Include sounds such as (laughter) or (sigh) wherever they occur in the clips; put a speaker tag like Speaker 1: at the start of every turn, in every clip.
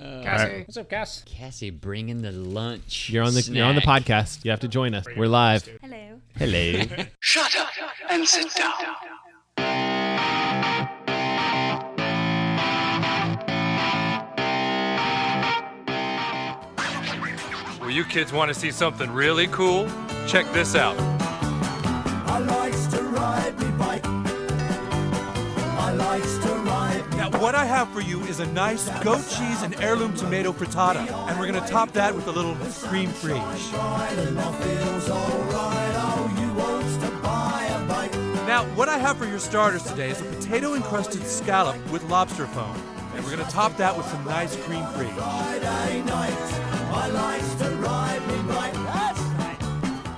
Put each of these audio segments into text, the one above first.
Speaker 1: Cassie.
Speaker 2: All right.
Speaker 1: What's up, Cass?
Speaker 3: Cassie bringing the lunch.
Speaker 2: You're on the you're on the
Speaker 3: snack.
Speaker 2: podcast. You have to join us. We're live.
Speaker 4: Hello.
Speaker 2: Hello.
Speaker 1: (laughs)
Speaker 5: Shut up and sit down.
Speaker 6: Well, you kids want to see something really cool? Check this out.
Speaker 7: I likes to ride me bike. I likes to ride me
Speaker 8: Now, what I have for you is a nice goat cheese and heirloom tomato frittata, and we're gonna top that with a little cream fraiche.
Speaker 7: ride and I feels alright. Oh, you wants to buy a bike.
Speaker 8: Now, what I have for your starters today is a potato encrusted scallop with lobster foam, and we're gonna top that with some nice cream fraiche.
Speaker 7: Friday night, I likes to ride me bike.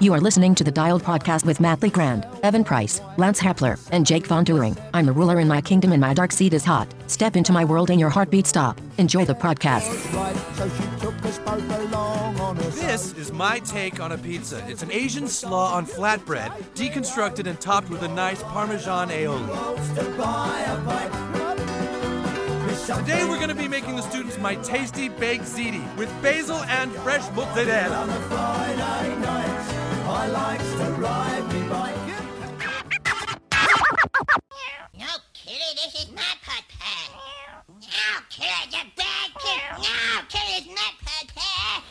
Speaker 9: You are listening to the Dialed Podcast with Matt Lee Grand, Evan Price, Lance Hapler, and Jake Von Turing. I'm the ruler in my kingdom and my dark seat is hot. Step into my world and your heartbeat stop. Enjoy the podcast.
Speaker 7: Right, so she took us both along on a
Speaker 8: This is my take on a pizza. It's an Asian slaw on flatbread, deconstructed and topped with a nice Parmesan aioli.
Speaker 7: wants to buy a bike.
Speaker 8: Today, we're gonna be making the students my tasty baked ziti with basil and fresh mozzarella.
Speaker 7: On a Friday night, I likes to ride me bike.
Speaker 10: No, killer, this is not Putt Pat. No, killer, you bad kid. No, killer is not Putt Pat.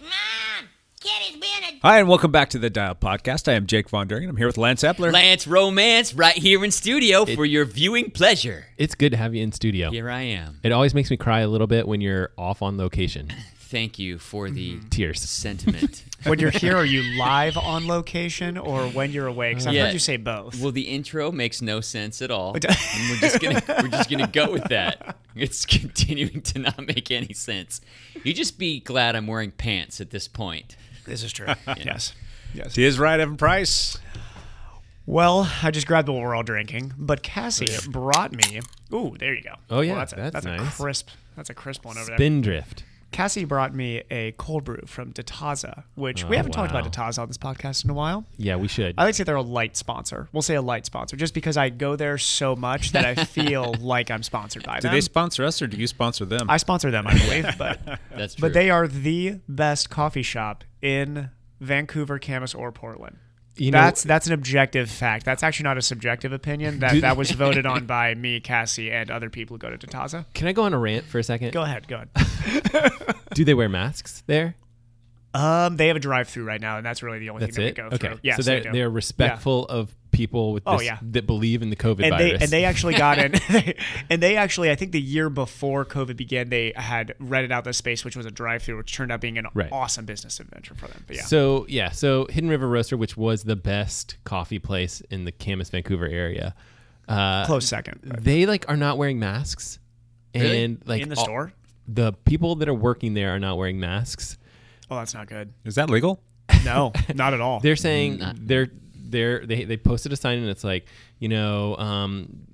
Speaker 10: Mom, kid is being a
Speaker 1: Hi, and welcome back to the Dial Podcast. I am Jake Von During, and I'm here with Lance Epler.
Speaker 3: Lance Romance right here in studio for your viewing pleasure.
Speaker 2: it's good to have you in studio.
Speaker 3: Here I am.
Speaker 2: It always makes me cry a little bit when you're off on location.
Speaker 3: Thank you for the
Speaker 1: Mm-hmm.
Speaker 2: Tears.
Speaker 1: (laughs)
Speaker 3: sentiment.
Speaker 1: when you're here, are you live on location or when you're awake? 'Cause I've
Speaker 3: Yeah.
Speaker 1: heard you say both.
Speaker 3: Well, the intro makes no sense at
Speaker 1: (laughs)
Speaker 3: all. and we're just gonna we're just gonna go with that. It's (laughs) continuing to not make any sense. You just be glad I'm wearing pants at this point.
Speaker 1: this is true. Yes. Yes.
Speaker 5: He is right, Evan Price.
Speaker 1: Well, I just grabbed what we're all drinking, but Cassie brought me. Ooh, there you go.
Speaker 2: Oh, yeah,
Speaker 1: Well, that's a,
Speaker 2: that's
Speaker 1: a
Speaker 2: nice.
Speaker 1: crisp. That's a crisp one over there.
Speaker 2: Spindrift.
Speaker 1: Cassie brought me a cold brew from Detaza, which we
Speaker 2: Oh,
Speaker 1: haven't talked
Speaker 2: wow.
Speaker 1: about Detaza on this podcast in a while.
Speaker 2: Yeah, we should.
Speaker 1: I like to say they're a light sponsor. We'll say a light sponsor just because I go there so much that I feel like I'm sponsored by
Speaker 5: Do
Speaker 1: them.
Speaker 5: they sponsor us or do you sponsor them?
Speaker 1: I sponsor them, I believe, but
Speaker 3: That's true.
Speaker 1: but they are the best coffee shop in Vancouver, Camas, or Portland.
Speaker 2: You know-
Speaker 1: that's that's an objective fact. That's actually not a subjective opinion. That that was voted on by me, Cassie, and other people who go to Tataza.
Speaker 2: Can I go on a rant for a second?
Speaker 1: Go ahead, go ahead.
Speaker 2: Do they wear masks there?
Speaker 1: Um, they have a drive-through right now, and that's really the only
Speaker 2: That's
Speaker 1: thing
Speaker 2: it.
Speaker 1: they go
Speaker 2: Okay.
Speaker 1: through. Yes,
Speaker 2: so
Speaker 1: they
Speaker 2: they're
Speaker 1: do.
Speaker 2: they are respectful of people with
Speaker 1: Oh,
Speaker 2: this,
Speaker 1: yeah.
Speaker 2: that believe in the COVID
Speaker 1: and
Speaker 2: virus.
Speaker 1: they and they actually got in
Speaker 2: (laughs)
Speaker 1: (laughs) and they actually I think the year before COVID began they had rented out the space which was a drive through which turned out being an
Speaker 2: Right.
Speaker 1: awesome business adventure for them. But yeah.
Speaker 2: So yeah, so Hidden River Roaster, which was the best coffee place in the Camas, Vancouver area, uh,
Speaker 1: close second. but-
Speaker 2: they like are not wearing masks,
Speaker 3: Really?
Speaker 2: and like
Speaker 1: in the
Speaker 2: all-
Speaker 1: store?
Speaker 2: the people that are working there are not wearing masks.
Speaker 1: Oh, that's not good.
Speaker 5: is that legal?
Speaker 1: No, not at all.
Speaker 2: They're
Speaker 5: Mm,
Speaker 2: saying they're they're they they posted a sign and it's like you know um,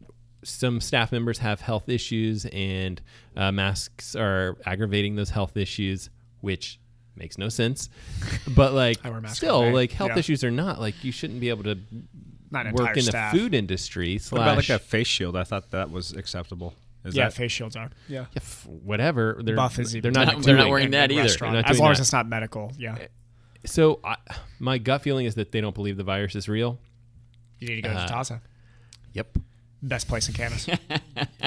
Speaker 2: some staff members have health issues and uh, masks are aggravating those health issues, which makes no
Speaker 5: (laughs)
Speaker 2: sense. But like
Speaker 1: wear masks all
Speaker 2: still
Speaker 1: day.
Speaker 2: like health
Speaker 1: Yeah.
Speaker 2: issues are not like you shouldn't be able to
Speaker 1: not an
Speaker 2: work
Speaker 1: entire
Speaker 2: in the
Speaker 1: staff.
Speaker 2: food industry slash
Speaker 5: What about like a face shield? I thought that was acceptable. Is
Speaker 1: Yeah,
Speaker 5: that
Speaker 1: face shields are. Yeah.
Speaker 2: f- whatever. They're
Speaker 1: Buff is
Speaker 2: they're
Speaker 1: even
Speaker 2: not
Speaker 3: Not- they're not
Speaker 2: doing.
Speaker 3: wearing
Speaker 1: in
Speaker 3: that
Speaker 1: the
Speaker 3: either.
Speaker 1: restaurant,
Speaker 2: They're not
Speaker 1: As
Speaker 2: doing
Speaker 1: long as
Speaker 2: that. Uh,
Speaker 1: it's not medical. Yeah.
Speaker 2: So I, my gut feeling is that they don't believe the virus is real.
Speaker 1: You need to go
Speaker 2: uh-huh.
Speaker 1: to Taza.
Speaker 2: Yep.
Speaker 1: Best place in
Speaker 2: (laughs)
Speaker 1: Camas. the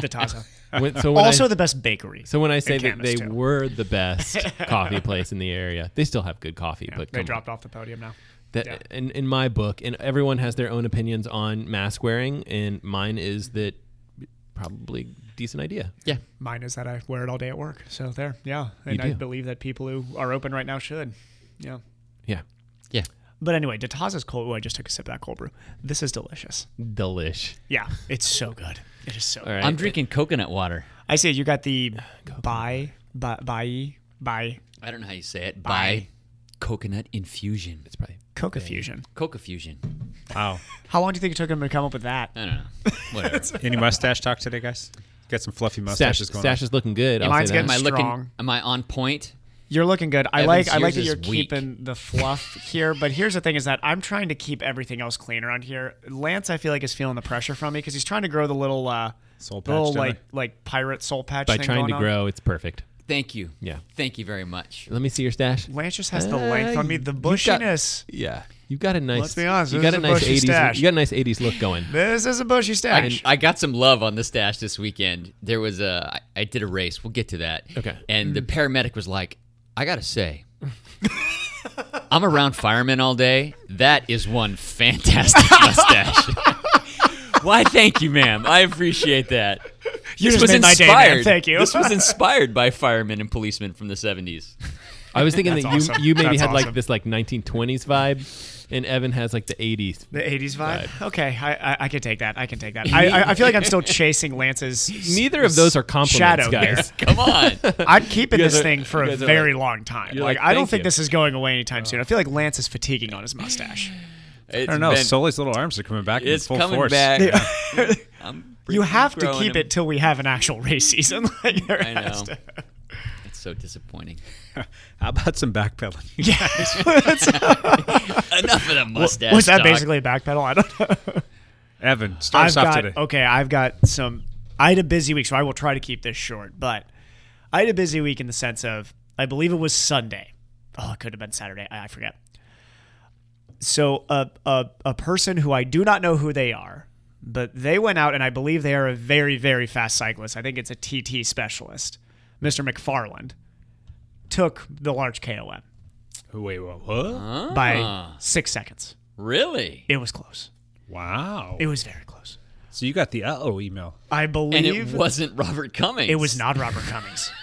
Speaker 1: Taza.
Speaker 2: When, (laughs) so when
Speaker 1: Also
Speaker 2: I,
Speaker 1: the best bakery.
Speaker 2: so when I say
Speaker 1: and
Speaker 2: that
Speaker 1: Camas,
Speaker 2: they
Speaker 1: too.
Speaker 2: were the
Speaker 1: (laughs)
Speaker 2: best coffee place in the area, they still have good coffee. but
Speaker 1: they
Speaker 2: come on.
Speaker 1: dropped off the podium now.
Speaker 2: That,
Speaker 1: yeah.
Speaker 2: in, in my book, and everyone has their own opinions on mask wearing, and mine is that probably decent idea.
Speaker 3: Yeah.
Speaker 1: Mine is that I wear it all day at work. So there, yeah. And I
Speaker 2: do.
Speaker 1: believe that people who are open right now should. Yeah.
Speaker 2: Yeah.
Speaker 3: Yeah.
Speaker 1: But anyway, Detaza's cold. Oh, I just took a sip of that cold brew. This is delicious.
Speaker 2: Delish.
Speaker 1: Yeah, it's so good. It is so.
Speaker 2: All right. Uh,
Speaker 3: I'm drinking coconut water.
Speaker 1: I say you got the bai bai bai bai
Speaker 3: I don't know how you say it.
Speaker 1: Bye.
Speaker 3: By coconut infusion. It's probably
Speaker 1: coca fusion.
Speaker 3: coca fusion.
Speaker 5: wow.
Speaker 1: How long do you think it took him to come up with that?
Speaker 3: I don't know.
Speaker 1: (laughs)
Speaker 3: Whatever.
Speaker 5: Any mustache talk today, guys? Got some fluffy
Speaker 2: Stash,
Speaker 5: mustaches going
Speaker 2: stash
Speaker 5: on.
Speaker 2: is looking good. I'll
Speaker 1: Mine's
Speaker 2: say that.
Speaker 1: getting
Speaker 3: am I looking?
Speaker 1: Strong.
Speaker 3: Am I on point?
Speaker 1: You're looking good. I
Speaker 3: Evans,
Speaker 1: like I like
Speaker 3: yours
Speaker 1: that
Speaker 3: is
Speaker 1: you're
Speaker 3: weak.
Speaker 1: keeping
Speaker 2: (laughs)
Speaker 1: the fluff here, but here's the thing is that I'm trying to keep everything else clean around here. Lance I feel like is feeling the pressure from me because he's trying to grow the little uh
Speaker 5: Soul patch,
Speaker 1: little
Speaker 5: didn't
Speaker 1: like
Speaker 5: I?
Speaker 1: like pirate soul patch
Speaker 2: By
Speaker 1: thing
Speaker 2: trying
Speaker 1: going
Speaker 2: to
Speaker 1: on.
Speaker 2: grow, it's perfect.
Speaker 3: Thank you.
Speaker 2: Yeah.
Speaker 3: Thank you very much.
Speaker 2: Let me see your stash.
Speaker 1: Lance just has the
Speaker 2: Uh,
Speaker 1: length on me, the
Speaker 2: you've got-
Speaker 1: bushiness.
Speaker 2: yeah, you've got a nice.
Speaker 1: Let's be honest,
Speaker 2: you
Speaker 1: this
Speaker 2: got a
Speaker 1: is a
Speaker 2: nice
Speaker 1: bushy
Speaker 2: '80s.
Speaker 1: stash.
Speaker 2: You got a nice '80s look going.
Speaker 1: This is a bushy
Speaker 3: I,
Speaker 1: stash.
Speaker 3: I got some love on the stash this weekend. There was a I, I did a race. We'll get to that.
Speaker 2: Okay.
Speaker 3: And the paramedic was like, "I gotta say, I'm around firemen all day. That is one fantastic mustache." (laughs) Why? Thank you, ma'am. I appreciate that.
Speaker 1: You
Speaker 3: this
Speaker 1: just
Speaker 3: was
Speaker 1: made my day,
Speaker 3: inspired.
Speaker 1: man. Thank you.
Speaker 3: This was inspired by firemen and policemen from the '70s.
Speaker 2: I
Speaker 1: (laughs)
Speaker 2: was thinking that you
Speaker 1: That's awesome.
Speaker 2: you maybe
Speaker 1: That's
Speaker 2: had like
Speaker 1: awesome.
Speaker 2: this like 1920s vibe, and Evan has like the 80s.
Speaker 1: the 80s vibe? Okay, I, I, I can take that. I can take
Speaker 2: (laughs)
Speaker 1: that. I, I, I feel like I'm still chasing Lance's. s-
Speaker 2: Neither of those are compliments,
Speaker 1: shadow (laughs)
Speaker 2: guys.
Speaker 3: Come on.
Speaker 1: I'm keeping
Speaker 2: You guys
Speaker 1: this
Speaker 2: are-
Speaker 1: thing for
Speaker 2: you
Speaker 1: a
Speaker 2: guys are
Speaker 1: very
Speaker 2: like-
Speaker 1: long time.
Speaker 2: you're
Speaker 1: Like,
Speaker 2: like,
Speaker 1: I don't
Speaker 2: "Thank
Speaker 1: think
Speaker 2: you."
Speaker 1: this is going away anytime soon. I feel like Lance is fatiguing on his mustache.
Speaker 3: It's
Speaker 5: I don't know.
Speaker 3: been-
Speaker 5: Sully's little arms are coming back
Speaker 3: it's
Speaker 5: in full
Speaker 3: coming
Speaker 5: force.
Speaker 3: back. (laughs)
Speaker 1: You have to
Speaker 3: growing
Speaker 1: keep
Speaker 3: him.
Speaker 1: it till we have an actual race season. (laughs) Like, there
Speaker 3: I know.
Speaker 1: has to-
Speaker 3: It's so disappointing.
Speaker 5: (laughs) How about some
Speaker 3: (laughs)
Speaker 5: backpedaling?
Speaker 1: Yeah.
Speaker 3: Enough of the mustache.
Speaker 1: Was that
Speaker 3: talk.
Speaker 1: basically a backpedal? I don't know.
Speaker 5: (laughs) Evan, start
Speaker 1: I've
Speaker 5: us off
Speaker 1: got
Speaker 5: today.
Speaker 1: okay. I've got some. I had a busy week, so I will try to keep this short. But I had a busy week in the sense of I believe it was Sunday. Oh, it could have been Saturday. I, I forget. So a, a a person who I do not know who they are, but they went out and I believe they are a very very fast cyclist. I think it's a TT specialist, Mr. McFarland, took the large KOM
Speaker 5: Wait, whoa, what?
Speaker 1: by six seconds.
Speaker 3: Really?
Speaker 1: It was close.
Speaker 5: Wow.
Speaker 1: It was very close.
Speaker 5: So you got the uh oh email.
Speaker 1: I believe
Speaker 3: And it wasn't Robert Cummings.
Speaker 1: It was not Robert Cummings.
Speaker 5: (laughs)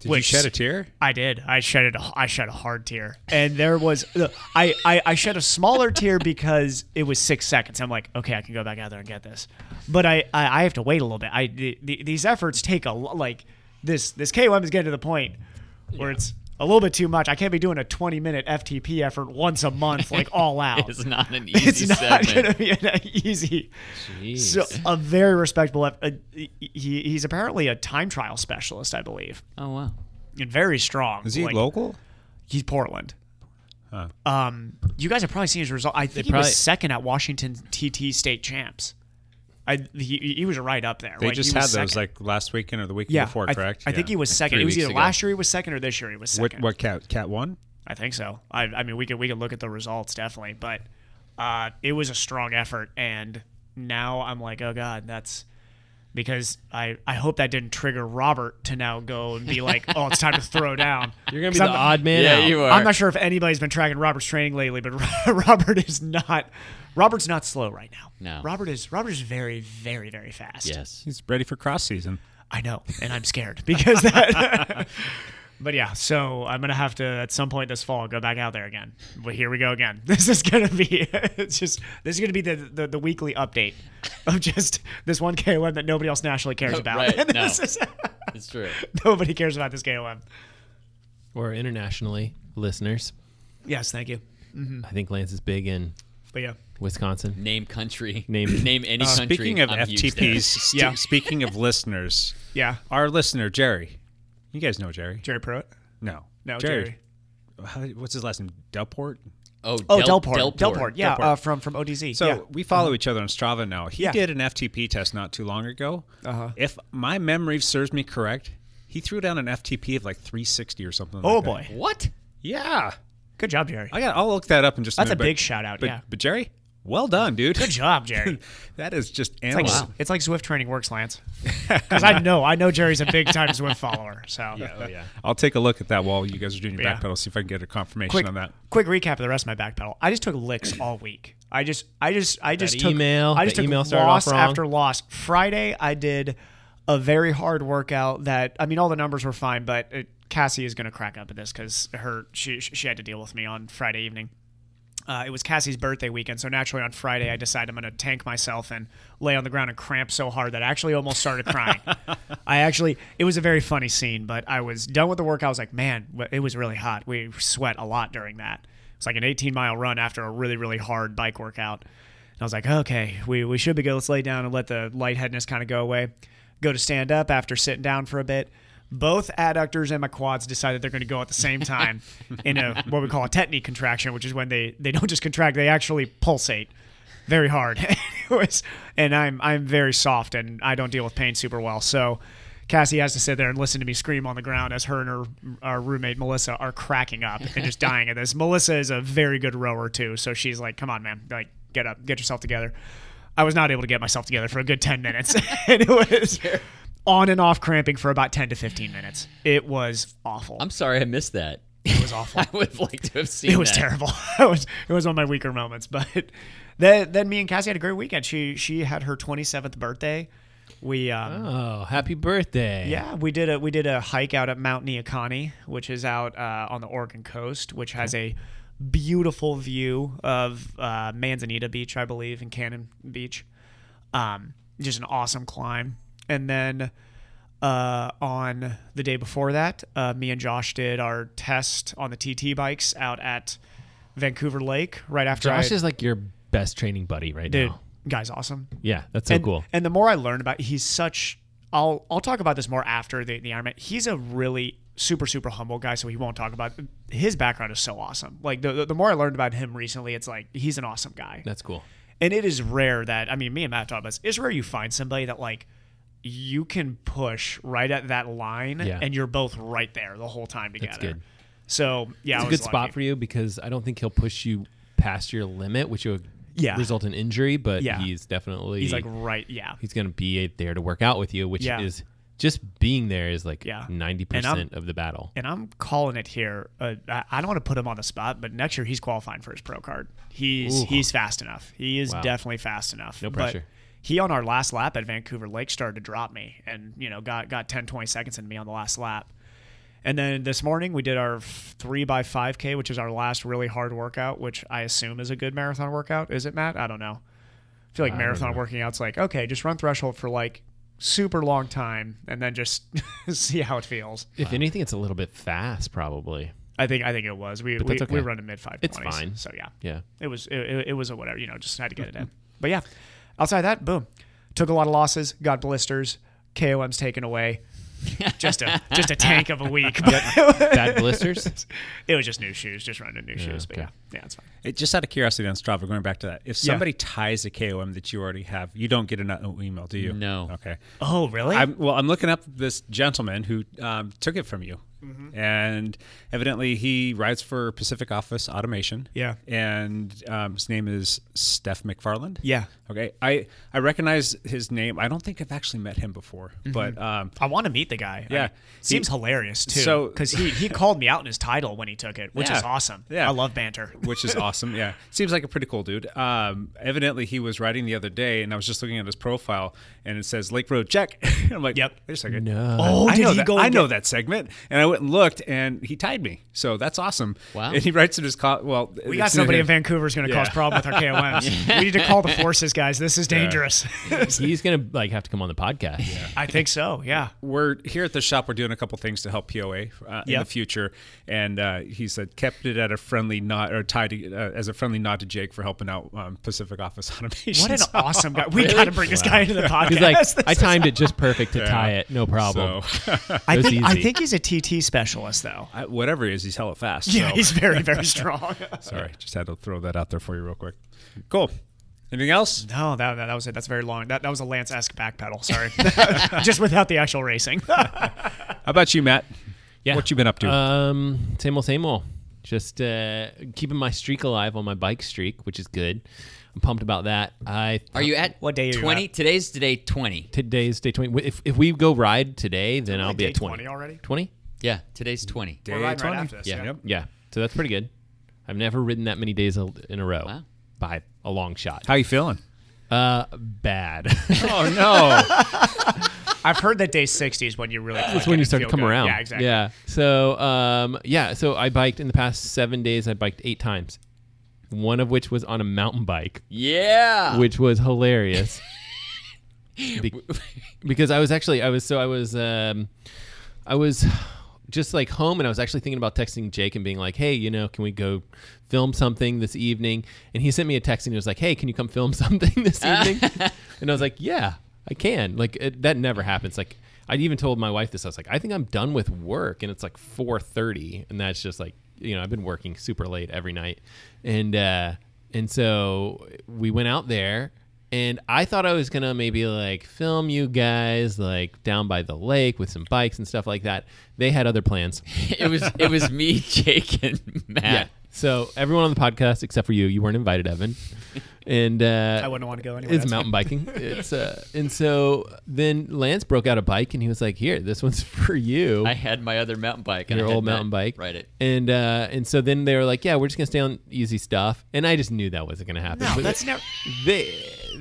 Speaker 5: Did
Speaker 1: Which-
Speaker 5: you shed a tear?
Speaker 1: I did. I shed it. I shed a hard tear, and there was. I, I I shed a smaller tear because it was six seconds. I'm like, okay, I can go back out there and get this, but I I, I have to wait a little bit. I the, the, these efforts take a lo- like this this KOM is getting to the point where it's a little bit too much. I can't be doing a 20 minute FTP effort once a month, like
Speaker 5: (laughs)
Speaker 1: all out.
Speaker 3: It's not
Speaker 1: (laughs)
Speaker 3: an easy
Speaker 1: it's not
Speaker 3: segment.
Speaker 1: going to be an easy. So a very respectable. F- uh, he, he's apparently a time trial specialist, I believe,
Speaker 3: Oh wow.
Speaker 1: and very strong.
Speaker 5: Is he
Speaker 1: Like,
Speaker 5: local?
Speaker 1: He's Portland. Um, you guys have probably seen his result. I think he
Speaker 2: probably-
Speaker 1: was second at Washington TT state champs. I he, he was right up there.
Speaker 5: They
Speaker 1: Like,
Speaker 5: just
Speaker 1: he
Speaker 5: had
Speaker 1: was
Speaker 5: those
Speaker 1: second.
Speaker 5: like last weekend or the weekend
Speaker 1: yeah.
Speaker 5: before,
Speaker 1: I,
Speaker 5: correct?
Speaker 1: I think
Speaker 5: Yeah.
Speaker 1: he was second.
Speaker 3: three
Speaker 1: It was
Speaker 3: weeks
Speaker 1: either
Speaker 3: ago.
Speaker 1: last year he was second or this year he was
Speaker 5: What,
Speaker 1: second.
Speaker 5: what cat? Cat one?
Speaker 1: I think so. I, I mean, we could we could look at the results definitely, but uh, it was a strong effort, and now I'm like, oh god, that's because I I hope that didn't trigger Robert to now go and
Speaker 3: (laughs)
Speaker 1: be like, oh, it's time to throw down.
Speaker 2: You're gonna be
Speaker 1: 'Cause
Speaker 2: the
Speaker 1: I'm-
Speaker 2: odd man
Speaker 3: Yeah,
Speaker 2: out.
Speaker 3: you are.
Speaker 1: I'm not sure if anybody's been tracking Robert's training lately, but (laughs) Robert is not. Robert's not slow right now.
Speaker 3: No.
Speaker 1: Robert is Robert is very very very
Speaker 3: (laughs)
Speaker 1: fast.
Speaker 3: Yes.
Speaker 5: He's ready for cross season.
Speaker 1: I know, and I'm scared (laughs) because that. (laughs) but yeah, so I'm gonna have to at some point this fall go back out there again. But here we go again. (laughs) This is gonna be (laughs) it's just this is gonna be the the, the weekly update of just this one KOM that nobody else
Speaker 3: (laughs)
Speaker 1: nationally cares about.
Speaker 3: right,
Speaker 1: And
Speaker 3: no.
Speaker 1: (laughs) this is-
Speaker 3: It's true.
Speaker 1: (laughs) nobody cares about this KOM.
Speaker 2: Or internationally, listeners.
Speaker 1: Yes, thank you.
Speaker 2: I think Lance is big in
Speaker 1: But yeah,
Speaker 2: Wisconsin.
Speaker 3: Name country.
Speaker 2: Name-
Speaker 3: (laughs) name any country.
Speaker 5: Uh, Speaking of
Speaker 3: I'm huge (laughs)
Speaker 5: FTPs, st-
Speaker 1: Yeah.
Speaker 5: speaking of listeners,
Speaker 1: yeah.
Speaker 5: our listener, Jerry. You guys know Jerry.
Speaker 1: Jerry Pruitt.
Speaker 5: No.
Speaker 1: No, Jerry.
Speaker 5: How- What's his last name? Delport?
Speaker 3: there. Oh,
Speaker 1: Oh,
Speaker 3: Del-
Speaker 1: Delport. Delport. Yeah, Uh, from from ODZ.
Speaker 5: So
Speaker 1: yeah. Mm-hmm.
Speaker 5: we follow each other on Strava now. He
Speaker 1: Yeah.
Speaker 5: did an FTP test not too long ago. Uh-huh. If my memory serves me correct, he threw down an FTP of like 360 or something.
Speaker 1: Oh
Speaker 5: like that.
Speaker 1: boy,
Speaker 3: What?
Speaker 5: Yeah.
Speaker 1: good job, Jerry.
Speaker 5: I got. I'll look that up in just.
Speaker 1: That's
Speaker 5: a,
Speaker 1: a
Speaker 5: minute,
Speaker 1: big
Speaker 5: but-
Speaker 1: shout out.
Speaker 5: But,
Speaker 1: yeah,
Speaker 5: but Jerry, well done, dude.
Speaker 1: good job, Jerry.
Speaker 5: (laughs) that is just
Speaker 1: It's
Speaker 5: animal.
Speaker 1: like, it's like Zwift training
Speaker 5: (laughs)
Speaker 1: works, Lance. Because I know, I know Jerry's a big time Zwift follower. So,
Speaker 5: I'll take a look at that while you guys are doing your
Speaker 1: Yeah.
Speaker 5: backpedal. See if I can get a confirmation
Speaker 1: quick,
Speaker 5: on that.
Speaker 1: quick recap of the rest of my back pedal. I just took licks all week. I just, I just, I just took
Speaker 2: email-
Speaker 1: I just
Speaker 2: that
Speaker 1: took
Speaker 2: email started off
Speaker 1: loss
Speaker 2: wrong.
Speaker 1: after loss. Friday, I did a very hard workout. That I mean, all the numbers were fine, but uh Cassie is going to crack up at this because her she she had to deal with me on Friday evening. Uh, it was Cassie's birthday weekend, so naturally on Friday I decided I'm going to tank myself and lay on the ground and cramp so hard that I actually almost
Speaker 2: (laughs)
Speaker 1: started crying. I actually, it was a very funny scene, but I was done with the workout. I was like, man, w- it was really hot. We sweat a lot during that. It's like an 18 mile run after a really, really hard bike workout. And I was like, okay, we, we should be good. Let's lay down and let the lightheadedness kind of go away. Go to stand up after sitting down for a bit. Both adductors and my quads decided they're going to go at the same time in a what we call a tetany contraction, which is when they, they don't just contract, they actually pulsate very (laughs) hard. It was- and I'm I'm very soft and I don't deal with pain super well. So Cassie has to sit there and listen to me scream on the ground as her and her our roommate Melissa are cracking up and just dying at this. Melissa is a very good rower too, so she's like, "Come on, man, like get up, get yourself together." I was not able to get myself together for a good ten minutes, (laughs) and it was on and off cramping for about ten to fifteen minutes. It was awful.
Speaker 3: I'm sorry I missed that.
Speaker 1: it
Speaker 3: (laughs)
Speaker 1: was awful
Speaker 3: I would have liked to have seen
Speaker 1: it was
Speaker 3: that.
Speaker 1: terrible. (laughs) it was it was one of my weaker moments. But (laughs) then then me and Cassie had a great weekend. She she had her 27th birthday. We um,
Speaker 2: Oh, happy birthday!
Speaker 1: yeah we did a we did a hike out at Mount Neocani, which is out uh, on the Oregon coast, which has a beautiful view of uh, Manzanita Beach, I believe, and Cannon Beach. Um, just an awesome climb. And then uh, on the day before that, uh, me and Josh did our test on the TT bikes out at Vancouver Lake right after
Speaker 2: Josh
Speaker 1: I,
Speaker 2: is like your best training buddy right
Speaker 1: dude,
Speaker 2: now.
Speaker 1: guy's awesome.
Speaker 2: Yeah, that's so
Speaker 1: and,
Speaker 2: cool.
Speaker 1: And the more I learn about, he's such. I'll I'll talk about this more after the the Ironman. He's a really super super humble guy, so he won't talk about. His background is so awesome. Like the the, the more I learned about him recently, it's like he's an awesome guy.
Speaker 2: That's cool.
Speaker 1: And it is rare that I mean, me and Matt talked about this. It's rare you find somebody that like you can push right at that line,
Speaker 2: Yeah.
Speaker 1: and you're both right there the whole time together.
Speaker 2: good.
Speaker 1: So yeah,
Speaker 2: It's
Speaker 1: I
Speaker 2: a
Speaker 1: was
Speaker 2: good spot
Speaker 1: lucky.
Speaker 2: for you because I don't think he'll push you past your limit, which would
Speaker 1: Yeah.
Speaker 2: result in injury. But
Speaker 1: Yeah.
Speaker 2: he's definitely
Speaker 1: He's like right, yeah.
Speaker 2: he's going to be there to work out with you, which
Speaker 1: Yeah.
Speaker 2: is just being there is like
Speaker 1: Yeah.
Speaker 2: ninety
Speaker 1: And
Speaker 2: percent of the battle.
Speaker 1: and I'm calling it here. Uh, I, I don't want to put him on the spot, but next year he's qualifying for his pro card. He's he's fast enough. He is definitely fast enough.
Speaker 2: No
Speaker 1: But
Speaker 2: pressure.
Speaker 1: he on our last lap at Vancouver Lake started to drop me, and you know got got 10, 20 seconds into me on the last lap. And then this morning we did our f- three by five k, which is our last really hard workout, which I assume is a good marathon workout. Is it, Matt? I don't know. I feel like marathon working out's like okay, just run threshold for like super long time, and then just (laughs) see how it feels.
Speaker 2: If anything, it's a little bit fast, probably.
Speaker 1: I think I think it was. We we,
Speaker 2: that's okay.
Speaker 1: we run a mid five.
Speaker 2: It's fine. Mm-hmm.
Speaker 1: So yeah,
Speaker 2: Yeah.
Speaker 1: it was it, it, it was a whatever. You know, just had to get it in. But yeah, outside of that, boom, took a lot of losses, got blisters, KOM's taken away. just a
Speaker 3: (laughs)
Speaker 1: just a tank of a
Speaker 2: (laughs)
Speaker 1: week. But
Speaker 2: Bad blisters.
Speaker 1: it was just new shoes, just running new shoes. But yeah,
Speaker 2: okay.
Speaker 1: yeah, it's fine.
Speaker 5: It, just out of curiosity on Strava, going back to that, if
Speaker 1: Yeah.
Speaker 5: somebody ties a KOM that you already have, you don't get an uh, email, do you?
Speaker 3: No.
Speaker 5: Okay.
Speaker 1: Oh really?
Speaker 5: I'm, well, I'm looking up this gentleman who um, took it from you,
Speaker 1: Mm-hmm.
Speaker 5: and evidently he rides for Pacific Office Automation.
Speaker 1: Yeah.
Speaker 5: and um, his name is Steph McFarland.
Speaker 1: Yeah.
Speaker 5: Okay. I I recognize his name. I don't think I've actually met him before, but um,
Speaker 1: Mm-hmm. I want to meet the guy.
Speaker 5: Yeah.
Speaker 1: I- seems hilarious too.
Speaker 5: so-
Speaker 1: because he
Speaker 5: (laughs)
Speaker 1: he called me out in his title when he took it, which is
Speaker 5: Yeah.
Speaker 1: awesome.
Speaker 5: Yeah.
Speaker 1: I love banter.
Speaker 5: which is awesome.
Speaker 1: (laughs)
Speaker 5: Yeah, seems like a pretty cool dude. Um, (laughs) evidently, he was riding the other day, and I was just looking at his profile, and it says Lake Road Check. I'm like, (laughs)
Speaker 1: Yep.
Speaker 5: Wait a second.
Speaker 2: No.
Speaker 1: Oh,
Speaker 5: I
Speaker 1: did
Speaker 5: know
Speaker 1: he
Speaker 5: that.
Speaker 1: go
Speaker 5: I
Speaker 1: and
Speaker 5: know
Speaker 1: get-
Speaker 5: that segment, and I went and looked, and he tied me. So that's awesome.
Speaker 3: Wow.
Speaker 5: And he writes in his co- well.
Speaker 1: We got somebody in
Speaker 5: Vancouver.
Speaker 1: Vancouver's going to cause
Speaker 5: Yeah.
Speaker 1: problem
Speaker 5: (laughs)
Speaker 1: with our KOMs. we need to call the forces, guys. This is dangerous.
Speaker 2: He's going to like have to come on the podcast.
Speaker 1: I think so. Yeah.
Speaker 5: we're here at the shop. We're doing a couple things to help POA uh, in
Speaker 1: Yeah.
Speaker 5: the future, and uh, he said kept it at a friendly nod or tied to, uh, as a friendly nod to Jake for helping out um, Pacific Office (laughs) Automation.
Speaker 1: What an
Speaker 5: So-
Speaker 1: awesome guy. We got to bring this guy into the podcast.
Speaker 2: He's like,
Speaker 1: This
Speaker 2: I
Speaker 1: is-
Speaker 2: timed it just perfect to tie it. No problem.
Speaker 5: So (laughs)
Speaker 1: I
Speaker 2: was
Speaker 1: think, I
Speaker 2: easy.
Speaker 1: think he's a TT specialist, though.
Speaker 5: I, whatever it is, he's hella fast.
Speaker 1: Yeah,
Speaker 5: so.
Speaker 1: he's very, very strong.
Speaker 5: sorry. Just had to throw that out there for you real quick. Cool. Anything else?
Speaker 1: No, that, that, that was it. That's very long. That, that was a Lance esque backpedal. Sorry. Just without the actual racing.
Speaker 5: How about you, Matt?
Speaker 2: Yeah.
Speaker 5: What you been up to?
Speaker 2: Um, same old, same old. Just uh, keeping my streak alive on my bike streak, which is good. I'm pumped about that. I
Speaker 3: Are you at
Speaker 1: What day are you
Speaker 3: Twenty.
Speaker 1: at?
Speaker 3: Today's today twenty.
Speaker 2: today's day twenty. If, if we go ride today, then I'll be
Speaker 1: day
Speaker 2: at twenty,
Speaker 1: 20 already?
Speaker 2: Twenty?
Speaker 3: Yeah, today's twenty.
Speaker 1: We're riding right after this.
Speaker 3: Yeah.
Speaker 1: Yeah.
Speaker 5: Yep.
Speaker 2: Yeah. So that's pretty good. I've never ridden that many days al- in a row
Speaker 3: Wow.
Speaker 2: by a long shot.
Speaker 5: How you feeling?
Speaker 2: Uh, bad.
Speaker 5: Oh
Speaker 2: (laughs)
Speaker 5: no.
Speaker 1: I've heard that day 60 is when you really.
Speaker 2: That's when you start
Speaker 1: started
Speaker 2: to come around.
Speaker 1: Yeah, exactly.
Speaker 2: Yeah. So, um, yeah. So I biked in the past seven days. I biked eight times, one of which was on a mountain bike.
Speaker 3: Yeah.
Speaker 2: which was (laughs) hilarious. Be- because I was actually I was so I was um I was just like home and I was actually thinking about texting Jake and being like, "Hey, you know, can we go film something this evening?" And he sent me a text and he was like, "Hey, can you come film (laughs) something this evening?" and I was like, "Yeah, I can." Like it, that never happens. Like I even told my wife this. I was like, "I think I'm done with work," and it's like 4:30, and that's just like you know I've been working super late every night, and uh, and so we went out there And I thought I was gonna maybe like film you guys like down by the lake with some bikes and stuff like that. They had other plans.
Speaker 3: (laughs) It was it was me, Jake, and Matt.
Speaker 2: Yeah. So everyone on the podcast except for you, you weren't invited, Evan. And uh,
Speaker 1: I wouldn't want to go anyway.
Speaker 2: It's
Speaker 1: that's
Speaker 2: mountain biking. It's uh, and so then Lance broke out a bike and he was like, "Here, this one's (laughs) for you."
Speaker 3: I had my other mountain bike. and
Speaker 2: your
Speaker 3: I had
Speaker 2: old
Speaker 3: Matt
Speaker 2: mountain bike,
Speaker 3: Ride it.
Speaker 2: and uh, and so then they were like, "Yeah, we're just gonna stay on easy stuff," and I just knew that wasn't gonna happen.
Speaker 1: fine.
Speaker 2: But
Speaker 1: That's never.
Speaker 2: they,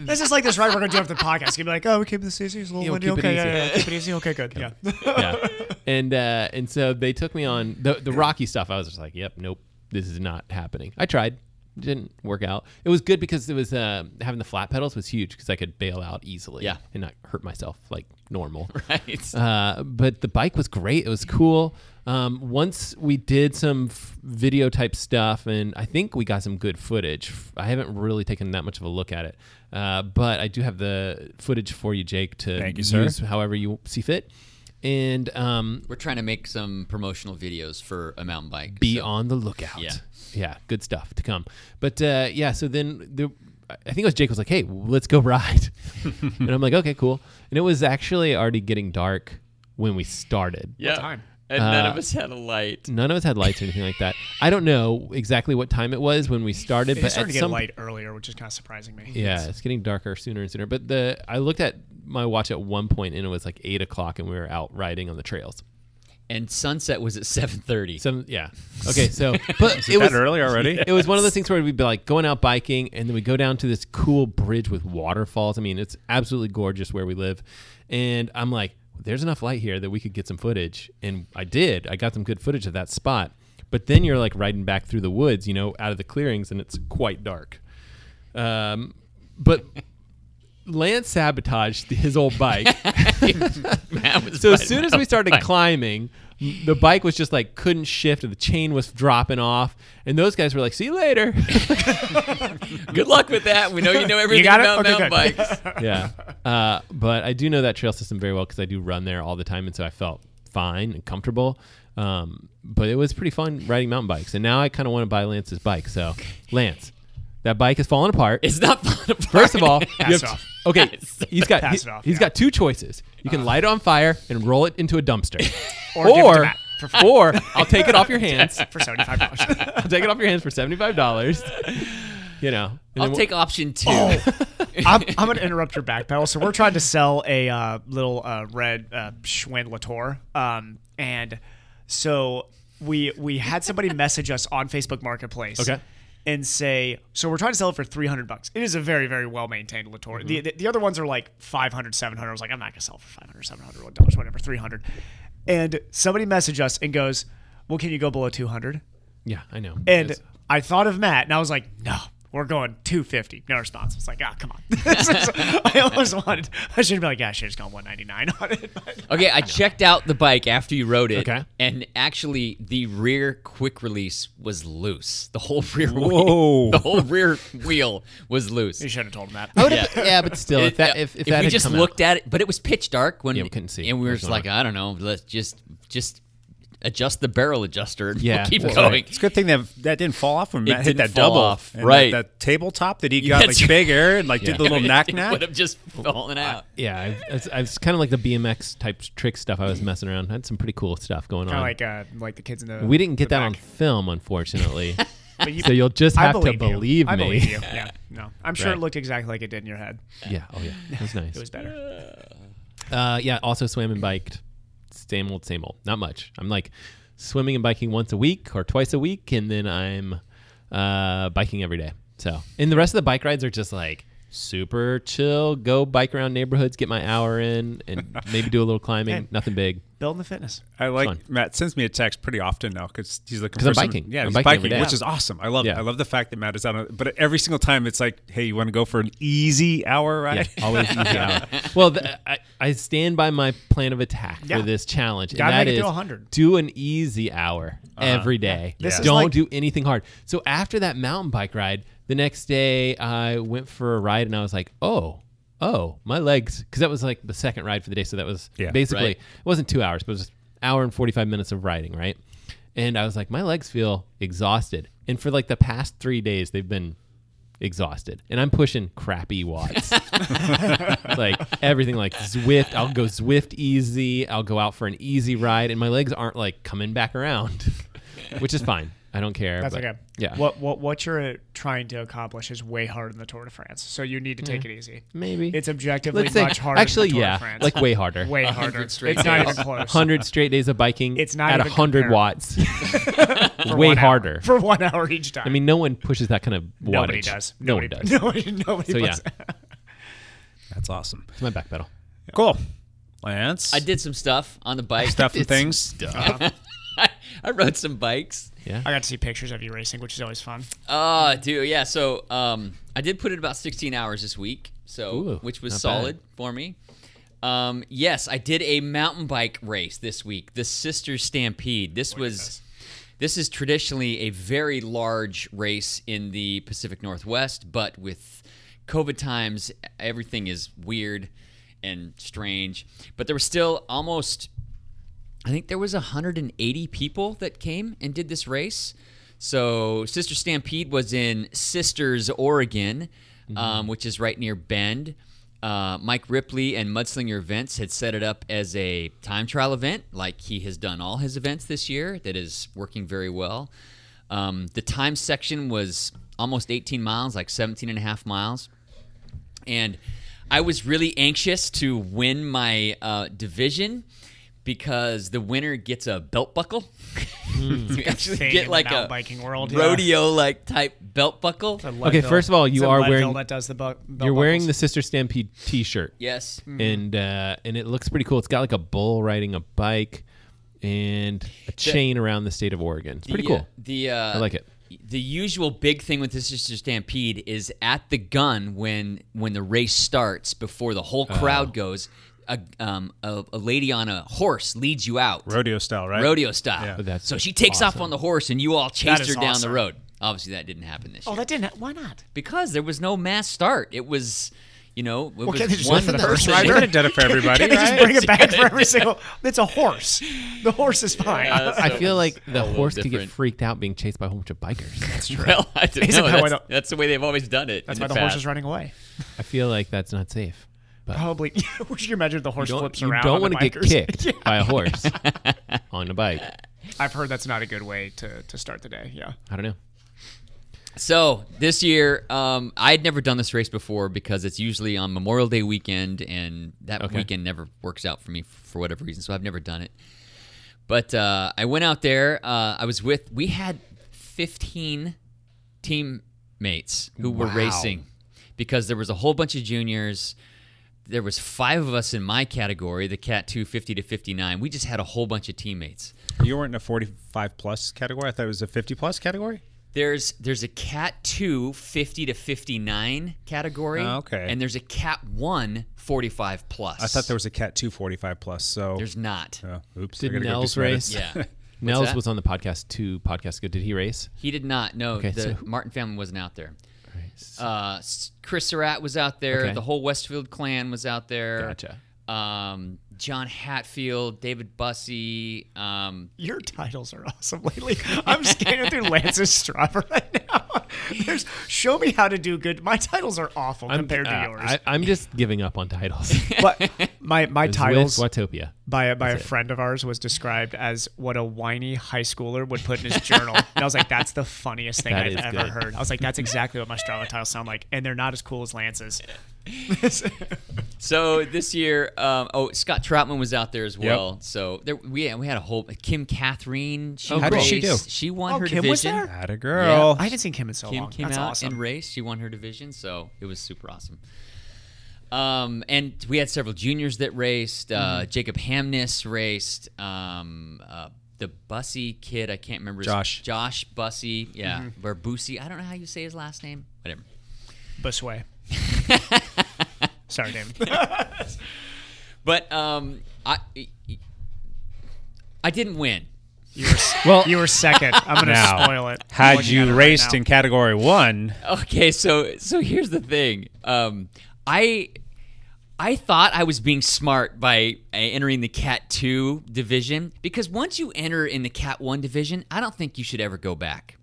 Speaker 1: This is like this right we're gonna do after the podcast. You'd be like, oh, we keep this easy, it's a little
Speaker 2: Yeah, we'll
Speaker 1: windy.
Speaker 2: keep it
Speaker 1: Okay, yeah,
Speaker 2: easy.
Speaker 1: yeah, yeah, keep it easy. Okay, good. Yeah. (laughs)
Speaker 2: yeah, (laughs) and uh, and so they took me on the the rocky stuff. I was just like, "Yep, nope, this is not happening." I tried, it didn't work out. It was good because it was uh, having the flat pedals was huge because I could bail out easily,
Speaker 3: Yeah.
Speaker 2: and not hurt myself like normal,
Speaker 3: (laughs) Right.
Speaker 2: Uh, but the bike was great. It was cool. Um, once we did some f- video type stuff, and I think we got some good footage. F- I haven't really taken that much of a look at it, uh, but I do have the footage for you, Jake, to
Speaker 5: Thank you, sir.
Speaker 2: use however you see fit. And um,
Speaker 3: We're trying to make some promotional videos for a mountain bike.
Speaker 2: be
Speaker 3: so-
Speaker 2: on the lookout.
Speaker 3: Yeah.
Speaker 2: Yeah, good stuff to come. But uh, yeah, so then the, I think it was Jake was like, "Hey, let's go
Speaker 3: (laughs)
Speaker 2: ride," and I'm like, "Okay, cool." And it was actually already getting dark when we started.
Speaker 3: Yeah.
Speaker 1: time?
Speaker 3: And none of us had a light.
Speaker 2: None of us had lights or anything like that. I don't know exactly what time it was when we started,
Speaker 1: It
Speaker 2: but at
Speaker 1: started to get
Speaker 2: some
Speaker 1: light earlier, which is kind of surprising me.
Speaker 2: yeah, it's getting darker sooner and sooner. But the I looked at my watch at one point and it was like eight o'clock, and we were out riding on the trails.
Speaker 3: And sunset was at 7:30.
Speaker 2: Some yeah, okay. So but it was
Speaker 5: early already?
Speaker 2: It was one of those things where we'd be like going out biking, and then we go down to this cool bridge with waterfalls. I mean, it's absolutely gorgeous where we live. And I'm like, there's enough light here that we could get some footage. And I did. I got some good footage of that spot. But then you're like riding back through the woods, you know, out of the clearings, and it's quite dark. Um, but Lance sabotaged his old bike.
Speaker 3: Matt was
Speaker 2: So as
Speaker 3: riding
Speaker 2: soon
Speaker 3: my
Speaker 2: as we
Speaker 3: own
Speaker 2: started
Speaker 3: bike.
Speaker 2: climbing, the bike was just like couldn't shift, and the chain was dropping off. And those guys were like, "See you later." (laughs)
Speaker 3: good luck (laughs) with that. We know you know everything
Speaker 1: got it?
Speaker 3: about mountain
Speaker 1: Okay, good.
Speaker 3: bikes.
Speaker 2: yeah, uh, but I do know that trail system very well because I do run there all the time, and so I felt fine and comfortable. Um, but it was pretty fun riding mountain bikes, and now I kind of want to buy Lance's bike. So, Lance, that bike is falling apart.
Speaker 3: It's not
Speaker 2: (laughs)
Speaker 3: fun. to
Speaker 2: First of all, you
Speaker 1: (laughs) Pass
Speaker 2: have-
Speaker 1: it off.
Speaker 2: okay,
Speaker 1: (laughs)
Speaker 2: he's got he,
Speaker 1: Pass
Speaker 2: has
Speaker 1: it off, yeah. Uh.
Speaker 2: got two choices. You can light it on fire and roll it into a dumpster,
Speaker 1: (laughs)
Speaker 2: (laughs)
Speaker 1: Or give it to Matt for free.
Speaker 2: or I'll take it off
Speaker 1: (laughs)
Speaker 2: your hands.
Speaker 1: For
Speaker 3: (laughs)
Speaker 1: seventy-five dollars.
Speaker 2: I'll take it off your hands for seventy five dollars. You know, and
Speaker 3: I'll
Speaker 2: then
Speaker 3: take option two.
Speaker 2: Oh.
Speaker 1: I'm, I'm going to interrupt your back pedal. So we're trying to sell a uh, little uh, red uh, Schwinn Latour, um, and so we we had somebody message us on Facebook Marketplace.
Speaker 2: Okay.
Speaker 1: And say so. We're trying to sell it for three hundred bucks. It is a very, very well maintained Latour. The, the the other ones are like 500, 700. I was like, I'm not gonna sell it for 500, 700 dollars, whatever, three hundred. And somebody messaged us and goes, "Well, can you go below two hundred?
Speaker 2: yeah, I know.
Speaker 1: And
Speaker 2: It's-
Speaker 1: I thought of Matt, and I was like, no, we're going 250. No response. I was like, ah, come on. (laughs) I almost wanted. I should have been like, yeah, I should have just gone 199 on it. (laughs) But
Speaker 3: (laughs) Okay, I checked out the bike after you rode it.
Speaker 2: Okay.
Speaker 3: And actually, the rear quick release was loose. The whole rear
Speaker 5: Whoa.
Speaker 3: wheel. (laughs) The whole rear wheel was loose.
Speaker 1: you shouldn't have told him that.
Speaker 3: Yeah.
Speaker 1: (laughs)
Speaker 2: yeah, but still, if that if, if, that
Speaker 3: we
Speaker 2: had
Speaker 3: just
Speaker 2: come out-
Speaker 3: looked at it, but it was pitch dark when
Speaker 2: Yeah, we couldn't see
Speaker 3: and we were
Speaker 2: what was
Speaker 3: just
Speaker 2: going
Speaker 3: like, I don't know, let's just just adjust the barrel adjuster. And
Speaker 2: Yeah,
Speaker 3: we'll keep
Speaker 2: that's
Speaker 3: going.
Speaker 5: It's a good thing that that didn't fall off when Matt hit
Speaker 3: didn't
Speaker 5: that
Speaker 3: fall
Speaker 5: double.
Speaker 3: off.
Speaker 5: And
Speaker 3: Right.
Speaker 5: That, that tabletop that he got
Speaker 3: That's
Speaker 5: like big air and like did the
Speaker 3: (laughs)
Speaker 5: little knack
Speaker 3: It would
Speaker 5: knack.
Speaker 3: have just fallen out.
Speaker 2: Yeah, I've, it's, it's kind of like the BMX type trick stuff I was messing around. I had some pretty cool stuff going
Speaker 1: Kind
Speaker 2: on.
Speaker 1: of like uh, like the kids in the.
Speaker 2: we didn't get
Speaker 1: the
Speaker 2: that on
Speaker 1: back.
Speaker 2: film, unfortunately.
Speaker 1: (laughs) But you-
Speaker 2: so you'll just
Speaker 1: I
Speaker 2: have to
Speaker 1: you.
Speaker 2: believe
Speaker 1: I
Speaker 2: me.
Speaker 1: believe
Speaker 5: (laughs)
Speaker 1: you. Yeah. No, I'm sure
Speaker 2: Right.
Speaker 1: it looked exactly like it did in your head.
Speaker 2: (laughs) yeah, oh yeah, that
Speaker 1: (laughs)
Speaker 2: was nice.
Speaker 1: It was better.
Speaker 2: uh, yeah, also swam and biked. Same old, same old. Not much. I'm like swimming and biking once a week or twice a week, and then I'm uh, biking every day. So, and the rest of the bike rides are just like super chill. Go bike around neighborhoods, get my hour in, and maybe do a little climbing.
Speaker 1: Hey.
Speaker 2: Nothing big.
Speaker 1: Building the fitness.
Speaker 5: I like
Speaker 2: Fun.
Speaker 5: Matt sends me a text pretty often now because he's looking
Speaker 2: 'Cause
Speaker 5: for
Speaker 2: I'm
Speaker 5: some-
Speaker 2: biking.
Speaker 5: Yeah,
Speaker 2: I'm
Speaker 5: he's
Speaker 2: biking
Speaker 5: biking,
Speaker 2: every day.
Speaker 5: which is awesome. I love it.
Speaker 2: Yeah.
Speaker 5: I love the fact that Matt is out. On, but every single time it's like, hey, you want to go for an easy hour ride?
Speaker 2: Yeah, always easy hour. Well, th- I, I stand by my plan of attack
Speaker 1: Yeah.
Speaker 2: for this challenge, and
Speaker 1: Gotta
Speaker 2: that
Speaker 1: make it
Speaker 2: is
Speaker 1: to 100.
Speaker 2: do an easy hour every day.
Speaker 1: Uh-huh. This is
Speaker 2: Don't
Speaker 1: like-
Speaker 2: do anything hard. So after that mountain bike ride, the next day I went for a ride, and I was like, oh. Oh, my legs! Because that was like the second ride for the day, so that was
Speaker 5: Yeah,
Speaker 2: basically
Speaker 3: right.
Speaker 2: it wasn't two hours, but it was an hour and forty five minutes of riding, right? And I was like, my legs feel exhausted, and for like the past three days, they've been exhausted, and I'm pushing crappy watts. like everything like Zwift. I'll go Zwift easy. I'll go out for an easy ride, and my legs aren't like coming back around, (laughs) which is fine. I don't care.
Speaker 1: That's
Speaker 2: but-
Speaker 1: okay.
Speaker 2: Yeah.
Speaker 1: (laughs) What what what you're trying to accomplish is way harder than the Tour de France. So you need to take it easy.
Speaker 2: Maybe.
Speaker 1: It's objectively
Speaker 2: Hmm. Let's say-
Speaker 1: much harder.
Speaker 2: Actually,
Speaker 1: than the Tour
Speaker 2: yeah,
Speaker 1: De France.
Speaker 2: like way harder. (laughs)
Speaker 1: way harder. It's not even close.
Speaker 2: 100 straight days of biking
Speaker 1: It's not
Speaker 2: at
Speaker 1: even
Speaker 2: 100
Speaker 1: comparable.
Speaker 2: watts.
Speaker 1: (laughs)
Speaker 2: (laughs)
Speaker 1: For
Speaker 2: way
Speaker 1: one hour.
Speaker 2: harder.
Speaker 1: (laughs) for one hour each time.
Speaker 2: I mean, no one pushes that kind of wattage.
Speaker 1: nobody does. (laughs)
Speaker 2: No one
Speaker 1: Nobody-
Speaker 2: does.
Speaker 1: Nobody, nobody
Speaker 2: So, yeah,
Speaker 1: puts- (laughs)
Speaker 5: That's awesome.
Speaker 2: it's my back pedal.
Speaker 5: Cool. Lance.
Speaker 3: I did some stuff on the
Speaker 2: (laughs)
Speaker 3: bike.
Speaker 5: stuff
Speaker 3: (laughs)
Speaker 5: and
Speaker 3: Did some
Speaker 5: things.
Speaker 3: I rode some bikes.
Speaker 1: I got to see pictures of you racing, which is always fun.
Speaker 3: Oh, dude, yeah. So um, I did put in about 16 hours this week, so
Speaker 2: Ooh,
Speaker 3: which was
Speaker 2: not
Speaker 3: solid for me. Um, yes, I did a mountain bike race this week, the Sisters Stampede. This was this is traditionally a very large race in the Pacific Northwest, but with COVID times, everything is weird and strange. But there was still almost I think there was 180 people that came and did this race. So Sister Stampede was in Sisters, Oregon, um, which is right near Bend. Uh, Mike Ripley and Mudslinger Events had set it up as a time trial event, like he has done all his events this year. That is working very well. Um, the time section was almost 18 miles, like 17 and a half miles and I was really anxious to win my uh, division because the winner gets a belt buckle. (laughs) you actually
Speaker 1: thing Hmm. in
Speaker 3: get
Speaker 1: the
Speaker 3: like a
Speaker 1: mountain biking world, yeah.
Speaker 3: rodeo like type belt buckle.
Speaker 2: Okay, first of all, you
Speaker 1: It's in
Speaker 2: are
Speaker 1: Leadville
Speaker 2: wearing-
Speaker 1: that does the bu- belt
Speaker 2: You're wearing the
Speaker 1: buckles.
Speaker 2: Sister Stampede T-shirt,
Speaker 3: Yes.
Speaker 1: Hmm.
Speaker 2: and uh, and it looks pretty cool. It's got like a bull riding a bike, and a chain around the state of Oregon. It's pretty
Speaker 3: the,
Speaker 2: cool.
Speaker 3: The uh,
Speaker 2: I like it.
Speaker 3: The usual big thing with the Sister Stampede is at the gun when when the race starts before the whole crowd goes. A, um, a, a lady on a horse leads you out.
Speaker 5: Rodeo style, right?
Speaker 3: rodeo style.
Speaker 5: Yeah.
Speaker 2: Oh, That's
Speaker 3: so she takes off on the horse, and you all
Speaker 1: That
Speaker 3: chased
Speaker 1: is
Speaker 3: her down
Speaker 1: awesome.
Speaker 3: the road. Obviously, that didn't happen this
Speaker 1: Oh,
Speaker 3: year
Speaker 1: that didn't. Why not?
Speaker 3: because there was no mass start. It was, you know, it
Speaker 1: Well,
Speaker 3: was
Speaker 1: can't they just
Speaker 3: one
Speaker 1: wait for the
Speaker 3: person.
Speaker 1: first
Speaker 5: They
Speaker 1: rider?
Speaker 5: could have done
Speaker 1: (laughs)
Speaker 5: it for everybody,
Speaker 1: They just
Speaker 5: right?
Speaker 1: bring it back for (laughs) every single. It's a horse. The horse is
Speaker 2: (laughs)
Speaker 1: fine.
Speaker 2: I feel like the
Speaker 3: little
Speaker 2: horse could get
Speaker 3: different.
Speaker 2: freaked out being chased by a whole bunch of bikers.
Speaker 3: (laughs) Well, I don't
Speaker 1: Isn't
Speaker 3: know.
Speaker 1: that why
Speaker 3: That's,
Speaker 1: the-
Speaker 3: that's the way they've always done it.
Speaker 1: That's
Speaker 3: in
Speaker 1: why the
Speaker 3: past.
Speaker 1: horse is running away.
Speaker 2: (laughs) I feel like that's not safe. But
Speaker 1: Probably. (laughs) Would you imagine if the horse
Speaker 2: you don't,
Speaker 1: flips around?
Speaker 2: want
Speaker 1: want
Speaker 2: to (laughs) get kicked by a (laughs) horse on a bike.
Speaker 1: I've heard that's not a good way to, to start the day. Yeah.
Speaker 2: I don't know.
Speaker 3: So this year, um, I had never done this race before because it's usually on Memorial Day weekend, and that weekend never works out for me for whatever reason. So I've never done it. But uh, I went out there. Uh, I was with. We had 15 teammates who were racing because there was a whole bunch of juniors. There was five of us in my category, the Cat 250 to 59. We just had a whole bunch of teammates.
Speaker 5: You weren't in a 45 plus category. I thought it was a 50 plus category.
Speaker 3: There's there's a cat 2 50 to 59 category.
Speaker 5: Oh, okay.
Speaker 3: And there's a cat 1 45 plus.
Speaker 5: I thought there was a cat 245 plus. So
Speaker 3: There's not.
Speaker 5: Oh, oops. I
Speaker 2: Did
Speaker 5: gotta go do
Speaker 2: Nels
Speaker 5: some edits.
Speaker 2: race?
Speaker 5: (laughs)
Speaker 3: Yeah.
Speaker 2: Nels
Speaker 3: that?
Speaker 2: was on the podcast two podcasts ago. Did he race?
Speaker 3: He did not. No,
Speaker 2: Okay,
Speaker 3: the
Speaker 2: so-
Speaker 3: Martin family wasn't out there. Uh, S- Chris Surratt was out there.
Speaker 2: Okay.
Speaker 3: The whole Westfield clan was out there.
Speaker 2: Gotcha.
Speaker 3: Um, John Hatfield, David Bussey. Um,
Speaker 1: Your titles are awesome lately. I'm
Speaker 2: (laughs)
Speaker 1: scanning through Lance's Strava right now. There's show me how to do good. My titles are awful compared
Speaker 2: uh,
Speaker 1: to yours.
Speaker 2: I, I'm just giving up on (laughs) titles.
Speaker 1: but
Speaker 2: (laughs)
Speaker 1: my my titles
Speaker 2: With Watopia.
Speaker 1: by a, by a friend of ours was described as what a whiny high schooler would put in his journal. and I was like, that's the funniest thing
Speaker 2: That
Speaker 1: I've
Speaker 2: is
Speaker 1: ever
Speaker 2: good.
Speaker 1: heard. I was
Speaker 2: (laughs)
Speaker 1: like, that's exactly what my Strava tiles sound like, and they're not as cool as Lance's.
Speaker 3: so this year, um, oh, Scott Troutman was out there as well. So there, we, we had a whole. Kim Catherine. She
Speaker 5: How did Oh, she
Speaker 3: raced.
Speaker 5: do?
Speaker 3: She won
Speaker 1: Oh,
Speaker 3: her
Speaker 1: Kim was
Speaker 3: division.
Speaker 1: there?
Speaker 5: Atta girl.
Speaker 1: I haven't seen Kim in so
Speaker 3: Kim
Speaker 1: long.
Speaker 3: came
Speaker 1: that's
Speaker 3: out
Speaker 1: awesome.
Speaker 3: and raced. She won her division, so it was super awesome. Um, and we had several juniors that raced. Uh,
Speaker 5: Mm-hmm.
Speaker 3: Jacob Hamness raced. Um, uh, the Bussy kid, I can't remember. his-
Speaker 5: Josh.
Speaker 3: Josh Bussy, yeah,
Speaker 1: Mm-hmm.
Speaker 3: or Bussy. I don't know how you say his last name. Whatever.
Speaker 2: (laughs)
Speaker 1: Busway. Sorry, David.
Speaker 3: But um, I, I didn't win.
Speaker 1: You were, s-
Speaker 5: Well-
Speaker 1: you were second. I'm gonna
Speaker 5: Now,
Speaker 1: spoil it. I'm
Speaker 5: Had
Speaker 1: looking at it
Speaker 5: you
Speaker 1: right
Speaker 5: raced
Speaker 1: now.
Speaker 5: in category one,
Speaker 3: Okay, so so here's the thing. Um, I I thought I was being smart by uh, entering the Cat Two division because once you enter in the Cat One division, I don't think you should ever go back.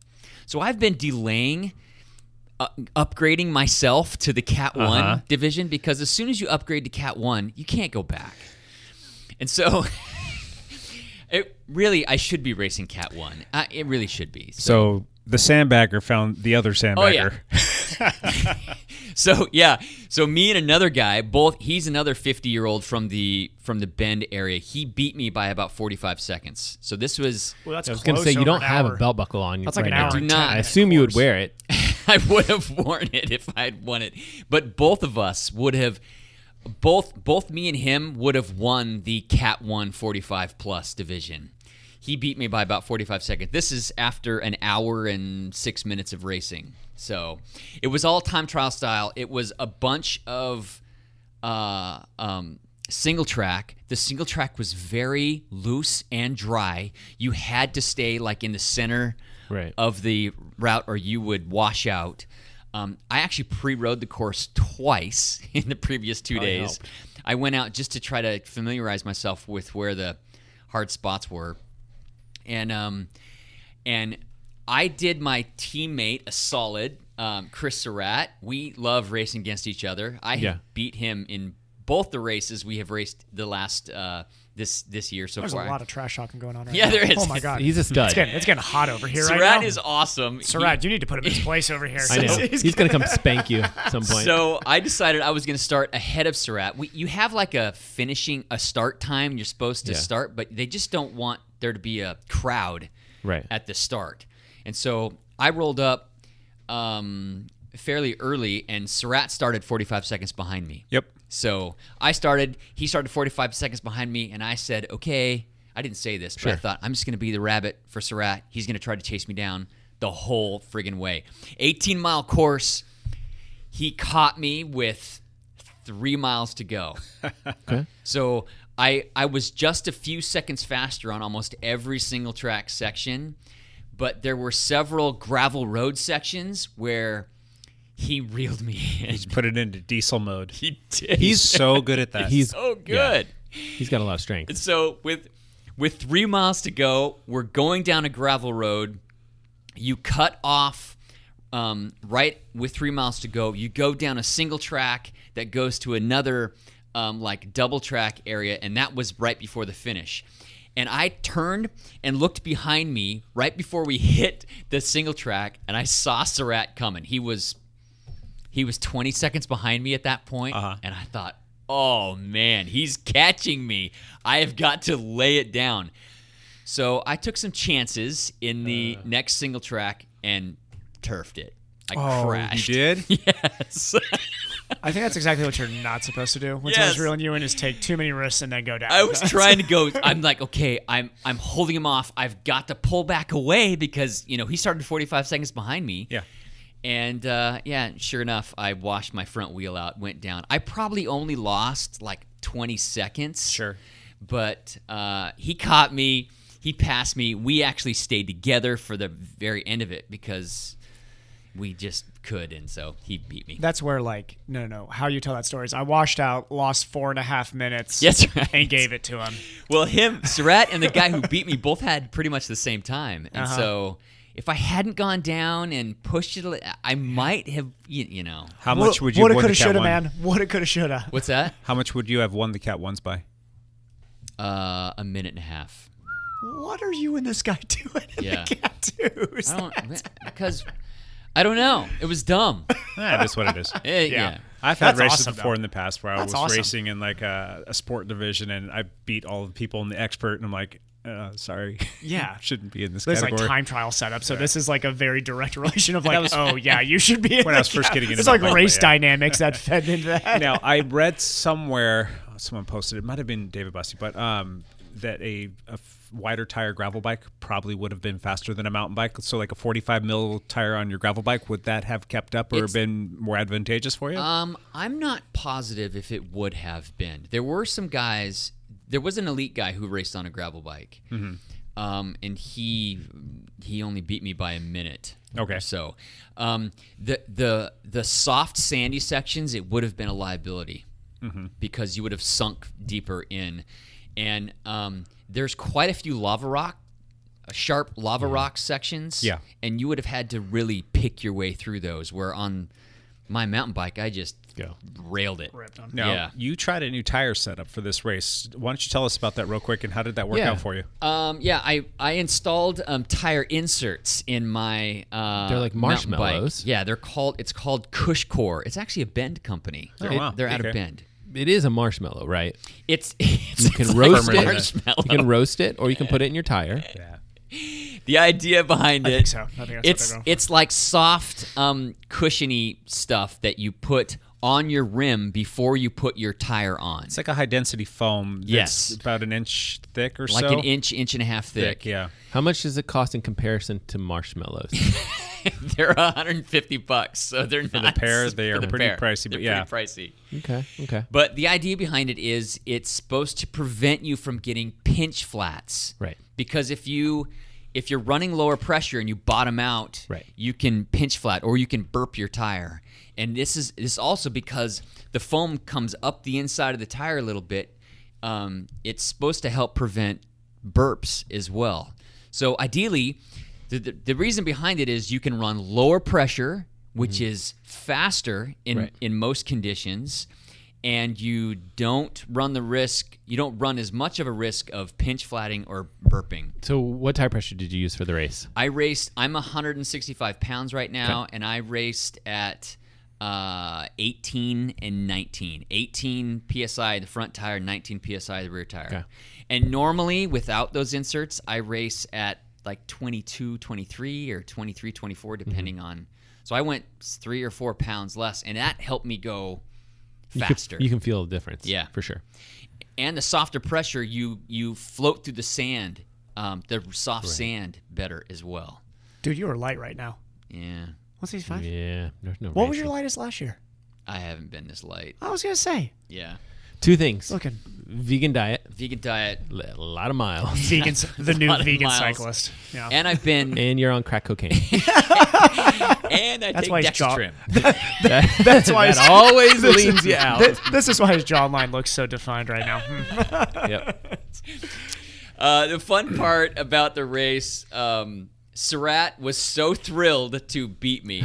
Speaker 3: So I've been delaying uh, upgrading myself to the Cat
Speaker 5: Uh-huh.
Speaker 3: One division because as soon as you upgrade to Cat One, you can't go back. And so, (laughs) it really, I should be racing Cat One. I, it really should be.
Speaker 5: So the sandbagger found the other sandbagger.
Speaker 3: Oh, yeah. (laughs) So yeah, so me and another guy, both he's another 50 year old from the from the Bend area. He beat me by about 45 seconds. So this was
Speaker 1: Well, that's
Speaker 2: I was going to say you don't have a belt buckle on you
Speaker 1: That's
Speaker 2: right
Speaker 1: like an
Speaker 2: now.
Speaker 1: hour. and
Speaker 3: Do not.
Speaker 1: 10
Speaker 2: I
Speaker 1: minute
Speaker 2: assume you would
Speaker 1: course.
Speaker 2: wear it.
Speaker 3: (laughs) I would have worn it if I had won it, but both of us would have. Both both me and him would have won the Cat 1 45 plus division. He beat me by about 45 seconds. This is after an hour and six minutes of racing. So it was all time trial style. It was a bunch of uh, um, single track. The single track was very loose and dry. You had to stay like in the center
Speaker 2: Right.
Speaker 3: of the route, or you would wash out. Um, I actually pre-rode the course twice (laughs) in the previous two days. I went out just to try to familiarize myself with where the hard spots were, and um, and I did my teammate a solid, um, Chris Surratt. We love racing against each other. I
Speaker 2: Yeah.
Speaker 3: beat him in both the races we have raced the last uh, this this year so
Speaker 1: There's a
Speaker 3: far.
Speaker 1: lot of trash talking going on right
Speaker 3: Yeah,
Speaker 1: now.
Speaker 3: there is.
Speaker 1: Oh my god,
Speaker 2: He's a
Speaker 1: It's
Speaker 2: stud.
Speaker 1: getting, it's getting hot over here
Speaker 3: Surratt
Speaker 1: right now.
Speaker 3: is awesome. He-
Speaker 1: Surratt, you need to put him in his place over here.
Speaker 2: I
Speaker 1: (laughs)
Speaker 2: know. He's going to come spank you at some point.
Speaker 3: So I decided I was going to start ahead of Surratt. We, you have like a finishing, a start time you're supposed to
Speaker 2: Yeah.
Speaker 3: start, but they just don't want there to be a crowd
Speaker 2: Right.
Speaker 3: at the start. And so I rolled up um, fairly early, and Surratt started 45 seconds behind me.
Speaker 5: Yep.
Speaker 3: So I started, he started 45 seconds behind me, and I said, okay, I didn't say this, but I thought, I'm just going to be the rabbit for Surratt. He's going to try to chase me down the whole friggin' way. 18 mile course, he caught me with three miles to go. So I I was just a few seconds faster on almost every single track section, but there were several gravel road sections where he reeled me in. (laughs)
Speaker 5: Put it into diesel mode.
Speaker 3: He did.
Speaker 5: He's so good at that.
Speaker 2: he's
Speaker 3: so Oh, good.
Speaker 2: yeah. he's got a lot of strength.
Speaker 3: And so with with three miles to go, we're going down a gravel road. You cut off um, right with three miles to go. You go down a single track that goes to another um, like double track area, and that was right before the finish. And I turned and looked behind me right before we hit the single track, and I saw Surratt coming. He was he was 20 seconds behind me at that point,
Speaker 5: Uh-huh.
Speaker 3: and I thought, oh man, he's catching me. I have got to lay it down. So I took some chances in
Speaker 5: Uh.
Speaker 3: the next single track and turfed it. I
Speaker 2: Oh,
Speaker 3: crashed.
Speaker 5: Oh, You did?
Speaker 3: (laughs) Yes.
Speaker 1: I think that's exactly what you're not supposed to do. When
Speaker 3: Yes.
Speaker 1: someone's reeling you in, is take too many risks and then go down.
Speaker 5: (laughs)
Speaker 3: I was
Speaker 1: (laughs)
Speaker 3: trying to go. I'm like, okay, I'm I'm holding him off. I've got to pull back away because you know he started 45 seconds behind me.
Speaker 5: Yeah.
Speaker 3: And uh, yeah, sure enough, I washed my front wheel out, went down. I probably only lost like 20 seconds.
Speaker 5: Sure.
Speaker 3: But uh, he caught me. He passed me. We actually stayed together for the very end of it because we just could, and so he beat me.
Speaker 1: That's where, like, no, no, no. How you tell that story is I washed out, lost four and a half minutes,
Speaker 3: Yes, right.
Speaker 1: and gave it to him.
Speaker 3: Well, him, (laughs) Surratt, and the guy who beat me both had pretty much the same time, and so if I hadn't gone down and pushed it, a li- I might have, you, you know,
Speaker 5: How much would you
Speaker 1: Woulda,
Speaker 5: won the
Speaker 1: coulda,
Speaker 5: Cat
Speaker 1: shoulda,
Speaker 5: one?
Speaker 1: man. Woulda, coulda, shoulda.
Speaker 3: what's that?
Speaker 5: How much would you have won the cat ones by?
Speaker 3: Uh, a minute and a half.
Speaker 1: What are you and this guy (laughs) doing? in
Speaker 3: Yeah.
Speaker 1: the tattoos.
Speaker 3: I don't (laughs) because I don't know. It was dumb. (laughs)
Speaker 5: That is what it
Speaker 1: (laughs)
Speaker 5: is.
Speaker 3: Eh, yeah.
Speaker 5: I've had
Speaker 1: That's
Speaker 5: races
Speaker 1: awesome,
Speaker 5: before
Speaker 1: though.
Speaker 5: in the past where I
Speaker 1: That's
Speaker 5: was
Speaker 1: awesome.
Speaker 5: racing in like a, a sport division and I beat all the people in the expert and I'm like, uh, sorry, (laughs)
Speaker 1: Yeah.
Speaker 5: shouldn't be in this
Speaker 1: This is like
Speaker 5: category.
Speaker 1: time trial setup, so this is like a very direct (laughs) relation of like, oh yeah, you should be.
Speaker 5: (laughs)
Speaker 1: in
Speaker 5: when I was
Speaker 1: the
Speaker 5: first
Speaker 1: cat-
Speaker 5: getting into
Speaker 1: it's like
Speaker 5: my bike,
Speaker 1: race
Speaker 5: yeah.
Speaker 1: dynamics that fed into
Speaker 5: (laughs)
Speaker 1: that.
Speaker 5: now
Speaker 1: (laughs)
Speaker 5: I read somewhere someone posted it might have been David Bussey, but um, that a, a f- wider tire gravel bike probably would have been faster than a mountain bike. So like a 45 mil tire on your gravel bike would that have kept up or
Speaker 3: It's-
Speaker 5: been more advantageous for you?
Speaker 3: Um, I'm not positive if it would have been. There were some guys. There was an elite guy who raced on a gravel bike,
Speaker 5: Mm-hmm.
Speaker 3: um, and he he only beat me by a minute.
Speaker 5: Okay.
Speaker 3: or So, um, the the the soft sandy sections it would have been a liability
Speaker 5: Mm-hmm.
Speaker 3: because you would have sunk deeper in, and um, there's quite a few lava rock sharp lava rock sections.
Speaker 5: Mm-hmm. Yeah.
Speaker 3: And you would have had to really pick your way through those. Where on my mountain bike, I just
Speaker 2: Go.
Speaker 3: railed it.
Speaker 1: Ripped 'em.
Speaker 5: Now,
Speaker 3: Yeah.
Speaker 5: you tried a new tire setup for this race. Why don't you tell us about that real quick and how did that work
Speaker 2: Yeah.
Speaker 5: out for you?
Speaker 3: Um, yeah, I I installed um, tire inserts in my. Uh,
Speaker 2: They're like
Speaker 3: mountain bike.
Speaker 2: marshmallows.
Speaker 3: Yeah, they're called. It's called Cushcore. It's actually a Bend company.
Speaker 2: Oh,
Speaker 3: They're,
Speaker 5: wow.
Speaker 3: they're out of
Speaker 5: Okay.
Speaker 3: Bend.
Speaker 2: It is a marshmallow, right?
Speaker 3: It's, (laughs) it's
Speaker 2: You can
Speaker 3: it's
Speaker 2: roast
Speaker 3: like
Speaker 2: it.
Speaker 3: marshmallow.
Speaker 2: You can roast it, or you can put it in your tire.
Speaker 3: (laughs) the idea behind it.
Speaker 1: think so. I think that's what
Speaker 3: it's
Speaker 1: they're going for.
Speaker 3: it's like soft, um, cushiony stuff that you put on your rim before you put your tire on.
Speaker 5: It's like a high density foam. That's
Speaker 3: Yes.
Speaker 5: About an inch thick or
Speaker 3: Like
Speaker 5: so.
Speaker 3: an inch, inch and a half thick.
Speaker 5: thick. Yeah.
Speaker 2: How much does it cost in comparison to marshmallows?
Speaker 3: (laughs) they're 150 bucks, so they're
Speaker 5: the
Speaker 3: not
Speaker 5: pair, they
Speaker 3: for
Speaker 5: are
Speaker 3: the
Speaker 5: pretty
Speaker 3: pair.
Speaker 5: pricey, but
Speaker 3: They're
Speaker 5: yeah.
Speaker 3: pretty pricey.
Speaker 2: okay, okay,
Speaker 3: But the idea behind it is it's supposed to prevent you from getting pinch flats.
Speaker 2: Right.
Speaker 3: Because if you if you're running lower pressure and you bottom out,
Speaker 2: Right.
Speaker 3: you can pinch flat or you can burp your tire. And this is this is also because the foam comes up the inside of the tire a little bit. Um, it's supposed to help prevent burps as well. So ideally, the, the, the reason behind it is you can run lower pressure, which is faster in
Speaker 2: Right.
Speaker 3: in most conditions, and you don't run the risk. You don't run as much of a risk of pinch flatting or burping.
Speaker 2: So, what tire pressure did you use for the race?
Speaker 3: I raced. I'm 165 pounds right now, and I raced at uh, 18 and 19. 18 psi the front tire, 19 psi the rear tire.
Speaker 2: Okay.
Speaker 3: And normally, without those inserts, I race at like 22, 23, or 23, 24,
Speaker 2: Mm-hmm.
Speaker 3: depending on. So I went s- three or four pounds less, and that helped me go faster.
Speaker 2: You can, feel the difference.
Speaker 3: Yeah.
Speaker 2: for sure.
Speaker 3: and the softer pressure, you you float through the sand, um, the soft sand better as well.
Speaker 1: Dude, you are light right now.
Speaker 3: Yeah.
Speaker 1: 165?
Speaker 2: Yeah, there's no.
Speaker 1: What was
Speaker 2: racing.
Speaker 1: your lightest last year?
Speaker 3: I haven't been this light.
Speaker 1: I was going to say,
Speaker 3: Yeah.
Speaker 2: Two things:
Speaker 1: looking
Speaker 2: vegan diet,
Speaker 3: Vegan diet.
Speaker 2: a lot of
Speaker 1: (laughs)
Speaker 2: miles,
Speaker 1: vegans, the new
Speaker 3: lot of
Speaker 1: vegan
Speaker 3: miles.
Speaker 1: cyclist. Yeah.
Speaker 3: And
Speaker 2: (laughs)
Speaker 3: I've been
Speaker 2: and you're on crack cocaine.
Speaker 3: and I
Speaker 1: (laughs) That's
Speaker 3: take
Speaker 1: why he's jaw-
Speaker 3: Dextrim.
Speaker 1: That's why
Speaker 2: that
Speaker 1: it's-
Speaker 2: always leans you out.
Speaker 1: Th- (laughs) this is why his jawline looks so defined right now. Hmm.
Speaker 2: yep.
Speaker 3: (laughs) Uh, the fun part about the race, um, Surratt was so thrilled to beat
Speaker 1: (laughs)
Speaker 3: me.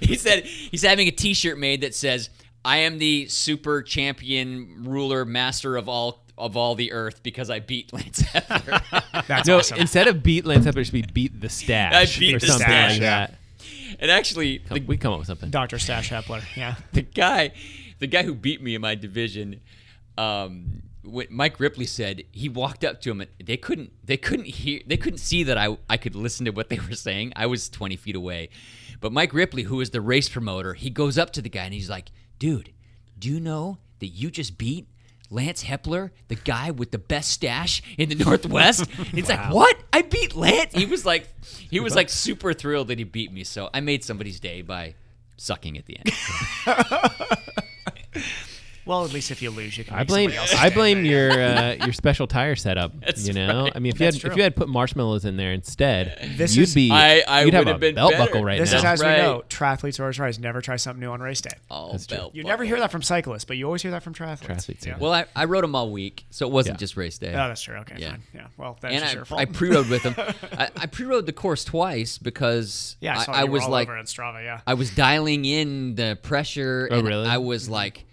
Speaker 3: he said he's having a T-shirt made that says, "I am the super champion, ruler, master of all of all the earth because I beat Lance (laughs) Hefner."
Speaker 1: That's
Speaker 2: No,
Speaker 1: awesome.
Speaker 2: instead of beat Lance Pepper, it should be beat the stash.
Speaker 3: I beat
Speaker 2: or
Speaker 3: the
Speaker 2: something
Speaker 3: stash,
Speaker 2: like
Speaker 1: yeah.
Speaker 2: that.
Speaker 3: and actually, the
Speaker 2: Come- we come up with something.
Speaker 1: Dr. Stash Hepler. Yeah.
Speaker 3: (laughs) the guy, the guy who beat me in my division, um, when Mike Ripley said he walked up to him and they couldn't they couldn't hear they couldn't see that I I could listen to what they were saying. I was twenty feet away, but Mike Ripley, who is the race promoter, he goes up to the guy and he's like, "Dude, do you know that you just beat?" Lance Hepler, the guy with the best stash in the Northwest. He's like, "What? I beat Lance." He was like, he was like super thrilled that he beat me. So I made somebody's day by sucking at the end.
Speaker 1: Well, at least if you lose, you can.
Speaker 2: I
Speaker 1: make
Speaker 2: blame
Speaker 1: somebody else's
Speaker 2: I
Speaker 1: day.
Speaker 2: blame your uh,
Speaker 3: (laughs)
Speaker 2: your special tire setup.
Speaker 3: That's
Speaker 2: you know,
Speaker 3: right.
Speaker 2: I mean, if you
Speaker 1: That's
Speaker 2: had if
Speaker 1: true.
Speaker 2: you had put marshmallows in there
Speaker 3: (laughs)
Speaker 2: instead,
Speaker 1: This
Speaker 2: you'd
Speaker 1: is-
Speaker 2: be
Speaker 3: I- I
Speaker 2: you'd have
Speaker 3: would've
Speaker 2: a
Speaker 3: been
Speaker 2: belt
Speaker 3: better.
Speaker 2: buckle right
Speaker 1: This
Speaker 2: now.
Speaker 1: is as
Speaker 3: Right.
Speaker 1: we know, triathletes are always right. Never try something new on race day.
Speaker 3: all bell.
Speaker 1: You never hear that from cyclists, but you always hear that from triathletes.
Speaker 2: Triathletes,
Speaker 1: yeah.
Speaker 2: yeah.
Speaker 3: Well, I, I rode them all week, so it wasn't
Speaker 2: Yeah.
Speaker 3: just race day.
Speaker 1: Oh, that's true. Okay,
Speaker 3: Yeah.
Speaker 1: fine. Yeah. Well, that's
Speaker 3: and
Speaker 1: just
Speaker 3: I,
Speaker 1: your fault.
Speaker 3: I pre-rode with
Speaker 1: (laughs)
Speaker 3: them. I, I pre-rode the course twice because
Speaker 1: yeah, I, saw
Speaker 3: I, I
Speaker 1: you were
Speaker 3: was
Speaker 1: all
Speaker 3: like,
Speaker 1: over on Strava. Yeah.
Speaker 3: I was dialing in the pressure.
Speaker 2: Oh,
Speaker 3: and
Speaker 2: really?
Speaker 3: I was
Speaker 1: Mm-hmm.
Speaker 3: like,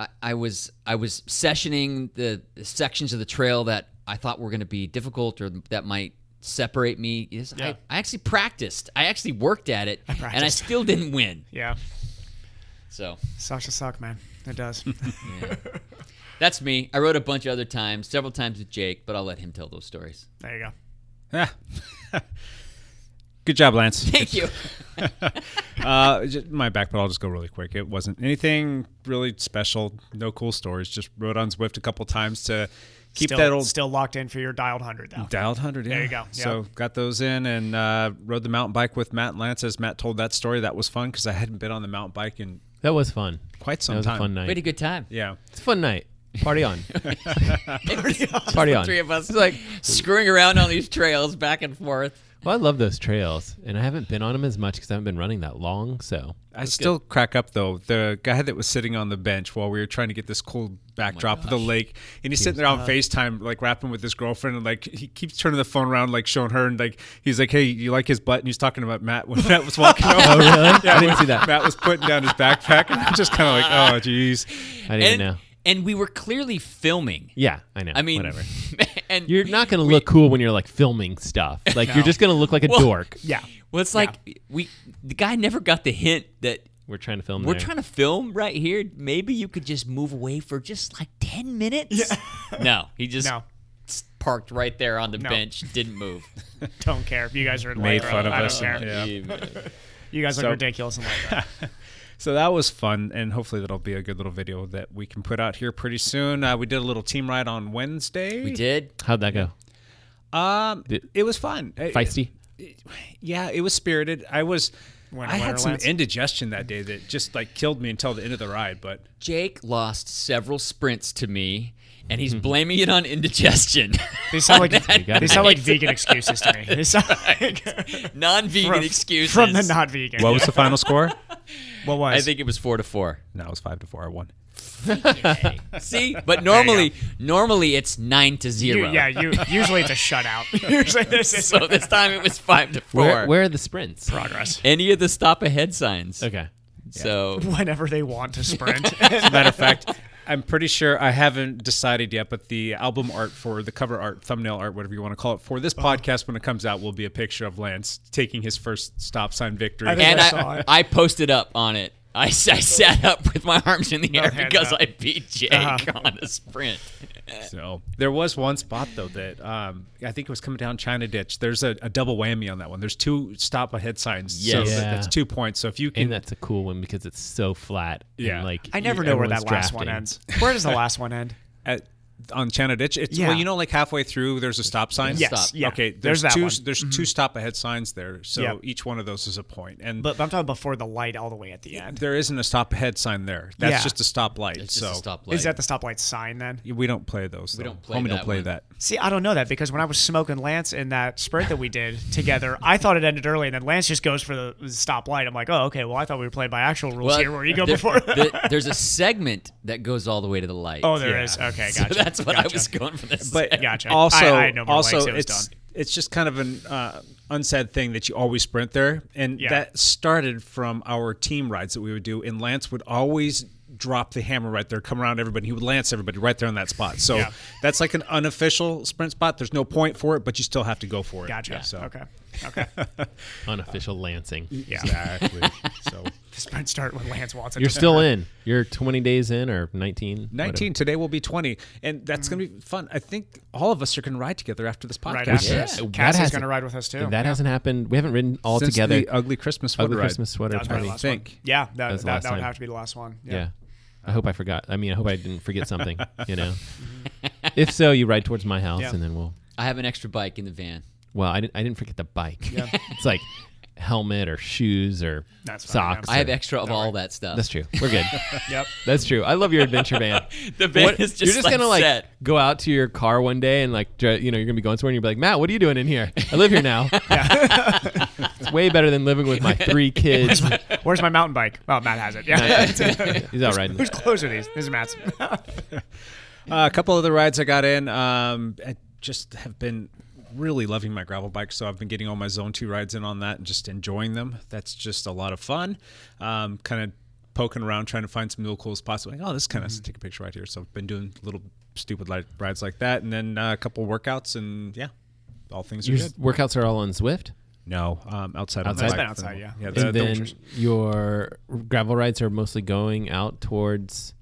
Speaker 3: I, I was I was sessioning the the sections of the trail that I thought were going to be difficult or that might separate me. Yes,
Speaker 1: Yeah.
Speaker 3: I, I actually practiced. I actually worked at it, and I
Speaker 1: practiced.
Speaker 3: still didn't
Speaker 1: (laughs)
Speaker 3: win.
Speaker 1: yeah.
Speaker 3: So
Speaker 1: Sucks to suck, man.
Speaker 3: (laughs)
Speaker 1: It does. (laughs)
Speaker 3: that's me. I rode a bunch of other times, several times with Jake, but I'll let him tell those stories.
Speaker 1: there you go.
Speaker 5: Yeah. Good job, Lance.
Speaker 2: (laughs)
Speaker 3: Thank you.
Speaker 5: Uh, ju- my back pedal, I'll just go really quick. It wasn't anything really special. No cool stories. Just rode on Zwift a couple times to keep
Speaker 1: still,
Speaker 5: that old
Speaker 1: still locked in for your dialed hundred
Speaker 3: Mm.
Speaker 1: though.
Speaker 5: dialed hundred. Yeah.
Speaker 1: There you go.
Speaker 5: So got those in and uh, rode the mountain bike with Matt and Lance. As Matt told that story, that was fun because I hadn't been on the mountain bike in
Speaker 2: that was fun.
Speaker 5: quite some
Speaker 2: That was
Speaker 5: time.
Speaker 2: a fun night.
Speaker 3: We had a good time.
Speaker 5: Yeah.
Speaker 2: It's a fun night. Party
Speaker 3: (laughs)
Speaker 2: on. Party on. (laughs)
Speaker 3: Three of us like screwing around on these trails back and forth.
Speaker 2: Well, I love those trails, and I haven't been on them as much because I haven't been running that long. So
Speaker 5: I still crack up though. The guy that was sitting on the bench while we were trying to get this cool
Speaker 1: Oh
Speaker 5: backdrop of the lake, and he's sitting there on FaceTime, like rapping with his girlfriend, and like he keeps turning the phone around, like showing her, and like he's like, "Hey, you like his butt?" And he's talking about Matt when Matt was walking over.
Speaker 2: Oh, really? I didn't
Speaker 5: when
Speaker 2: see that.
Speaker 5: Matt was putting down his backpack, and I'm just kind of like, "Oh, jeez."
Speaker 2: I didn't
Speaker 3: and,
Speaker 2: know.
Speaker 3: and we were clearly filming.
Speaker 2: Yeah, I know.
Speaker 3: I mean,
Speaker 2: whatever.
Speaker 3: (laughs) and
Speaker 2: You're not going to look cool when you're like filming stuff. Like you're just going to look like a
Speaker 3: Well-
Speaker 2: dork.
Speaker 1: Yeah.
Speaker 3: Well, it's like we the guy never got the hint that
Speaker 2: We're trying to film.
Speaker 3: we're
Speaker 2: there.
Speaker 3: trying to film right here. Maybe you could just move away for just like ten minutes. (laughs) no, he just
Speaker 1: No.
Speaker 3: s- parked right there on the
Speaker 1: No.
Speaker 3: bench, didn't move.
Speaker 1: Don't care. You guys are in
Speaker 5: Made
Speaker 1: Lycra.
Speaker 5: fun of
Speaker 1: I
Speaker 5: us.
Speaker 1: Don't care.
Speaker 5: Yeah.
Speaker 1: You guys
Speaker 5: So-
Speaker 1: look ridiculous in
Speaker 5: (laughs)
Speaker 1: Lycra.
Speaker 5: So that was fun, and hopefully that'll be a good little video that we can put out here pretty soon. Uh, we did a little team ride on Wednesday.
Speaker 3: we did.
Speaker 2: How'd that go?
Speaker 5: Um,
Speaker 2: Did-
Speaker 5: it was fun. It-
Speaker 2: Feisty.
Speaker 5: yeah, it was spirited. I was.
Speaker 1: Winter
Speaker 5: I had some
Speaker 1: Wonderlands.
Speaker 5: indigestion that day that just like killed me until the end of the ride. But
Speaker 3: Jake lost several sprints to me,
Speaker 2: (laughs)
Speaker 3: and he's blaming it on indigestion. (laughs)
Speaker 1: They
Speaker 5: (laughs)
Speaker 1: sound like
Speaker 2: got
Speaker 1: they
Speaker 2: it.
Speaker 1: sound like vegan excuses to me. They sound like
Speaker 3: Non-vegan
Speaker 1: from,
Speaker 3: excuses
Speaker 1: from the not vegan.
Speaker 5: what was the final score?
Speaker 1: (laughs) What was?
Speaker 3: I think it was four to four.
Speaker 5: No, it was five to four. I won.
Speaker 1: (laughs)
Speaker 3: See, but normally, normally it's nine to
Speaker 1: You-
Speaker 3: zero.
Speaker 1: yeah, you usually it's a shutout. usually this
Speaker 3: (laughs)
Speaker 1: is
Speaker 3: So this time it was five to four.
Speaker 2: Where, where are the sprints?
Speaker 1: progress.
Speaker 3: Any of the stop ahead signs.
Speaker 2: Okay.
Speaker 1: (laughs)
Speaker 3: So
Speaker 1: Whenever they want to
Speaker 3: (laughs)
Speaker 1: sprint.
Speaker 5: Matter of fact, I'm pretty sure I haven't decided yet, but the album art for the cover art, thumbnail art, whatever you want to call it, for this
Speaker 1: Uh-huh.
Speaker 5: podcast when it comes out will be a picture of Lance taking his first stop sign victory.
Speaker 1: I think-
Speaker 3: and
Speaker 1: I
Speaker 3: I,
Speaker 1: saw
Speaker 3: I,
Speaker 1: it.
Speaker 3: posted up on it. I, (laughs) s- I sat up with my arms in the air
Speaker 1: hands
Speaker 3: because
Speaker 1: up. Uh-huh.
Speaker 3: I beat Jake on a sprint.
Speaker 5: So there was one spot though that um, I think it was coming down China Ditch. There's a, a double whammy on that one. There's two stop ahead signs. So
Speaker 3: Yes.
Speaker 5: that-
Speaker 2: Yeah.
Speaker 5: that's two points. So if you
Speaker 2: And
Speaker 5: can,
Speaker 2: that's a cool one because it's so flat. and,
Speaker 5: Yeah.
Speaker 2: like
Speaker 1: I never know where that
Speaker 2: everyone's
Speaker 1: last one
Speaker 2: drafting.
Speaker 1: ends. Where does the last one end?
Speaker 5: at, on China Ditch, it's
Speaker 1: Yeah.
Speaker 5: well, you know, like halfway through, there's a stop sign.
Speaker 1: Yes,
Speaker 3: Stop.
Speaker 1: yeah. Mm-hmm.
Speaker 5: Okay. There's,
Speaker 1: There's, that
Speaker 5: two.
Speaker 1: one.
Speaker 5: There's two stop ahead signs there. So
Speaker 1: Yeah.
Speaker 5: each one of those is a point. And
Speaker 1: But, but I'm talking before the light all the way at the end.
Speaker 5: there isn't a stop ahead sign there. That's
Speaker 1: Yeah.
Speaker 5: just a stop light.
Speaker 3: It's
Speaker 5: so
Speaker 3: just a stoplight.
Speaker 1: Is that the stoplight sign then?
Speaker 5: we don't play those. We
Speaker 3: don't play
Speaker 5: Homie
Speaker 3: that
Speaker 5: don't play
Speaker 3: one.
Speaker 5: that.
Speaker 1: See, I don't know that because when I was smoking Lance in that sprint that we did (laughs) together, I thought it ended early, and then Lance just goes for the stoplight. I'm like, oh, okay. Well, I thought we were playing by actual rules
Speaker 3: Well,
Speaker 1: here, where you go
Speaker 3: there-
Speaker 1: before. (laughs)
Speaker 3: there- there's a segment that goes all the way to the light.
Speaker 1: oh, there is. Okay,
Speaker 3: So
Speaker 1: gotcha.
Speaker 3: (laughs) that's what I
Speaker 1: gotcha.
Speaker 3: was going for this.
Speaker 5: But
Speaker 1: Gotcha.
Speaker 5: also,
Speaker 1: I- I had no more
Speaker 5: also,
Speaker 1: legs. It was
Speaker 5: it's
Speaker 1: done.
Speaker 5: it's just kind of an uh, unsaid thing that you always sprint there, and
Speaker 1: Yeah.
Speaker 5: that started from our team rides that we would do, and Lance would always drop the hammer right there, come around everybody. He would lance everybody right there on that spot. So
Speaker 1: Yeah.
Speaker 5: that's like an unofficial sprint spot. There's no point for it, but you still have to go for it.
Speaker 1: Gotcha.
Speaker 5: So
Speaker 1: Okay. Okay.
Speaker 2: Unofficial lancing.
Speaker 1: Yeah.
Speaker 5: exactly.
Speaker 1: (laughs)
Speaker 5: so
Speaker 1: The sprint start when Lance wants it.
Speaker 2: You're
Speaker 1: to
Speaker 2: still in. You're 20 days in or 19.
Speaker 5: 19 today will be 20, and that's gonna be fun. I think all of us are gonna ride together after this podcast.
Speaker 1: Right after
Speaker 2: Yeah.
Speaker 1: this.
Speaker 2: Yeah. That
Speaker 1: Cassie's
Speaker 2: hasn't-
Speaker 1: going to ride with us too.
Speaker 2: whatever. That hasn't happened. We haven't ridden all
Speaker 5: Since
Speaker 2: together.
Speaker 5: the ugly Christmas
Speaker 2: Ugly
Speaker 5: wood ride.
Speaker 2: Christmas sweater
Speaker 1: That was my
Speaker 2: party.
Speaker 1: last
Speaker 5: think.
Speaker 1: one. Yeah, that,
Speaker 2: was
Speaker 1: that,
Speaker 2: the last
Speaker 1: that would
Speaker 2: time.
Speaker 1: have to be the last one.
Speaker 2: Yeah. I hope I forgot. I mean, I hope I didn't forget something, you know. if so, you ride towards my house
Speaker 1: Yeah.
Speaker 2: and then we'll
Speaker 3: I have an extra bike in the van.
Speaker 2: Well, I didn't I didn't forget the bike. (laughs) it's like helmet or shoes or
Speaker 1: That's fine,
Speaker 2: socks.
Speaker 1: yeah.
Speaker 3: I
Speaker 2: or-
Speaker 3: have extra of all that stuff.
Speaker 2: That's true. We're good.
Speaker 1: Yep.
Speaker 2: That's true. I love your adventure van.
Speaker 3: The van is just,
Speaker 2: you're just
Speaker 3: like,
Speaker 2: gonna like
Speaker 3: set.
Speaker 2: go out to your car one day and like dri- you know you're gonna be going somewhere and you'll be like Matt, what are you doing in here? I live here now. it's way better than living with my three kids.
Speaker 1: Where's my mountain bike? Oh, Matt has it. (laughs) Yeah.
Speaker 2: (laughs) He's out riding.
Speaker 1: Whose clothes are these? This is Matt's.
Speaker 5: Uh, a couple of the rides I got in, um, I just have been really loving my gravel bike. So I've been getting all my Zone 2 rides in on that and just enjoying them. That's just a lot of fun. Um, kind of poking around, trying to find some little cool spots. Like, oh, this kind
Speaker 1: Mm-hmm.
Speaker 5: of take a picture right here. So I've been doing little stupid li- rides like that. And then uh, a couple workouts, and yeah, all things are
Speaker 2: Your
Speaker 5: good.
Speaker 2: workouts are all on Swift,
Speaker 5: No, um, outside. on the
Speaker 2: Outside?
Speaker 5: bike
Speaker 1: It's been
Speaker 5: for the-
Speaker 1: outside, yeah.
Speaker 5: yeah
Speaker 1: And
Speaker 5: the-
Speaker 2: and
Speaker 5: the-
Speaker 2: then your gravel rides are mostly going out towards.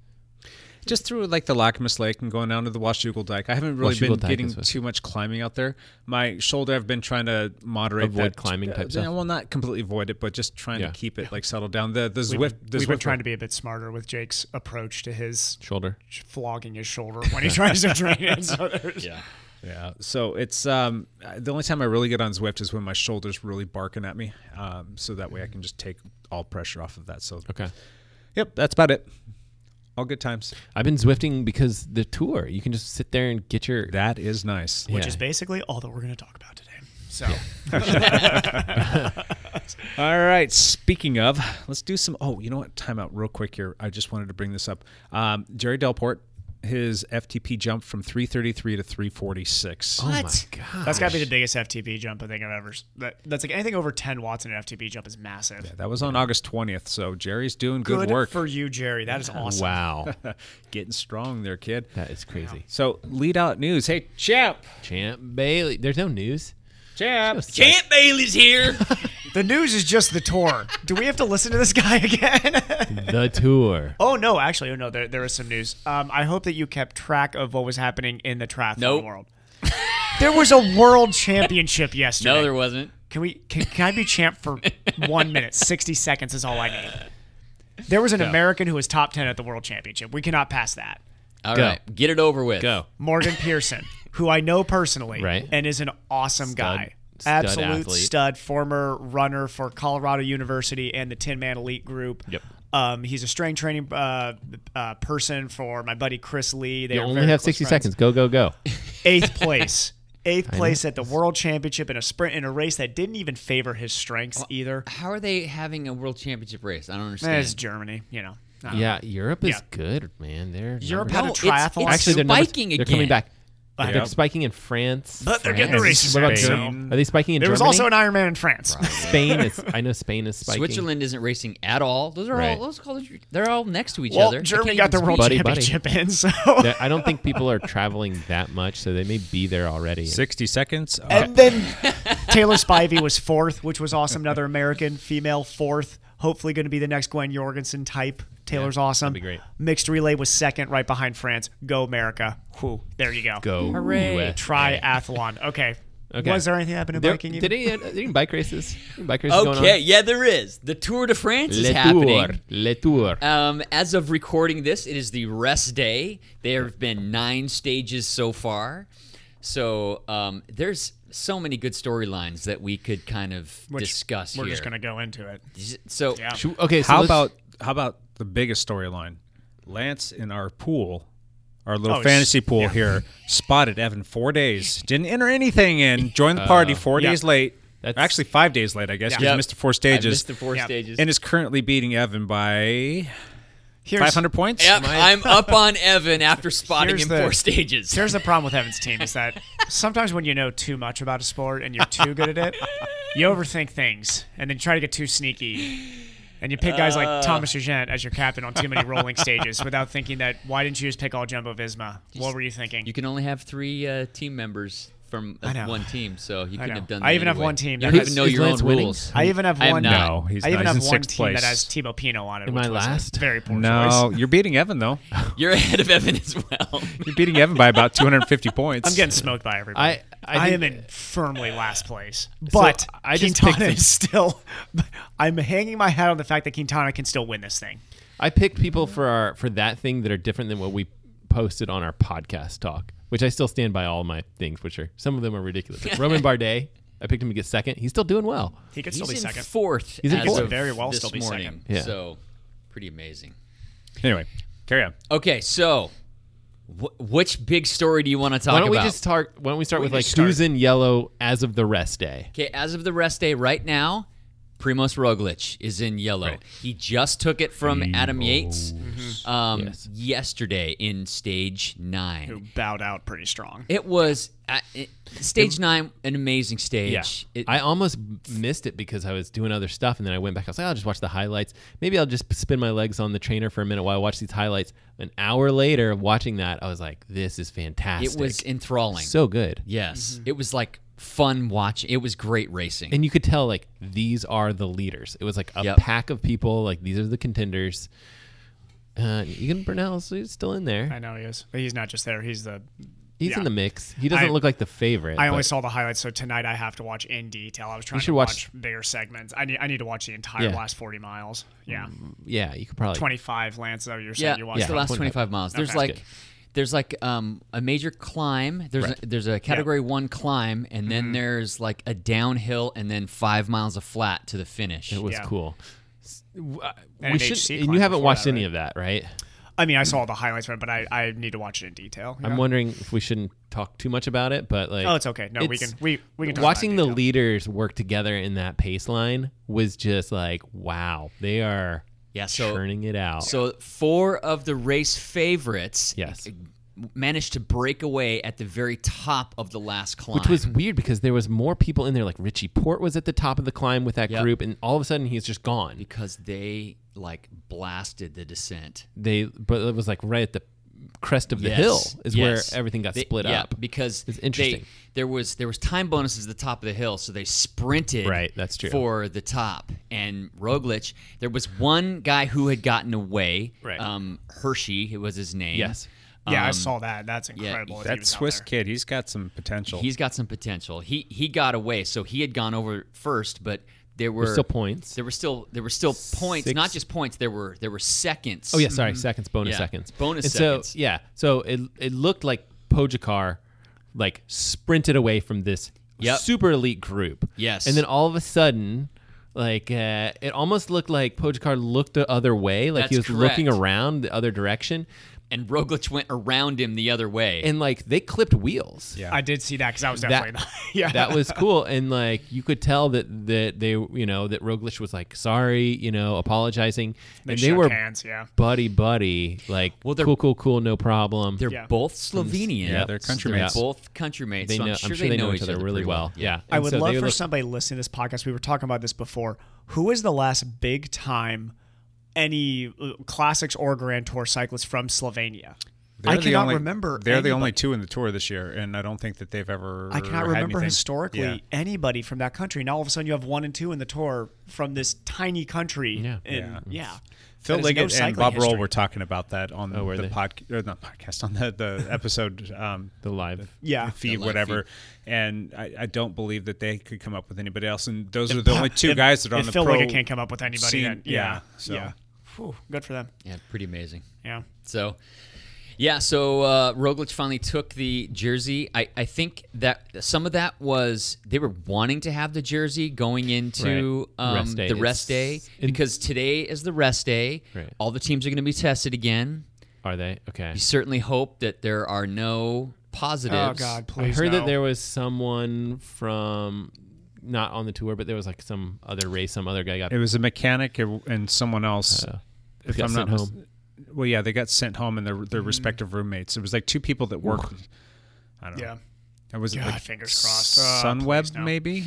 Speaker 5: just through like the Lacamas Lake and going down to the Washougal Dike. I haven't really
Speaker 2: Washougal
Speaker 5: been
Speaker 2: Dyke
Speaker 5: getting
Speaker 2: is what-
Speaker 5: too much climbing out there. My shoulder, I've been trying to moderate
Speaker 2: Avoid
Speaker 5: that.
Speaker 2: climbing type
Speaker 5: uh,
Speaker 2: stuff?
Speaker 5: Well, not completely avoid it, but just trying
Speaker 2: Yeah.
Speaker 5: to keep it like settled down. The the Zwift,
Speaker 1: We've,
Speaker 5: the
Speaker 1: we've been
Speaker 5: Zwift-
Speaker 1: trying to be a bit smarter with Jake's approach to his
Speaker 2: Shoulder.
Speaker 1: flogging his shoulder when he tries to drain it. So there's-
Speaker 5: Yeah. So it's um uh, the only time I really get on Zwift is when my shoulder's really barking at me. Um, so that way I can just take all pressure off of that. So
Speaker 2: Okay.
Speaker 5: Yep, that's about it. All good times.
Speaker 2: I've been Zwifting because the tour. You can just sit there and get your
Speaker 5: That is nice.
Speaker 1: Which
Speaker 2: Yeah.
Speaker 1: is basically all that we're going to talk about today. So
Speaker 5: All right. Speaking of, let's do some. Oh, you know what? Timeout, real quick here. I just wanted to bring this up. Um, Jerry Delport, his FTP jumped from 333 to 346.
Speaker 1: What?
Speaker 2: Oh my god.
Speaker 1: That's got to be the biggest FTP jump I think I've ever. s- That, that's like anything over 10 watts in an FTP jump is massive.
Speaker 5: That was on August 20th. So Jerry's doing good, work.
Speaker 1: for you, Jerry. That is awesome.
Speaker 2: Wow.
Speaker 5: (laughs) Getting strong there, kid.
Speaker 2: That is crazy.
Speaker 5: So lead out news. Hey, champ,
Speaker 2: Champ Bailey. There's no news.
Speaker 5: champ.
Speaker 3: Champ Bailey's here.
Speaker 1: The news is just the tour. Do we have to listen to this guy (laughs) again?
Speaker 2: The tour.
Speaker 1: oh no, actually, oh no, there there is some news. Um, I hope that you kept track of what was happening in the triathlon
Speaker 3: Nope.
Speaker 1: world. (laughs) There was a world championship yesterday.
Speaker 3: (laughs) no, there wasn't.
Speaker 1: Can we? Can, can I be champ
Speaker 2: (laughs)
Speaker 1: for one minute? Sixty seconds is all I need. There was an American who was top ten at the world championship. We cannot pass that.
Speaker 3: All right,
Speaker 2: Go.
Speaker 3: Get it over with.
Speaker 2: Go.
Speaker 1: Morgan
Speaker 2: (laughs)
Speaker 1: Pearson, who I know personally,
Speaker 2: Right.
Speaker 1: and is an awesome guy.
Speaker 2: stud
Speaker 1: Absolute
Speaker 2: athlete.
Speaker 1: stud, former runner for Colorado University and the Tin Man Elite Group.
Speaker 2: Yep.
Speaker 1: Um, he's a strength training uh, uh, person for my buddy Chris Lee. They
Speaker 2: You
Speaker 1: are
Speaker 2: only
Speaker 1: very
Speaker 2: have
Speaker 1: close
Speaker 2: 60
Speaker 1: friends.
Speaker 2: seconds. Go, go, go.
Speaker 1: Eighth place. Eighth place at the World Championship in a sprint in a race that didn't even favor his strengths either.
Speaker 3: How are they having a world championship race? I don't understand.
Speaker 1: It's Germany, you know. I don't know.
Speaker 2: (laughs) Yeah, Europe is
Speaker 1: Yeah.
Speaker 2: good, man. They're
Speaker 1: Europe
Speaker 2: numbers-
Speaker 1: had a
Speaker 3: No, it's-
Speaker 1: triathlon.
Speaker 3: it's-
Speaker 2: actually they're numbers-
Speaker 3: spiking
Speaker 2: They're coming
Speaker 3: again.
Speaker 2: back. They're
Speaker 5: Yep.
Speaker 2: spiking in France.
Speaker 1: But they're getting
Speaker 2: France.
Speaker 1: the races
Speaker 2: What about
Speaker 1: back,
Speaker 2: Germany?
Speaker 1: so-
Speaker 2: Are they spiking in
Speaker 1: there was
Speaker 2: Germany?
Speaker 1: also an (laughs) Ironman in France.
Speaker 2: Spain is. I know Spain is spiking.
Speaker 3: Switzerland isn't racing at all. Those are
Speaker 2: Right.
Speaker 3: all those colors. They're all next to each
Speaker 1: (laughs) Well,
Speaker 3: other. I
Speaker 1: Germany
Speaker 3: can't
Speaker 1: got the
Speaker 3: even
Speaker 1: World
Speaker 3: speak.
Speaker 2: Buddy, buddy.
Speaker 1: Championship in, (laughs) so
Speaker 2: They're- I don't think people are traveling that much, so they may be there already.
Speaker 5: 60 seconds. Uh,
Speaker 1: And then Taylor Spivey was fourth, which was
Speaker 2: (laughs)
Speaker 1: awesome. Another American female fourth. Hopefully, going to be the next Gwen Jorgensen type. Taylor's awesome.
Speaker 2: be great.
Speaker 1: Mixed relay was second, right behind France. Go America! Whew, there you go.
Speaker 2: Go.
Speaker 3: Hooray.
Speaker 2: US.
Speaker 1: Triathlon. Okay.
Speaker 2: Okay.
Speaker 1: Was there anything happening in
Speaker 2: There-
Speaker 1: biking?
Speaker 2: Did any, uh, any bike races? Any bike races going on?
Speaker 3: Okay, yeah, there is. The Tour de France is
Speaker 2: Le
Speaker 3: happening.
Speaker 2: Tour. Le Tour.
Speaker 3: Um, as of recording this, it is the rest day. There have been nine stages so far. So um, there's so many good storylines that we could kind of
Speaker 1: Which
Speaker 3: discuss
Speaker 1: We're
Speaker 3: here.
Speaker 1: just going to go into it.
Speaker 3: So
Speaker 1: Yeah.
Speaker 2: Shoo- Okay, so
Speaker 5: how
Speaker 2: let's-
Speaker 5: about how about the biggest storyline? Lance in our pool, our little
Speaker 1: Oh,
Speaker 5: fantasy
Speaker 1: s-
Speaker 5: pool here, spotted Evan four days. Didn't enter anything in. Joined the
Speaker 3: Uh,
Speaker 5: party four
Speaker 1: yeah.
Speaker 5: days late.
Speaker 2: That's-
Speaker 5: Actually, five days late. I guess
Speaker 1: Yeah.
Speaker 5: because
Speaker 1: Yep.
Speaker 5: missed the four
Speaker 3: I
Speaker 5: stages.
Speaker 3: missed the four
Speaker 1: Yeah.
Speaker 3: stages.
Speaker 5: and is currently beating Evan by
Speaker 1: Here's,
Speaker 5: 500 points.
Speaker 3: Yep,
Speaker 5: (laughs)
Speaker 3: I'm up on Evan after spotting
Speaker 1: Here's
Speaker 3: him
Speaker 1: the-
Speaker 3: four stages.
Speaker 1: Here's the problem with Evan's team is that sometimes when you know too much about a sport and you're too good at it, you overthink things and then you try to get too sneaky. And you pick guys like Thomas Sargent as your captain on too many rolling stages without thinking that why didn't you just pick all Jumbo Visma? What were you thinking?
Speaker 3: You can only have three uh, team members from uh,
Speaker 1: know.
Speaker 3: one team, so you couldn't
Speaker 1: know.
Speaker 3: have done. That
Speaker 1: I even have
Speaker 3: anyway.
Speaker 1: one team.
Speaker 3: You
Speaker 1: That
Speaker 3: don't
Speaker 1: has-
Speaker 3: even know
Speaker 2: is
Speaker 3: your
Speaker 2: Lance
Speaker 3: own
Speaker 2: winning?
Speaker 1: (laughs)
Speaker 3: rules.
Speaker 1: I even have
Speaker 3: I am
Speaker 1: one.
Speaker 3: not.
Speaker 5: No, he's
Speaker 1: I even
Speaker 5: not. He's
Speaker 1: have
Speaker 5: in
Speaker 1: one
Speaker 5: sixth
Speaker 1: team that
Speaker 5: place.
Speaker 1: has Timo Pino on it.
Speaker 2: Am
Speaker 1: which
Speaker 2: I
Speaker 1: was a
Speaker 2: last?
Speaker 1: Very poor
Speaker 5: No, (laughs)
Speaker 1: choice.
Speaker 5: you're beating Evan though.
Speaker 3: You're ahead of Evan as well.
Speaker 5: You're beating Evan by about
Speaker 3: (laughs)
Speaker 5: 250 points.
Speaker 1: I'm getting smoked by everybody.
Speaker 2: I- I
Speaker 1: I
Speaker 2: think-
Speaker 1: am in firmly last place, but
Speaker 2: I just picked
Speaker 1: Quintana
Speaker 2: the-
Speaker 1: is still. (laughs) I'm hanging my hat on the fact that Quintana can still win this thing.
Speaker 2: I picked people for our for that thing that are different than what we posted on our podcast talk, which I still stand by all my things, which are some of them are ridiculous. (laughs) Like Roman Bardet, I picked him to get second. He's still doing well.
Speaker 1: He could
Speaker 3: He's
Speaker 1: still be
Speaker 3: in
Speaker 1: second.
Speaker 3: fourth.
Speaker 2: He's in
Speaker 3: as
Speaker 2: fourth.
Speaker 3: of
Speaker 1: Very well
Speaker 3: this
Speaker 1: still be
Speaker 3: morning,
Speaker 1: second.
Speaker 2: Yeah.
Speaker 3: So, pretty amazing.
Speaker 5: Anyway, carry on.
Speaker 3: Okay, so wh- which big story do you want to talk
Speaker 2: Why don't
Speaker 3: about?
Speaker 2: we just start? Why don't we start with like
Speaker 1: just start-
Speaker 2: who's in yellow as of the rest day?
Speaker 3: Okay, as of the rest day right now, Primoz Roglic is in yellow. He just took it from Adam Yates um,
Speaker 2: Yes.
Speaker 3: yesterday in stage nine.
Speaker 1: who bowed out pretty strong.
Speaker 3: It was uh, it, stage nine, an amazing stage. It-
Speaker 2: I almost m- missed it because I was doing other stuff, and then I went back. I was like, I'll just watch the highlights. Maybe I'll just spin my legs on the trainer for a minute while I watch these highlights. An hour later, of watching that, I was like, this is fantastic.
Speaker 3: it was enthralling.
Speaker 2: so good.
Speaker 3: yes, it was like fun watching. It was great racing.
Speaker 2: and you could tell like these are the leaders. It was like a
Speaker 3: Yep.
Speaker 2: pack of people. Like these are the contenders. Uh, Egan Bernal's he's still in
Speaker 1: I
Speaker 2: there.
Speaker 1: know he is. But he's not just there. He's the.
Speaker 2: He's
Speaker 1: Uh, yeah.
Speaker 2: in the mix. He doesn't
Speaker 1: I-
Speaker 2: look like the favorite.
Speaker 1: I only
Speaker 2: but
Speaker 1: saw the highlights, so tonight I have to watch in detail. I was trying
Speaker 2: should
Speaker 1: to watch,
Speaker 2: watch-
Speaker 1: bigger segments. I need. I need to watch the entire
Speaker 2: Yeah. Mm.
Speaker 1: last forty miles. Yeah,
Speaker 2: yeah, you could probably
Speaker 1: twenty-five. Lance, though you're saying
Speaker 3: yeah,
Speaker 1: you
Speaker 3: it's
Speaker 1: watched.
Speaker 3: the
Speaker 1: that.
Speaker 3: last 25 miles. There's
Speaker 1: Okay.
Speaker 3: like
Speaker 2: Good.
Speaker 3: there's like um, a major climb. There's a, there's a category one climb, and
Speaker 2: Mm-hmm.
Speaker 3: then there's like a downhill, and then five miles of flat to the finish.
Speaker 2: It was
Speaker 1: Yeah.
Speaker 2: cool. S- w- I- we
Speaker 1: And an
Speaker 2: should,
Speaker 1: HC
Speaker 2: and
Speaker 1: climb
Speaker 2: you haven't
Speaker 1: before
Speaker 2: watched
Speaker 1: that,
Speaker 2: any
Speaker 1: right?
Speaker 2: of that, right?
Speaker 1: I mean, I saw the highlights from it, but I, I need to watch it in detail. you
Speaker 2: I'm
Speaker 1: know?
Speaker 2: wondering if we shouldn't talk too much about it, but like,
Speaker 1: Oh, it's okay. No, we can- we- we can talk about it
Speaker 2: watching
Speaker 1: in
Speaker 2: the
Speaker 1: detail.
Speaker 2: leaders work together in that pace line was just like, wow, they are
Speaker 3: Yeah, so-
Speaker 2: churning it out.
Speaker 3: So four of the race favorites
Speaker 2: Yes.
Speaker 3: managed to break away at the very top of the last climb.
Speaker 2: Which was weird because there was more people in there. Like Richie Port was at the top of the climb with that
Speaker 3: Yep.
Speaker 2: group, and all of a sudden he's just gone.
Speaker 3: because they like blasted the descent.
Speaker 2: They, but it was like right at the crest of the
Speaker 3: Yes,
Speaker 2: hill is
Speaker 3: yes.
Speaker 2: where everything got
Speaker 3: They-
Speaker 2: split
Speaker 3: yeah,
Speaker 2: up.
Speaker 3: because
Speaker 2: It's
Speaker 3: it's
Speaker 2: interesting.
Speaker 3: interesting. there was there was time bonuses at the top of the hill, so they sprinted
Speaker 2: Right, that's true.
Speaker 3: for the top. And Roglic, there was one guy who had gotten away.
Speaker 2: Right.
Speaker 3: um, Hershey it was his name.
Speaker 2: Yes.
Speaker 1: Yeah, I
Speaker 3: Um,
Speaker 1: saw that. That's incredible. that he
Speaker 5: That
Speaker 1: was out
Speaker 5: Swiss
Speaker 1: there.
Speaker 5: kid, he's got some potential.
Speaker 3: He's got some potential. He he got away, so he had gone over first, but there were
Speaker 2: still points.
Speaker 3: There were still there were still points,
Speaker 2: Six-
Speaker 3: not just points. There were there were seconds.
Speaker 2: Oh yeah, sorry, seconds, bonus
Speaker 3: Mm. Yeah,
Speaker 2: seconds,
Speaker 3: bonus
Speaker 2: and
Speaker 3: seconds.
Speaker 2: So yeah, so it it looked like Pojakar, like sprinted away from this
Speaker 3: Yep.
Speaker 2: super elite group.
Speaker 3: Yes.
Speaker 2: and then all of a sudden, like uh, it almost looked like Pojakar looked the other way, like he was
Speaker 3: That's
Speaker 2: looking
Speaker 3: correct.
Speaker 2: around the other direction,
Speaker 3: And Roglic went around him the other way.
Speaker 2: and like they clipped wheels. Yeah.
Speaker 1: I did see that because I was
Speaker 2: That,
Speaker 1: definitely
Speaker 5: (laughs)
Speaker 3: (laughs)
Speaker 1: yeah.
Speaker 2: that was cool, and like you could tell that that they you know that Roglic was like sorry, you know, apologizing,
Speaker 1: They (laughs)
Speaker 2: and they
Speaker 1: shook
Speaker 2: were
Speaker 1: hands, yeah.
Speaker 2: buddy buddy, like
Speaker 3: Well, they're-
Speaker 2: cool, cool, cool, no problem.
Speaker 3: They're
Speaker 1: Yeah.
Speaker 3: both Slovenian.
Speaker 2: Yeah, they're countrymates.
Speaker 3: both countrymates.
Speaker 2: they
Speaker 3: so
Speaker 2: know.
Speaker 3: I'm sure, they, know each other,
Speaker 2: really
Speaker 3: pretty
Speaker 2: well. Yeah,
Speaker 1: I
Speaker 2: And
Speaker 1: would
Speaker 2: so
Speaker 1: love
Speaker 2: they
Speaker 1: for
Speaker 2: look-
Speaker 1: somebody listening to this podcast. We were talking about this before. Who is the last big time any uh, classics or Grand Tour cyclist from Slovenia?
Speaker 5: They're
Speaker 1: I
Speaker 5: the
Speaker 1: cannot
Speaker 5: only-
Speaker 1: remember.
Speaker 5: They're the only
Speaker 1: anybody-
Speaker 5: two in the tour this year, and I don't think that they've ever.
Speaker 1: I cannot
Speaker 5: had
Speaker 1: remember
Speaker 5: anything.
Speaker 1: historically
Speaker 5: Yeah.
Speaker 1: anybody from that country. Now all of a sudden you have one and two in the tour from this tiny country.
Speaker 2: Yeah.
Speaker 1: and, yeah.
Speaker 5: Phil
Speaker 1: That is
Speaker 5: Liggett
Speaker 1: no
Speaker 5: and
Speaker 1: cycling
Speaker 5: Bob Roll
Speaker 1: history.
Speaker 5: were talking about that on
Speaker 2: Oh, were
Speaker 5: the
Speaker 2: they?
Speaker 5: podcast, or not podcast, on the,
Speaker 1: (laughs)
Speaker 5: the episode, um,
Speaker 2: the live.
Speaker 1: Yeah,
Speaker 5: feed,
Speaker 3: live
Speaker 5: whatever. And I, I don't believe that they could come up with anybody else. And those are the only two
Speaker 1: If-
Speaker 5: guys that are on
Speaker 1: if
Speaker 5: the
Speaker 1: Phil
Speaker 5: pro
Speaker 1: Liggett can't come up with anybody.
Speaker 5: scene.
Speaker 1: then,
Speaker 5: yeah,
Speaker 1: yeah,
Speaker 5: so
Speaker 1: yeah. Whew, good for them.
Speaker 3: Yeah, pretty amazing.
Speaker 1: Yeah.
Speaker 3: So, yeah, so uh, Roglic finally took the jersey. I, I think that some of that was they were wanting to have the jersey going into
Speaker 2: Right.
Speaker 3: um,
Speaker 2: Rest day.
Speaker 3: the rest day
Speaker 2: It's- it-
Speaker 3: because today is the rest day.
Speaker 2: Right.
Speaker 3: All the teams are going to be tested again.
Speaker 2: Are they okay?
Speaker 3: You certainly hope that there are no positives.
Speaker 1: Oh God,
Speaker 2: I
Speaker 1: please.
Speaker 2: heard
Speaker 1: no.
Speaker 2: that there was someone from not on the tour, but there was like some other race, some other guy got.
Speaker 5: It was a mechanic and and someone else.
Speaker 1: Uh,
Speaker 5: if
Speaker 2: got
Speaker 5: I'm not
Speaker 2: sent
Speaker 5: mis-
Speaker 2: home.
Speaker 5: well, yeah, they got sent home and their their
Speaker 1: Mm-hmm.
Speaker 5: respective roommates. It was like two people that worked. I don't know.
Speaker 1: Yeah.
Speaker 5: It was
Speaker 1: God,
Speaker 5: like
Speaker 1: fingers crossed. Uh,
Speaker 5: Sunweb,
Speaker 1: please, no.
Speaker 5: maybe.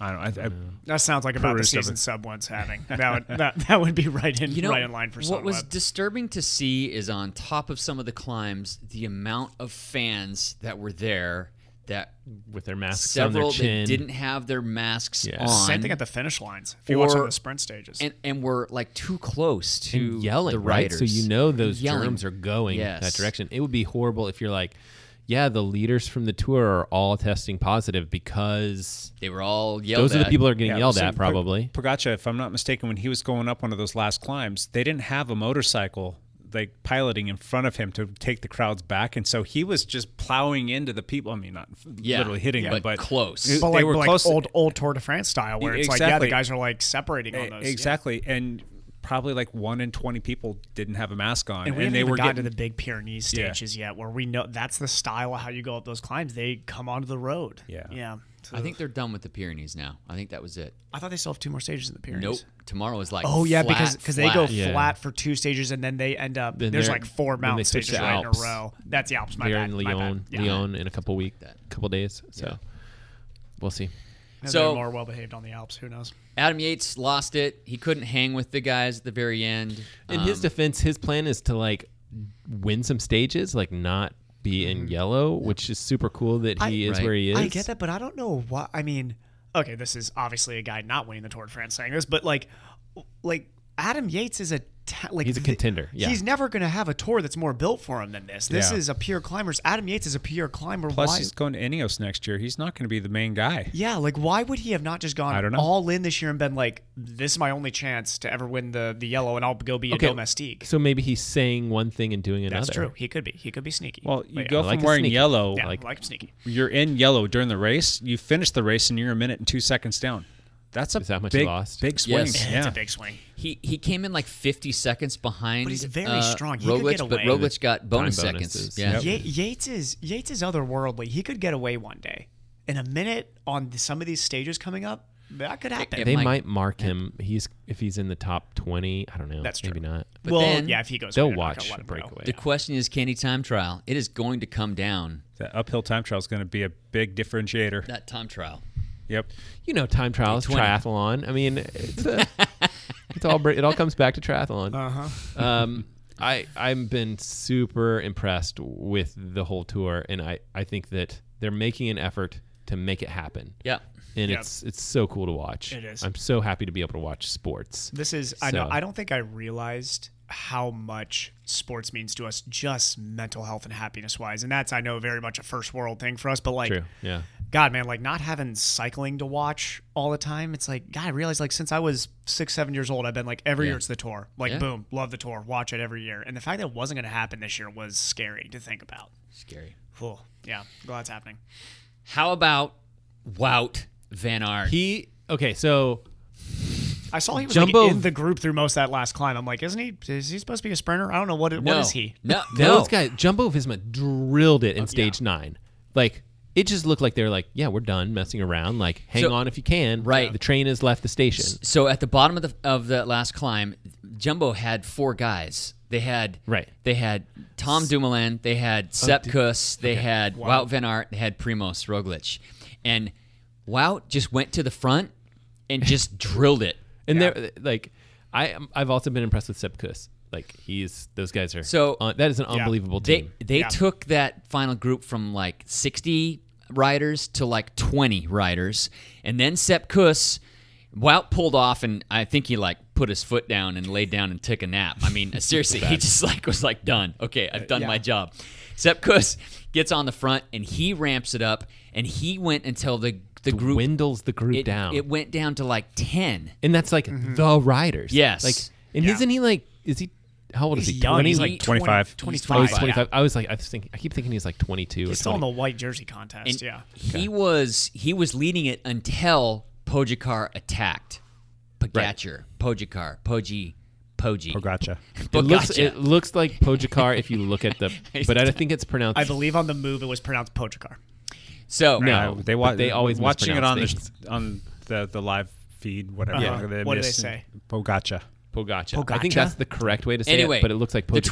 Speaker 5: I don't. I, I,
Speaker 1: That sounds like about the
Speaker 5: Perused of
Speaker 1: season
Speaker 5: it.
Speaker 1: sub one's having. That would (laughs) that, that would be right in
Speaker 3: You know,
Speaker 1: right in line for
Speaker 3: what was
Speaker 1: Sunweb.
Speaker 3: disturbing to see is on top of some of the climbs, the amount of fans that were there that
Speaker 2: with their masks
Speaker 3: several
Speaker 2: on their chin.
Speaker 3: that didn't have their masks
Speaker 2: Yeah.
Speaker 3: on.
Speaker 1: Same thing at the finish lines. If you watch some
Speaker 3: Or-
Speaker 1: of the sprint stages,
Speaker 3: and, and were like too close to
Speaker 2: and yelling,
Speaker 3: the
Speaker 2: right?
Speaker 3: riders.
Speaker 2: So you know those
Speaker 3: Yelling.
Speaker 2: germs are going
Speaker 3: Yes.
Speaker 2: that direction. It would be horrible if you're like, yeah, the leaders from the tour are all testing positive because
Speaker 3: they were all yelling.
Speaker 2: those are the people that are getting
Speaker 5: Yeah,
Speaker 2: yelled
Speaker 5: so
Speaker 2: at,
Speaker 5: Pog-
Speaker 2: probably.
Speaker 5: Pogacar, if I'm not mistaken, when he was going up one of those last climbs, they didn't have a motorcycle like piloting in front of him to take the crowds back, and so he was just plowing into the people. I mean, not f-
Speaker 3: Yeah,
Speaker 5: literally hitting
Speaker 3: yeah,
Speaker 5: them,
Speaker 3: but
Speaker 5: but
Speaker 3: close.
Speaker 5: It-
Speaker 1: but like,
Speaker 5: they were
Speaker 1: but like
Speaker 5: close.
Speaker 1: old old Tour de France style, where it's like yeah, the
Speaker 5: Exactly.
Speaker 1: guys are like separating on
Speaker 5: E-
Speaker 1: those. yeah.
Speaker 5: exactly, and probably like one in twenty people didn't have a mask on,
Speaker 1: And we haven't
Speaker 5: they
Speaker 1: even
Speaker 5: were
Speaker 1: gotten
Speaker 5: getting
Speaker 1: to the big Pyrenees
Speaker 5: Yeah.
Speaker 1: stages yet, where we know that's the style of how you go up those climbs. They come onto the road.
Speaker 5: Yeah.
Speaker 1: yeah.
Speaker 3: I think they're done with the Pyrenees now. I think that was it.
Speaker 1: I thought they still have two more stages in the Pyrenees.
Speaker 3: Nope. Tomorrow is like
Speaker 1: Oh yeah,
Speaker 3: flat,
Speaker 1: because because they go
Speaker 3: flat.
Speaker 2: Yeah.
Speaker 1: flat for two stages and then they end up
Speaker 2: Then
Speaker 1: there's
Speaker 2: they're-
Speaker 1: like four
Speaker 2: then they
Speaker 1: mountain
Speaker 2: switch to
Speaker 1: stages right in a
Speaker 2: Alps.
Speaker 1: row. That's the Alps. My
Speaker 2: They're
Speaker 1: bad.
Speaker 2: in
Speaker 1: my bad.
Speaker 2: Lyon,
Speaker 1: Yeah.
Speaker 2: Lyon in a couple week, couple days. So we'll see.
Speaker 1: Maybe
Speaker 3: So-
Speaker 1: they're more well behaved on the Alps. Who knows?
Speaker 3: Adam Yates lost it. He couldn't hang with the guys at the very end.
Speaker 2: In
Speaker 3: Um,
Speaker 2: his defense, his plan is to like win some stages, like not be in yellow, which is super cool that he
Speaker 3: I-
Speaker 2: is
Speaker 3: Right.
Speaker 2: where he is.
Speaker 1: I get that, but I don't know why. I mean, okay, this is obviously a guy not winning the Tour de France saying this, but like, like Adam Yates is a ta- like
Speaker 2: He's a
Speaker 1: th-
Speaker 2: contender, yeah.
Speaker 1: he's never going to have a tour that's more built for him than this. This
Speaker 5: Yeah.
Speaker 1: is a pure climbers. Adam Yates is a pure climber.
Speaker 5: Plus,
Speaker 1: why?
Speaker 5: he's going to Ineos next year. He's not going to be the main guy.
Speaker 1: Yeah, like why would he have not just gone
Speaker 5: I don't know.
Speaker 1: all in this year and been like, "This is my only chance to ever win the the yellow, and I'll go be
Speaker 2: Okay,
Speaker 1: a domestique."
Speaker 2: So maybe he's saying one thing and doing another.
Speaker 1: That's true. He could be. He could be sneaky.
Speaker 5: Well,
Speaker 1: But
Speaker 5: you
Speaker 1: yeah.
Speaker 5: go
Speaker 2: like
Speaker 5: from
Speaker 2: a
Speaker 5: wearing
Speaker 2: sneaky.
Speaker 5: yellow,
Speaker 1: Yeah,
Speaker 5: like
Speaker 1: like, him sneaky.
Speaker 5: you're in yellow during the race. You finish the race and you're a minute and two seconds down. That's a
Speaker 2: Is that how much he
Speaker 5: big,
Speaker 2: lost?
Speaker 5: big swing.
Speaker 3: Yes.
Speaker 1: (laughs) It's
Speaker 5: Yeah.
Speaker 1: a big swing.
Speaker 3: He he came in like 50 seconds behind.
Speaker 1: But he's very
Speaker 3: uh,
Speaker 1: strong. He could
Speaker 3: Roglic,
Speaker 1: get
Speaker 3: but
Speaker 1: away.
Speaker 3: Roglic got bonus
Speaker 2: Time
Speaker 3: seconds.
Speaker 2: bonuses.
Speaker 3: Yeah.
Speaker 1: Ye- Yates is Yates is otherworldly. He could get away one day. In a minute on th- some of these stages coming up, that could happen.
Speaker 3: it
Speaker 2: They
Speaker 3: Mike-
Speaker 2: might mark him. He's if he's in the top twenty. I don't know.
Speaker 1: That's
Speaker 2: maybe
Speaker 1: true.
Speaker 2: not.
Speaker 3: But
Speaker 1: well,
Speaker 3: then
Speaker 1: yeah, if he goes,
Speaker 2: They'll
Speaker 1: away, they're not
Speaker 2: watch
Speaker 1: gonna let him go.
Speaker 2: breakaway.
Speaker 3: The question is, can he time trial? It is going to come down
Speaker 5: The uphill time trial is going to be a big differentiator.
Speaker 3: that time trial.
Speaker 5: Yep.
Speaker 2: You know, time trials,
Speaker 3: 20.
Speaker 2: triathlon. I mean, it's,
Speaker 1: (laughs)
Speaker 2: a, it's all br- it all comes back to triathlon. Uh-huh. Um, I I've been super impressed with the whole tour, and I I think that they're making an effort to make it happen.
Speaker 3: Yeah.
Speaker 2: and
Speaker 1: Yep.
Speaker 2: it's it's so cool to watch.
Speaker 1: It is.
Speaker 2: I'm so happy to be able to watch sports.
Speaker 1: This is I know
Speaker 2: So-
Speaker 1: I don't think I realized how much sports means to us just mental health and happiness wise. And that's I know very much a first world thing for us, but like
Speaker 2: True. Yeah.
Speaker 1: God, man, like not having cycling to watch all the time. It's like, God, I realize like since I was six, seven years old, I've been like every year it's the tour. Like,
Speaker 3: Yeah.
Speaker 1: boom, love the tour, watch it every year. And the fact that it wasn't going to happen this year was scary to think about.
Speaker 3: Scary.
Speaker 1: Cool. Yeah, glad it's happening.
Speaker 3: How about Wout Van Aert?
Speaker 2: He okay. So
Speaker 1: I saw he was
Speaker 2: Jumbo-
Speaker 1: like in the group through most of that last climb. I'm like, isn't he? Is he supposed to be a sprinter? I don't know what. it-
Speaker 3: no.
Speaker 1: What is he?
Speaker 3: No, no.
Speaker 2: those guys, Jumbo Visma drilled it in stage nine. Like it just looked like they were like, yeah, we're done messing around. Like hang
Speaker 3: So-
Speaker 2: on if you can.
Speaker 3: Right.
Speaker 2: The train has left the station.
Speaker 3: So at the bottom of the of the last climb, Jumbo had four guys. They had
Speaker 2: Right.
Speaker 3: They had Tom Dumoulin. They had Sepkus. They had Wout Van Aert. They had Primoz Roglic, and Wout just went to the front and just (laughs) drilled it.
Speaker 2: And they're like, I I've also been impressed with Sepkus. Like he's those guys are
Speaker 3: So-
Speaker 2: un- that is an unbelievable
Speaker 3: They
Speaker 2: team.
Speaker 3: they took that final group from like sixty riders to like twenty riders, and then Sepkus. Wout pulled off, and I think he like put his foot down and laid down and took a nap.
Speaker 2: (laughs)
Speaker 3: I mean, uh, seriously, he just (laughs) like was like done. Okay,
Speaker 2: Uh,
Speaker 3: I've done my job. Sepkus gets on the front and he ramps it up, and he went until the the group
Speaker 2: Dwindles the group
Speaker 3: it,
Speaker 2: down.
Speaker 3: It went down to like ten.
Speaker 2: and that's like
Speaker 1: Mm-hmm.
Speaker 2: the riders.
Speaker 3: Yes.
Speaker 2: Like and isn't he like is he how old is
Speaker 1: He's
Speaker 2: he?
Speaker 1: young.
Speaker 2: 20?
Speaker 1: He's like 20,
Speaker 5: 25.
Speaker 1: 25.
Speaker 2: Oh, he's
Speaker 1: yeah.
Speaker 2: 25. I was like, I was thinking, I keep thinking he's like 22
Speaker 1: He's
Speaker 2: or
Speaker 1: still in
Speaker 2: 20.
Speaker 1: the white jersey contest.
Speaker 3: And
Speaker 1: yeah.
Speaker 3: He was he was leading it until Pojakar attacked. Pogacar, Pojakar, Poji, Poji.
Speaker 5: Oh, Gotcha.
Speaker 2: It looks,
Speaker 3: Pogacar.
Speaker 2: it looks like Pojakar if you look
Speaker 3: (laughs)
Speaker 2: at the, but I think it's pronounced.
Speaker 1: I believe on the move it was pronounced Pochakar.
Speaker 3: so
Speaker 2: No.
Speaker 5: Uh, they
Speaker 2: but
Speaker 5: wa-
Speaker 2: they always
Speaker 5: watching it on
Speaker 2: mispronounce
Speaker 5: the on the the live feed, whatever.
Speaker 1: Yeah.
Speaker 5: they
Speaker 1: Uh-huh. What do they
Speaker 5: miss.
Speaker 1: say?
Speaker 5: Oh, gotcha.
Speaker 2: Pogacha. I think
Speaker 1: Pogača?
Speaker 2: that's the correct way to say
Speaker 3: anyway,
Speaker 2: it, but it looks like Pojakar.
Speaker 3: the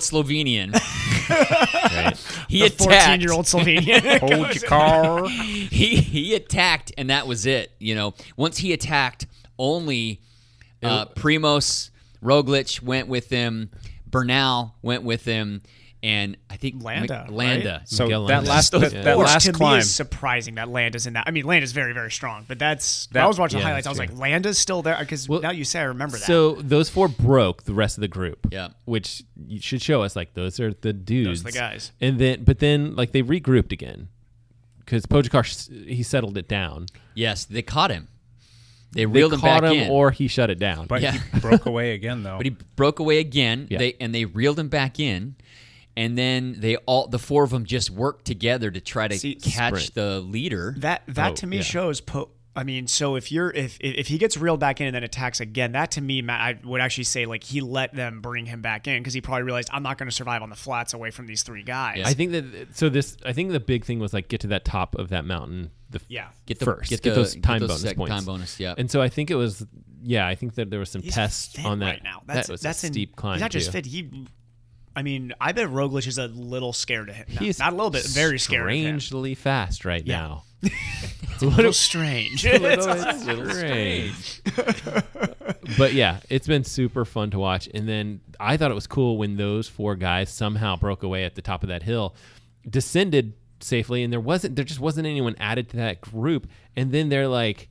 Speaker 2: (laughs)
Speaker 3: Slovenian. He
Speaker 1: The
Speaker 3: attacked.
Speaker 1: 14 year old Slovenian.
Speaker 5: Hold your car.
Speaker 3: He he attacked, and that was it. You know, once he attacked, only uh, Primos Roglic went with him. Bernal went with him, and I think
Speaker 1: Landa,
Speaker 3: Landa.
Speaker 5: So
Speaker 2: Miguel
Speaker 5: that
Speaker 2: Landa.
Speaker 5: last
Speaker 2: Those (laughs)
Speaker 5: that, that
Speaker 1: Which
Speaker 5: last
Speaker 1: to me
Speaker 5: climb.
Speaker 1: is surprising that Landa's in that. I mean, Landa's very, very strong, but that's. when
Speaker 5: That-
Speaker 1: I was watching the
Speaker 2: yeah,
Speaker 1: highlights. I was
Speaker 2: that's
Speaker 1: like, Landa's still there because now you say I remember that.
Speaker 2: So those four broke the rest of the group.
Speaker 3: Yeah.
Speaker 2: Which you should show us like those are the dudes.
Speaker 1: the guys.
Speaker 2: And then, but then like they regrouped again because Pojakar s- he settled it down.
Speaker 3: Yes, they caught him. They
Speaker 2: They
Speaker 3: reeled him
Speaker 2: caught
Speaker 3: back
Speaker 2: him
Speaker 3: in,
Speaker 2: or he shut it down.
Speaker 5: But
Speaker 3: Yeah.
Speaker 5: he broke away again, though.
Speaker 3: but he broke away again.
Speaker 2: Yeah.
Speaker 3: They and they reeled him back in, and then they all the four of them just worked together to try to
Speaker 1: See,
Speaker 3: catch
Speaker 2: sprint.
Speaker 3: the leader.
Speaker 1: That that
Speaker 2: Oh,
Speaker 1: to me
Speaker 2: yeah.
Speaker 1: shows. Po- I mean, so if you're if if if he gets reeled back in and then attacks again, that to me, ma- I would actually say like he let them bring him back in because he probably realized I'm not going to survive on the flats away from these three guys.
Speaker 2: I think that so this I think the big thing was like get to that top of that mountain the
Speaker 1: Yeah.
Speaker 3: Get the-
Speaker 2: first
Speaker 3: get
Speaker 2: get,
Speaker 3: the-
Speaker 2: those
Speaker 3: get
Speaker 2: time
Speaker 3: those
Speaker 2: bonus
Speaker 3: sec-
Speaker 2: points
Speaker 3: time bonus, yeah.
Speaker 2: and so I think it was yeah I think that there was some
Speaker 1: He's
Speaker 2: tests
Speaker 1: fit
Speaker 2: on that
Speaker 1: right now. That's
Speaker 2: that was
Speaker 1: that's
Speaker 2: a
Speaker 1: in-
Speaker 2: steep climb
Speaker 1: He's not just
Speaker 2: too.
Speaker 1: fit. He, I mean, I bet Roglic is a little scared of him. now.
Speaker 2: He's
Speaker 1: not a little bit, very scared. of him.
Speaker 2: strangely fast right
Speaker 1: Yeah.
Speaker 2: now
Speaker 1: It's a
Speaker 2: (laughs)
Speaker 1: little strange.
Speaker 2: strange. but yeah, it's been super fun to watch. And then I thought it was cool when those four guys somehow broke away at the top of that hill, descended safely, and there wasn't there just wasn't anyone added to that group. And then they're like,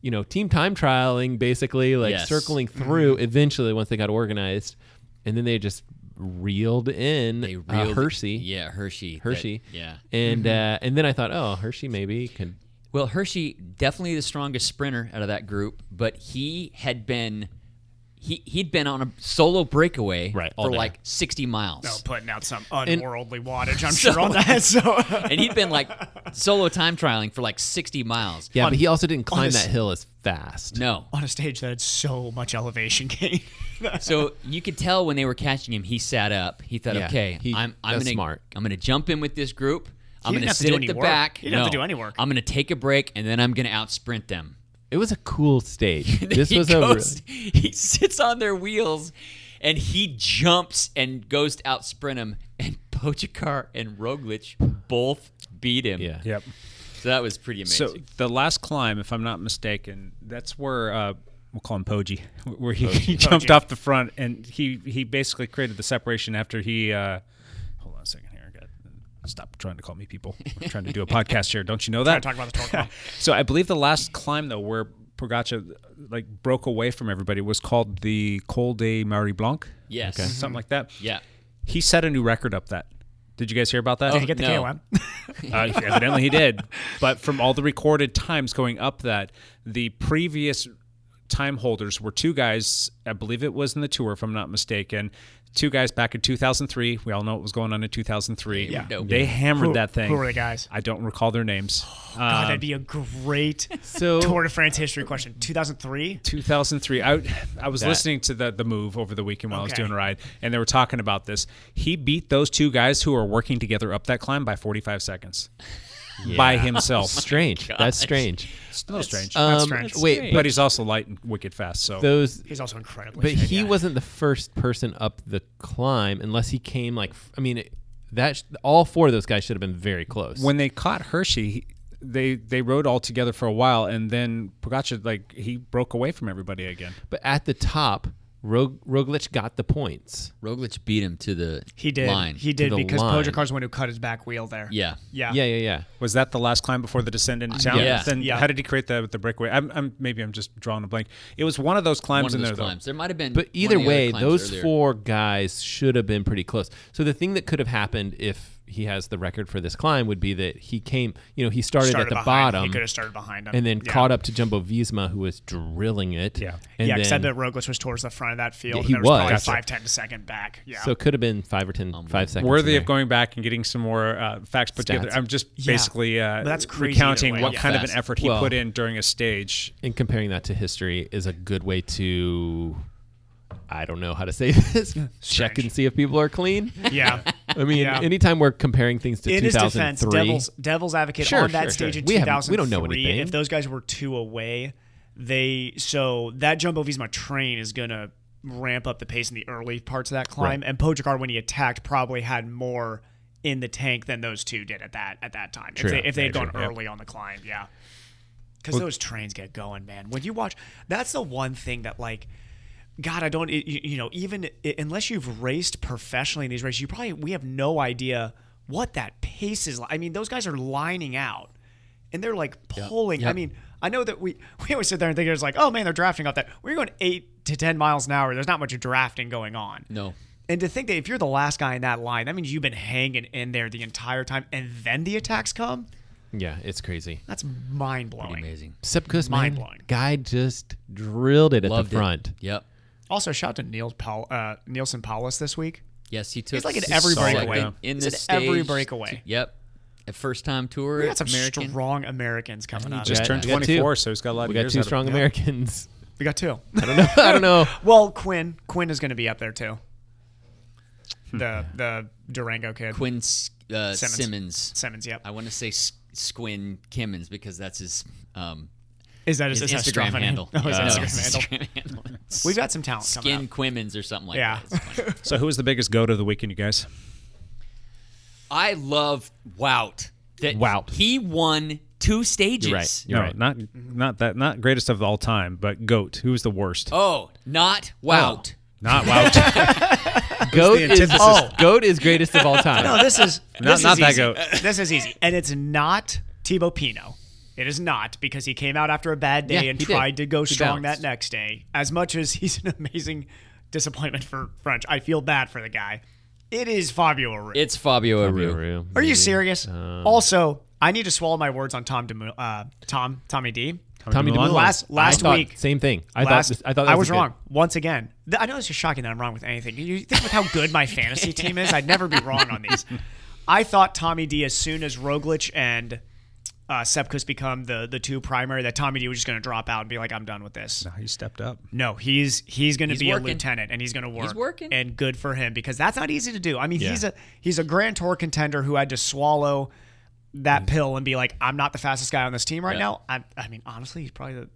Speaker 2: you know, team time trialing basically, like
Speaker 3: Yes.
Speaker 2: circling through eventually once they got organized. And then they just reeled in
Speaker 3: They
Speaker 2: uh,
Speaker 3: reeled,
Speaker 2: Hershey.
Speaker 3: yeah, Hershey, that-
Speaker 2: Hershey.
Speaker 3: yeah. Mm-hmm.
Speaker 2: And uh, and then I thought, oh, Hershey maybe can
Speaker 3: Well, Hershey definitely the strongest sprinter out of that group, but he had been he he'd been on a solo breakaway
Speaker 2: Right, all
Speaker 3: for
Speaker 2: day.
Speaker 3: like 60 miles.
Speaker 1: No, putting out some unworldly
Speaker 2: (laughs)
Speaker 1: wattage, I'm sure on that. So (laughs)
Speaker 3: and he'd been like solo time trialing for like 60 miles.
Speaker 2: Yeah, but he also didn't climb
Speaker 1: honest-
Speaker 2: that hill as fast.
Speaker 3: No.
Speaker 1: on a stage that had so much elevation (laughs) gain.
Speaker 3: So you could tell when they were catching him, he sat up. He thought,
Speaker 2: Yeah,
Speaker 3: okay,
Speaker 2: he-
Speaker 3: I'm, I'm
Speaker 2: that's
Speaker 3: gonna,
Speaker 2: smart.
Speaker 3: I'm gonna jump in with this group. I'm
Speaker 1: didn't
Speaker 3: gonna
Speaker 1: have to
Speaker 3: sit
Speaker 1: do
Speaker 3: at
Speaker 1: any
Speaker 3: the
Speaker 1: work.
Speaker 3: back.
Speaker 1: He didn't have to
Speaker 3: No.
Speaker 1: do any work.
Speaker 3: I'm gonna take a break and then I'm gonna out sprint them. (laughs)
Speaker 2: It was a cool stage. This
Speaker 3: he
Speaker 2: was a re-
Speaker 3: goes- he sits on their wheels and he jumps and goes to out sprint him and (laughs) Pochakar and Roglic both beat him.
Speaker 2: yeah.
Speaker 5: Yep.
Speaker 3: So that was pretty amazing.
Speaker 5: So the last climb, if I'm not mistaken, that's where uh, we'll call him Poji, (laughs) where he, he jumped off the front and he he basically created the separation after he. Uh, hold on a second here. I got stop trying to call me people. We're trying to do a podcast here. Don't you know that?
Speaker 1: Talk about the
Speaker 2: (laughs)
Speaker 1: torque.
Speaker 5: So I believe the last climb though, where Pogacar like broke away from everybody, was called the Col de Marie Blanc,
Speaker 3: yes.
Speaker 5: something like that.
Speaker 3: Yeah.
Speaker 5: He set a new record up that. Did you guys hear
Speaker 2: Oh,
Speaker 5: about that?
Speaker 1: Did he get the
Speaker 3: No.
Speaker 1: KOM?
Speaker 5: Uh, evidently he did. But from all the recorded times going up that, the previous time holders were two guys, I believe it was in the tour, if I'm not mistaken. Two guys back in 2003. We all know what was going on in 2003.
Speaker 3: Yeah. Yeah.
Speaker 5: They hammered
Speaker 1: Who-
Speaker 5: that thing.
Speaker 1: who were the guys?
Speaker 5: I don't recall their names.
Speaker 1: God, that'd be a great
Speaker 2: Um,
Speaker 3: (laughs)
Speaker 2: So
Speaker 1: Tour de France history question. 2003.
Speaker 5: 2003. I I was listening to the the move over the weekend while I was
Speaker 1: Okay.
Speaker 5: doing a ride, and they were talking about this. He beat those two guys who were working together up that climb by 45 (laughs) seconds by himself.
Speaker 2: (laughs) strange. That's strange.
Speaker 5: It's no strange.
Speaker 2: Um,
Speaker 1: strange.
Speaker 2: Wait,
Speaker 5: but
Speaker 2: but
Speaker 5: he's also light and wicked fast. So
Speaker 2: those
Speaker 1: He's also incredibly.
Speaker 2: But
Speaker 1: fit,
Speaker 2: he
Speaker 1: yeah.
Speaker 2: wasn't the first person up the climb, unless he came like f- I mean, it- that sh- all four of those guys should have been very close.
Speaker 5: when they caught Hershey, he- they they rode all together for a while, and then Pogacar like he broke away from everybody again.
Speaker 2: but at the top, Rog- Roglic got the points.
Speaker 3: Roglic beat him to the
Speaker 1: He did.
Speaker 3: line.
Speaker 1: he did
Speaker 2: the
Speaker 1: because
Speaker 2: line.
Speaker 1: Pogacar's the one who cut his back wheel there.
Speaker 3: yeah.
Speaker 1: Yeah.
Speaker 2: Yeah, yeah, yeah.
Speaker 5: Was that the last climb before the descent
Speaker 2: Uh,
Speaker 5: into town?
Speaker 3: Yeah.
Speaker 5: Then
Speaker 1: Yeah.
Speaker 5: how did he create the the breakaway? I'm, I'm maybe I'm just drawing a blank. It was one of those climbs
Speaker 3: One of
Speaker 5: in
Speaker 3: those
Speaker 5: there
Speaker 3: climbs. There might have been.
Speaker 2: But
Speaker 3: one
Speaker 2: either
Speaker 3: of the other
Speaker 2: way,
Speaker 3: climbs
Speaker 2: those
Speaker 3: earlier.
Speaker 2: four guys should have been pretty close. So the thing that could have happened if he has the record for this climb would be that he came, you know, he started,
Speaker 1: Started
Speaker 2: at the
Speaker 1: behind.
Speaker 2: bottom
Speaker 1: He could have started behind him
Speaker 2: and then
Speaker 1: Yeah.
Speaker 2: caught up to Jumbo Visma, who was drilling it.
Speaker 5: Yeah.
Speaker 2: and
Speaker 1: yeah, because I
Speaker 2: then,
Speaker 1: bet Roglic was towards the front of that field.
Speaker 2: Yeah,
Speaker 1: and
Speaker 2: he
Speaker 1: there was, probably
Speaker 2: was.
Speaker 1: five, ten second back. Yeah.
Speaker 2: so it could have been five or ten, five
Speaker 5: though.
Speaker 2: seconds.
Speaker 5: Worthy
Speaker 2: in
Speaker 5: of
Speaker 2: there.
Speaker 5: going back and getting some more uh, facts put together.
Speaker 2: Stats.
Speaker 5: I'm just
Speaker 1: Yeah.
Speaker 5: basically uh,
Speaker 1: But that's crazy either
Speaker 5: recounting
Speaker 1: way.
Speaker 5: what
Speaker 1: Yeah.
Speaker 5: kind of
Speaker 3: Fast.
Speaker 5: an effort he
Speaker 2: Well-
Speaker 5: put in during a stage.
Speaker 2: and comparing that to history is a good way to I don't know how to say (laughs) this. Check and see if people are clean.
Speaker 1: yeah.
Speaker 2: (laughs) I mean,
Speaker 1: Yeah.
Speaker 2: anytime we're comparing things to
Speaker 1: In his defense,
Speaker 2: 2003,
Speaker 1: Devil's, Devil's Advocate
Speaker 2: Sure,
Speaker 1: on that
Speaker 2: sure,
Speaker 1: stage
Speaker 2: sure.
Speaker 1: in
Speaker 2: We haven't-
Speaker 1: 2003,
Speaker 2: we don't know anything.
Speaker 1: if those guys were two away, they so that Jumbo Visma train is going to ramp up the pace in the early parts of that climb and Pojakar when he attacked probably had more in the tank than those two did at that at that time.
Speaker 2: True.
Speaker 1: If they if they had
Speaker 2: Yeah,
Speaker 1: gone
Speaker 2: true. Yeah.
Speaker 1: early on the climb, yeah. Cuz those trains get going, man. When you watch that's the one thing that like God, I don't. You, you know, even i- unless you've raced professionally in these races, you probably we have no idea what that pace is like. I mean, those guys are lining out, and they're like pulling. I mean, I know that we (laughs) we always sit there and think it's like, oh man, they're drafting off that. We're going eight to ten miles an hour. There's not much drafting going on.
Speaker 3: No.
Speaker 1: And to think that if you're the last guy in that line, that means you've been hanging in there the entire time, and then the attacks come.
Speaker 2: yeah, it's crazy.
Speaker 1: That's mind blowing.
Speaker 3: Amazing.
Speaker 2: Sepkus, man,
Speaker 1: Mind-blowing.
Speaker 2: guy just drilled it at
Speaker 3: Loved
Speaker 2: the front.
Speaker 3: It. Yep.
Speaker 1: Also, shout out to Neil Paul, uh, Nielsen Paulus this week.
Speaker 3: Yes, he took.
Speaker 1: like in every
Speaker 3: second
Speaker 1: breakaway.
Speaker 3: In
Speaker 1: He's
Speaker 3: this
Speaker 1: in every
Speaker 3: stage.
Speaker 1: breakaway.
Speaker 3: Yep. A first time tour.
Speaker 1: We got some
Speaker 3: American.
Speaker 1: strong Americans coming out. of
Speaker 5: Just
Speaker 1: it.
Speaker 2: got-
Speaker 5: turned
Speaker 2: I got two.
Speaker 5: 24, so he's got a lot
Speaker 2: We
Speaker 5: of
Speaker 2: got
Speaker 5: years
Speaker 2: two
Speaker 5: out of
Speaker 2: strong
Speaker 5: him.
Speaker 1: (laughs)
Speaker 2: Americans.
Speaker 1: We got two.
Speaker 2: I don't know.
Speaker 1: (laughs) Well, Quinn. Quinn is going to be up there too. The the Durango kid.
Speaker 3: Quinn S- uh,
Speaker 1: Simmons.
Speaker 3: Simmons.
Speaker 1: Simmons. Yep.
Speaker 3: I want to say S- Squin Kimmins because that's his um,
Speaker 1: Is that his,
Speaker 3: his
Speaker 1: is that his
Speaker 3: Instagram
Speaker 1: Strava name? (laughs)
Speaker 3: handle.
Speaker 1: Oh, his
Speaker 3: Yeah. No,
Speaker 1: Instagram
Speaker 3: his (laughs)
Speaker 1: handle.
Speaker 3: Instagram handle.
Speaker 1: We've got some talent coming
Speaker 3: Skin
Speaker 1: up.
Speaker 3: Quimmins or something like (laughs)
Speaker 1: Yeah.
Speaker 3: that.
Speaker 5: So who was the biggest goat of the weekend, you guys?
Speaker 3: I love Wout. That
Speaker 2: Wout.
Speaker 3: He won two stages.
Speaker 2: right. You're
Speaker 5: no, not not that not greatest of all time, but goat. Who was the worst?
Speaker 3: Oh, not
Speaker 2: Oh.
Speaker 3: Wout.
Speaker 1: (laughs)
Speaker 5: Not Wout.
Speaker 2: Goat
Speaker 5: the
Speaker 2: is
Speaker 5: antithesis.
Speaker 2: oh, goat is greatest of all time.
Speaker 1: (laughs) No, this is this
Speaker 5: not
Speaker 1: is
Speaker 5: that
Speaker 1: easy.
Speaker 5: goat.
Speaker 1: (laughs) This is easy, and it's not Tebow Pino. It is not because he came out after a bad day
Speaker 2: Yeah,
Speaker 1: and
Speaker 2: he did.
Speaker 1: tried to go
Speaker 2: He
Speaker 1: strong
Speaker 2: bounced.
Speaker 1: that next day. As much as he's an amazing disappointment for French, I feel bad for the guy. It is Fabio Aru.
Speaker 3: It's Fabio Aru.
Speaker 2: Aru,
Speaker 1: Are
Speaker 2: maybe. Um,
Speaker 1: you serious? also, I need to swallow my words on Tom Demu- uh, Tom Tommy D
Speaker 2: Tommy DeMello.
Speaker 1: Last-
Speaker 2: I
Speaker 1: last
Speaker 2: thought-
Speaker 1: week.
Speaker 2: same thing. I thought
Speaker 1: Last-
Speaker 2: this- I thought that
Speaker 1: I
Speaker 2: was
Speaker 1: was
Speaker 2: good.
Speaker 1: wrong once again. Th- I know this is shocking that I'm wrong with anything. You think with how
Speaker 2: (laughs)
Speaker 1: good my fantasy team is, I'd never be wrong on these. I thought Tommy D as soon as Roglic and uh, Sepkus become the the two primary, that Tommy D was just going to drop out and be like, "I'm done with this."
Speaker 5: He stepped up.
Speaker 1: No, he's he's going to
Speaker 3: He's
Speaker 1: be
Speaker 3: working.
Speaker 1: a lieutenant, and he's going to work.
Speaker 3: working.
Speaker 1: and good for him because that's not easy to do. I mean,
Speaker 2: Yeah.
Speaker 1: he's a he's a Grand Tour contender who had to swallow
Speaker 2: Mm.
Speaker 1: that pill and be like, I'm not the fastest guy on this team right now. I, I mean, honestly, he's probably the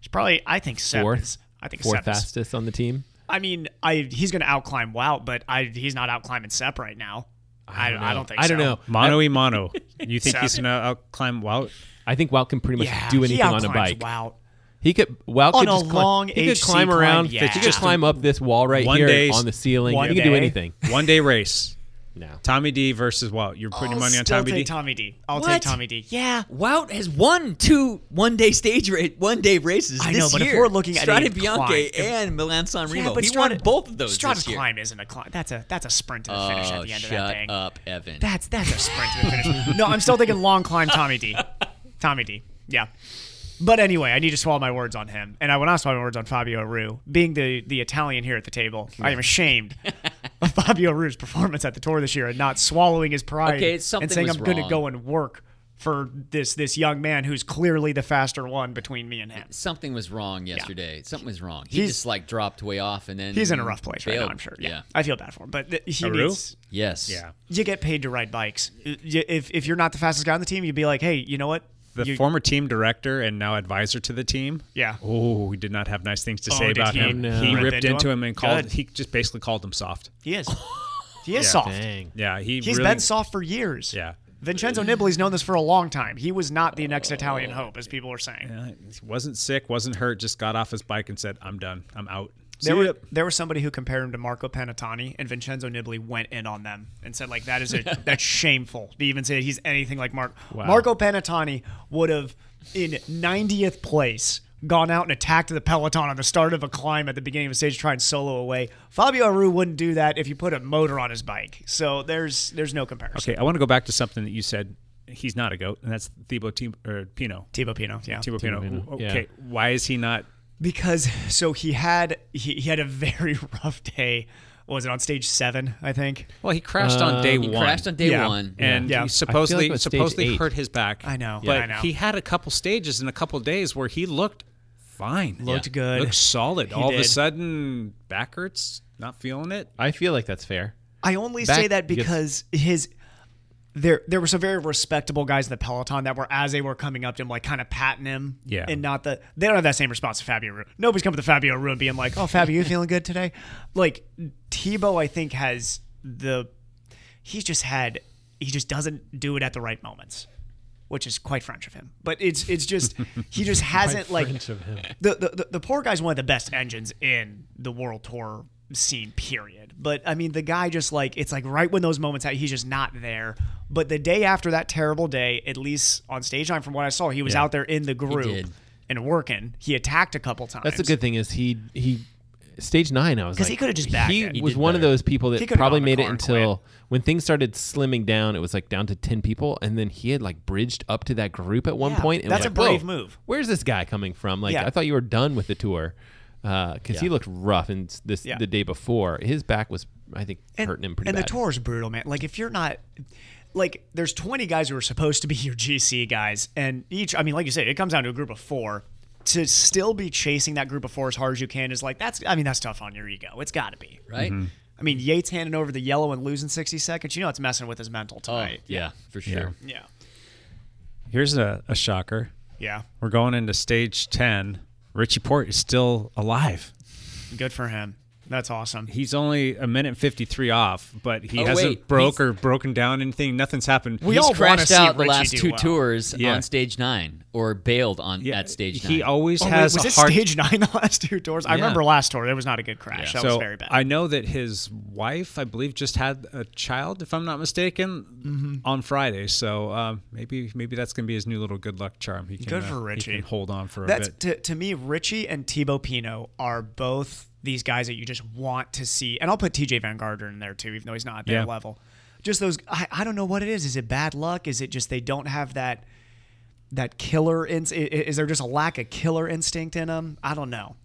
Speaker 1: he's probably I think seventh.
Speaker 2: Fourth.
Speaker 1: I think
Speaker 2: Fourth
Speaker 1: seventh.
Speaker 2: fastest on the team.
Speaker 1: I mean, I he's going to outclimb Wout, but I he's not outclimbing Sep right now. I, I don't, think
Speaker 2: I don't
Speaker 1: so.
Speaker 2: know.
Speaker 5: Mono e mono. You think
Speaker 1: So-
Speaker 5: he's gonna out climb Wout?
Speaker 2: I think Wout can pretty much
Speaker 1: Yeah,
Speaker 2: do
Speaker 1: he
Speaker 2: anything on a
Speaker 1: outclimbs
Speaker 2: bike.
Speaker 1: Wout.
Speaker 2: He could Wout
Speaker 1: On
Speaker 2: could
Speaker 1: a
Speaker 2: just climb,
Speaker 1: long
Speaker 2: he could
Speaker 1: HC
Speaker 2: climb
Speaker 1: climb,
Speaker 2: around.
Speaker 1: yeah.
Speaker 2: He could
Speaker 1: Just
Speaker 2: climb up this wall right
Speaker 5: one
Speaker 2: here
Speaker 5: day-
Speaker 2: on the ceiling.
Speaker 1: one
Speaker 2: He could do
Speaker 1: day.
Speaker 2: anything.
Speaker 5: One day race.
Speaker 2: No.
Speaker 5: Tommy D versus Wout. You're putting your
Speaker 1: I'll
Speaker 5: money on
Speaker 1: Oh, still
Speaker 5: Tommy D.
Speaker 1: take Tommy D. I'll
Speaker 3: What?
Speaker 1: take Tommy D. Yeah.
Speaker 3: Wout has won two one-day stage rate, one-day races
Speaker 1: I
Speaker 3: this
Speaker 1: know, but if
Speaker 3: year.
Speaker 1: we're looking at
Speaker 3: Strade
Speaker 1: a climb-
Speaker 3: Bianche
Speaker 1: if-
Speaker 3: and Milan San Remo,
Speaker 1: Yeah, but
Speaker 3: he
Speaker 1: Strada-
Speaker 3: won both of those
Speaker 1: Strada
Speaker 3: this year.
Speaker 1: climb isn't a climb. That's a that's a sprint to the finish at
Speaker 3: Oh,
Speaker 1: the end of
Speaker 3: shut
Speaker 1: that thing.
Speaker 3: up, Evan.
Speaker 1: That's that's a sprint to the finish. no, I'm still thinking long climb
Speaker 3: (laughs)
Speaker 1: Tommy D. Tommy D. Yeah. But anyway, I need to swallow my words on him. And I will not swallow my words on Fabio Aru. Being the, the Italian here at the table, I
Speaker 3: (laughs)
Speaker 1: am ashamed of Fabio Aru's performance at the tour this year and not swallowing his pride
Speaker 3: Okay, something
Speaker 1: and saying
Speaker 3: was
Speaker 1: I'm going to
Speaker 3: wrong."
Speaker 1: go and work for this this young man who's clearly the faster one between me and him.
Speaker 3: Something was wrong yesterday. Something was wrong. He
Speaker 1: He's-
Speaker 3: just like dropped way off, and then
Speaker 1: He's in a rough place right now,
Speaker 3: mm, failed.
Speaker 1: I'm sure. Yeah. I feel bad for him, but th- he
Speaker 5: Aru?
Speaker 1: needs
Speaker 3: Yes.
Speaker 5: Yeah.
Speaker 1: you get paid to ride bikes. Y- If if you're not the fastest guy on the team, you'd be like, hey, you know what?
Speaker 5: The
Speaker 1: You-
Speaker 5: former team director and now advisor to the team.
Speaker 1: Yeah.
Speaker 5: Oh, we did not have nice things to say
Speaker 1: Oh, did
Speaker 5: about
Speaker 1: he
Speaker 5: him.
Speaker 1: rip
Speaker 5: He ripped
Speaker 1: into
Speaker 5: into,
Speaker 1: him?
Speaker 5: him and called.
Speaker 1: Good.
Speaker 5: He just basically called him soft.
Speaker 1: He is. He is soft.
Speaker 2: Dang.
Speaker 5: Yeah, he
Speaker 1: He's
Speaker 5: really,
Speaker 1: been soft for years.
Speaker 5: Yeah.
Speaker 1: Vincenzo Nibali's known this for a long time. He was not the next Italian hope, as people were saying.
Speaker 5: He wasn't sick, wasn't hurt. Just got off his bike and said, "I'm done. I'm out." See
Speaker 1: There, were,
Speaker 5: ya.
Speaker 1: there was somebody who compared him to Marco Panatani, and Vincenzo Nibali went in on them and said, like, that is
Speaker 5: (laughs)
Speaker 1: a, that's shameful to even say that he's anything like Mark. Marco Panatani would have, in 90th place, gone out and attacked the peloton on the start of a climb at the beginning of a stage to try and solo away. Fabio Aru wouldn't do that if you put a motor on his bike. So there's there's no comparison.
Speaker 5: Okay, I want to go back to something that you said. He's not a goat, and that's Thibaut Tim- or Pino.
Speaker 1: Thibaut Pinot, yeah.
Speaker 5: Thibaut Pino.
Speaker 2: yeah.
Speaker 5: Okay, why is he not?
Speaker 1: because so he had he, he had a very (laughs) rough day What was it on stage seven i think
Speaker 5: Well, he crashed on day
Speaker 3: Um, He
Speaker 5: one.
Speaker 3: crashed on day
Speaker 1: Yeah.
Speaker 3: one.
Speaker 5: and he
Speaker 1: Yeah. I feel like
Speaker 5: supposedly
Speaker 2: with stage
Speaker 5: supposedly
Speaker 2: eight-
Speaker 5: hurt his back.
Speaker 1: I know.
Speaker 5: but
Speaker 1: I know.
Speaker 5: he had a couple stages in a couple days where he looked fine,
Speaker 1: Looked Yeah. good.
Speaker 5: looked solid. All of a
Speaker 1: did.
Speaker 5: sudden, back hurts, not feeling it.
Speaker 2: I feel like that's fair.
Speaker 1: i only
Speaker 2: Back-
Speaker 1: say that
Speaker 2: you get-
Speaker 1: because his there there were some very respectable guys in the peloton that were as they were coming up to him like kind of patting him
Speaker 5: Yeah.
Speaker 1: and not the they don't have that same response to fabio Ru- nobody's coming to fabio Ru and being like oh fabio you feeling good today (laughs) like tebow i think has the he's just had he just doesn't do it at the right moments which is quite french of him but it's it's just he just hasn't like The, the the- the poor guy's one of the best engines in the world tour scene period but i mean the guy just like it's like right when those moments ha- he's just not there but the day after that terrible day at least on stage time from what i saw he was out there in the group
Speaker 3: did.
Speaker 1: and working he attacked a couple times
Speaker 2: That's the good thing is he he stage nine. I was
Speaker 1: 'Cause
Speaker 2: because
Speaker 1: he could've just backed
Speaker 2: He
Speaker 1: it. He
Speaker 2: was
Speaker 3: did
Speaker 2: one of
Speaker 3: better.
Speaker 2: those people
Speaker 1: He
Speaker 2: that
Speaker 1: could've
Speaker 2: probably
Speaker 1: gone in
Speaker 2: made
Speaker 1: the
Speaker 2: it
Speaker 1: car and
Speaker 2: until when things started slimming down. It was like down to ten people, and then he had like bridged up to that group at one
Speaker 1: Yeah,
Speaker 2: point. And
Speaker 1: that's
Speaker 2: was like,
Speaker 1: a brave
Speaker 2: "Whoa,
Speaker 1: move."
Speaker 2: Where's this guy coming from? Like
Speaker 1: Yeah.
Speaker 2: I thought you were done with the tour because he looked rough and s- this
Speaker 1: Yeah.
Speaker 2: the day before. His back was I think hurting him pretty
Speaker 1: and
Speaker 2: bad.
Speaker 1: the tour is brutal, man. Like if you're not like there's 20 guys who are supposed to be (laughs) your GC guys, and each I mean, like you said, it comes down to a group of four. To still be chasing that group of four as hard as you can is like that's I mean, that's tough on your ego. It's gotta be.
Speaker 3: right?
Speaker 1: I mean, Yates handing over the yellow and losing 60 seconds, you know it's messing with his mental
Speaker 3: Oh,
Speaker 1: tonight.
Speaker 3: yeah, for sure.
Speaker 1: Yeah.
Speaker 5: Here's a, a shocker.
Speaker 1: Yeah.
Speaker 5: We're going into stage ten. Richie Port is still alive.
Speaker 1: Good for him. That's awesome.
Speaker 5: He's only a minute fifty three off, but he
Speaker 3: Oh,
Speaker 5: hasn't
Speaker 3: wait,
Speaker 5: broke
Speaker 3: he's-
Speaker 5: or broken down anything. Nothing's happened.
Speaker 1: We
Speaker 3: He's
Speaker 1: all wanna
Speaker 3: crashed
Speaker 1: see
Speaker 3: out the
Speaker 1: Richie
Speaker 3: last
Speaker 1: do
Speaker 3: two
Speaker 1: well.
Speaker 3: tours
Speaker 5: Yeah.
Speaker 3: on stage nine or bailed on
Speaker 5: Yeah,
Speaker 3: at stage nine.
Speaker 5: He always
Speaker 1: Oh, wait,
Speaker 5: has
Speaker 1: was
Speaker 5: a
Speaker 1: it
Speaker 5: hard
Speaker 1: stage (laughs) nine the last two tours? I
Speaker 3: Yeah.
Speaker 1: remember last tour. There was not a good crash. That was very bad.
Speaker 5: I know that his wife, I believe, just had a child, if I'm not mistaken,
Speaker 1: Mm-hmm.
Speaker 5: on Friday. So um, maybe maybe that's going to be his new little good luck charm. He can,
Speaker 1: Good
Speaker 5: uh,
Speaker 1: for
Speaker 5: he
Speaker 1: Richie.
Speaker 5: can hold on for a
Speaker 1: That's
Speaker 5: bit.
Speaker 1: to, to me, Richie and Tebow Pino are both these guys that you just want to see. And I'll put TJ Van Gardner in there too, even though he's not at their
Speaker 5: Yeah.
Speaker 1: level. Just those, I, I don't know what it is. Is it bad luck? Is it just they don't have that? that killer instinct? Is there just a lack of killer instinct in him? I don't know.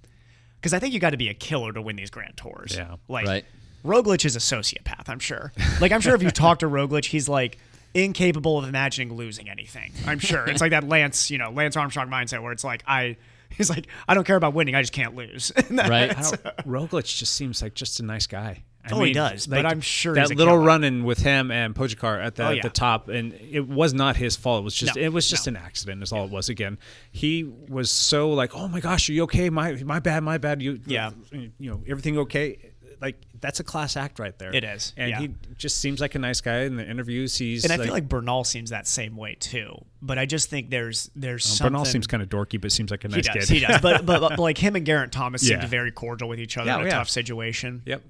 Speaker 1: Because I think you got to be a killer to win these grand tours.
Speaker 5: Yeah.
Speaker 1: Like,
Speaker 3: Right.
Speaker 1: Roglic is a sociopath, I'm sure. Like, I'm sure
Speaker 5: (laughs)
Speaker 1: if you talk to Roglic, he's like incapable of imagining losing anything. I'm sure. It's like that Lance, you know, Lance Armstrong mindset where it's like, I, he's like, I don't care about winning. I just can't lose. (laughs)
Speaker 3: right?
Speaker 5: I don't, Roglic just seems like just a nice guy. I
Speaker 1: Oh, he does, but I'm sure
Speaker 5: that
Speaker 1: he's a
Speaker 5: little
Speaker 1: killer.
Speaker 5: run-in with him and Pojakar at the,
Speaker 1: Oh,
Speaker 5: at
Speaker 1: yeah.
Speaker 5: the top, and it was not his fault. It was just
Speaker 1: No,
Speaker 5: it was just an accident. Is all it was. Again, he was so like, oh my gosh, are you okay? My my bad, my bad. You
Speaker 1: Yeah.
Speaker 5: you know everything okay? Like that's a class act right there.
Speaker 1: It is,
Speaker 5: and
Speaker 1: yeah.
Speaker 5: he just seems like a nice guy in the interviews. He's
Speaker 1: and I feel like Bernal seems that same way too. But I just think there's there's something.
Speaker 5: Oh, Bernal seems kind of dorky, but seems like a
Speaker 1: He
Speaker 5: nice
Speaker 1: does.
Speaker 5: kid.
Speaker 1: He does. But, but but like him and Garrett Thomas
Speaker 5: Yeah.
Speaker 1: seemed very cordial with each other
Speaker 5: Yeah, oh,
Speaker 1: in a
Speaker 5: yeah.
Speaker 1: tough situation.
Speaker 5: (laughs) yep.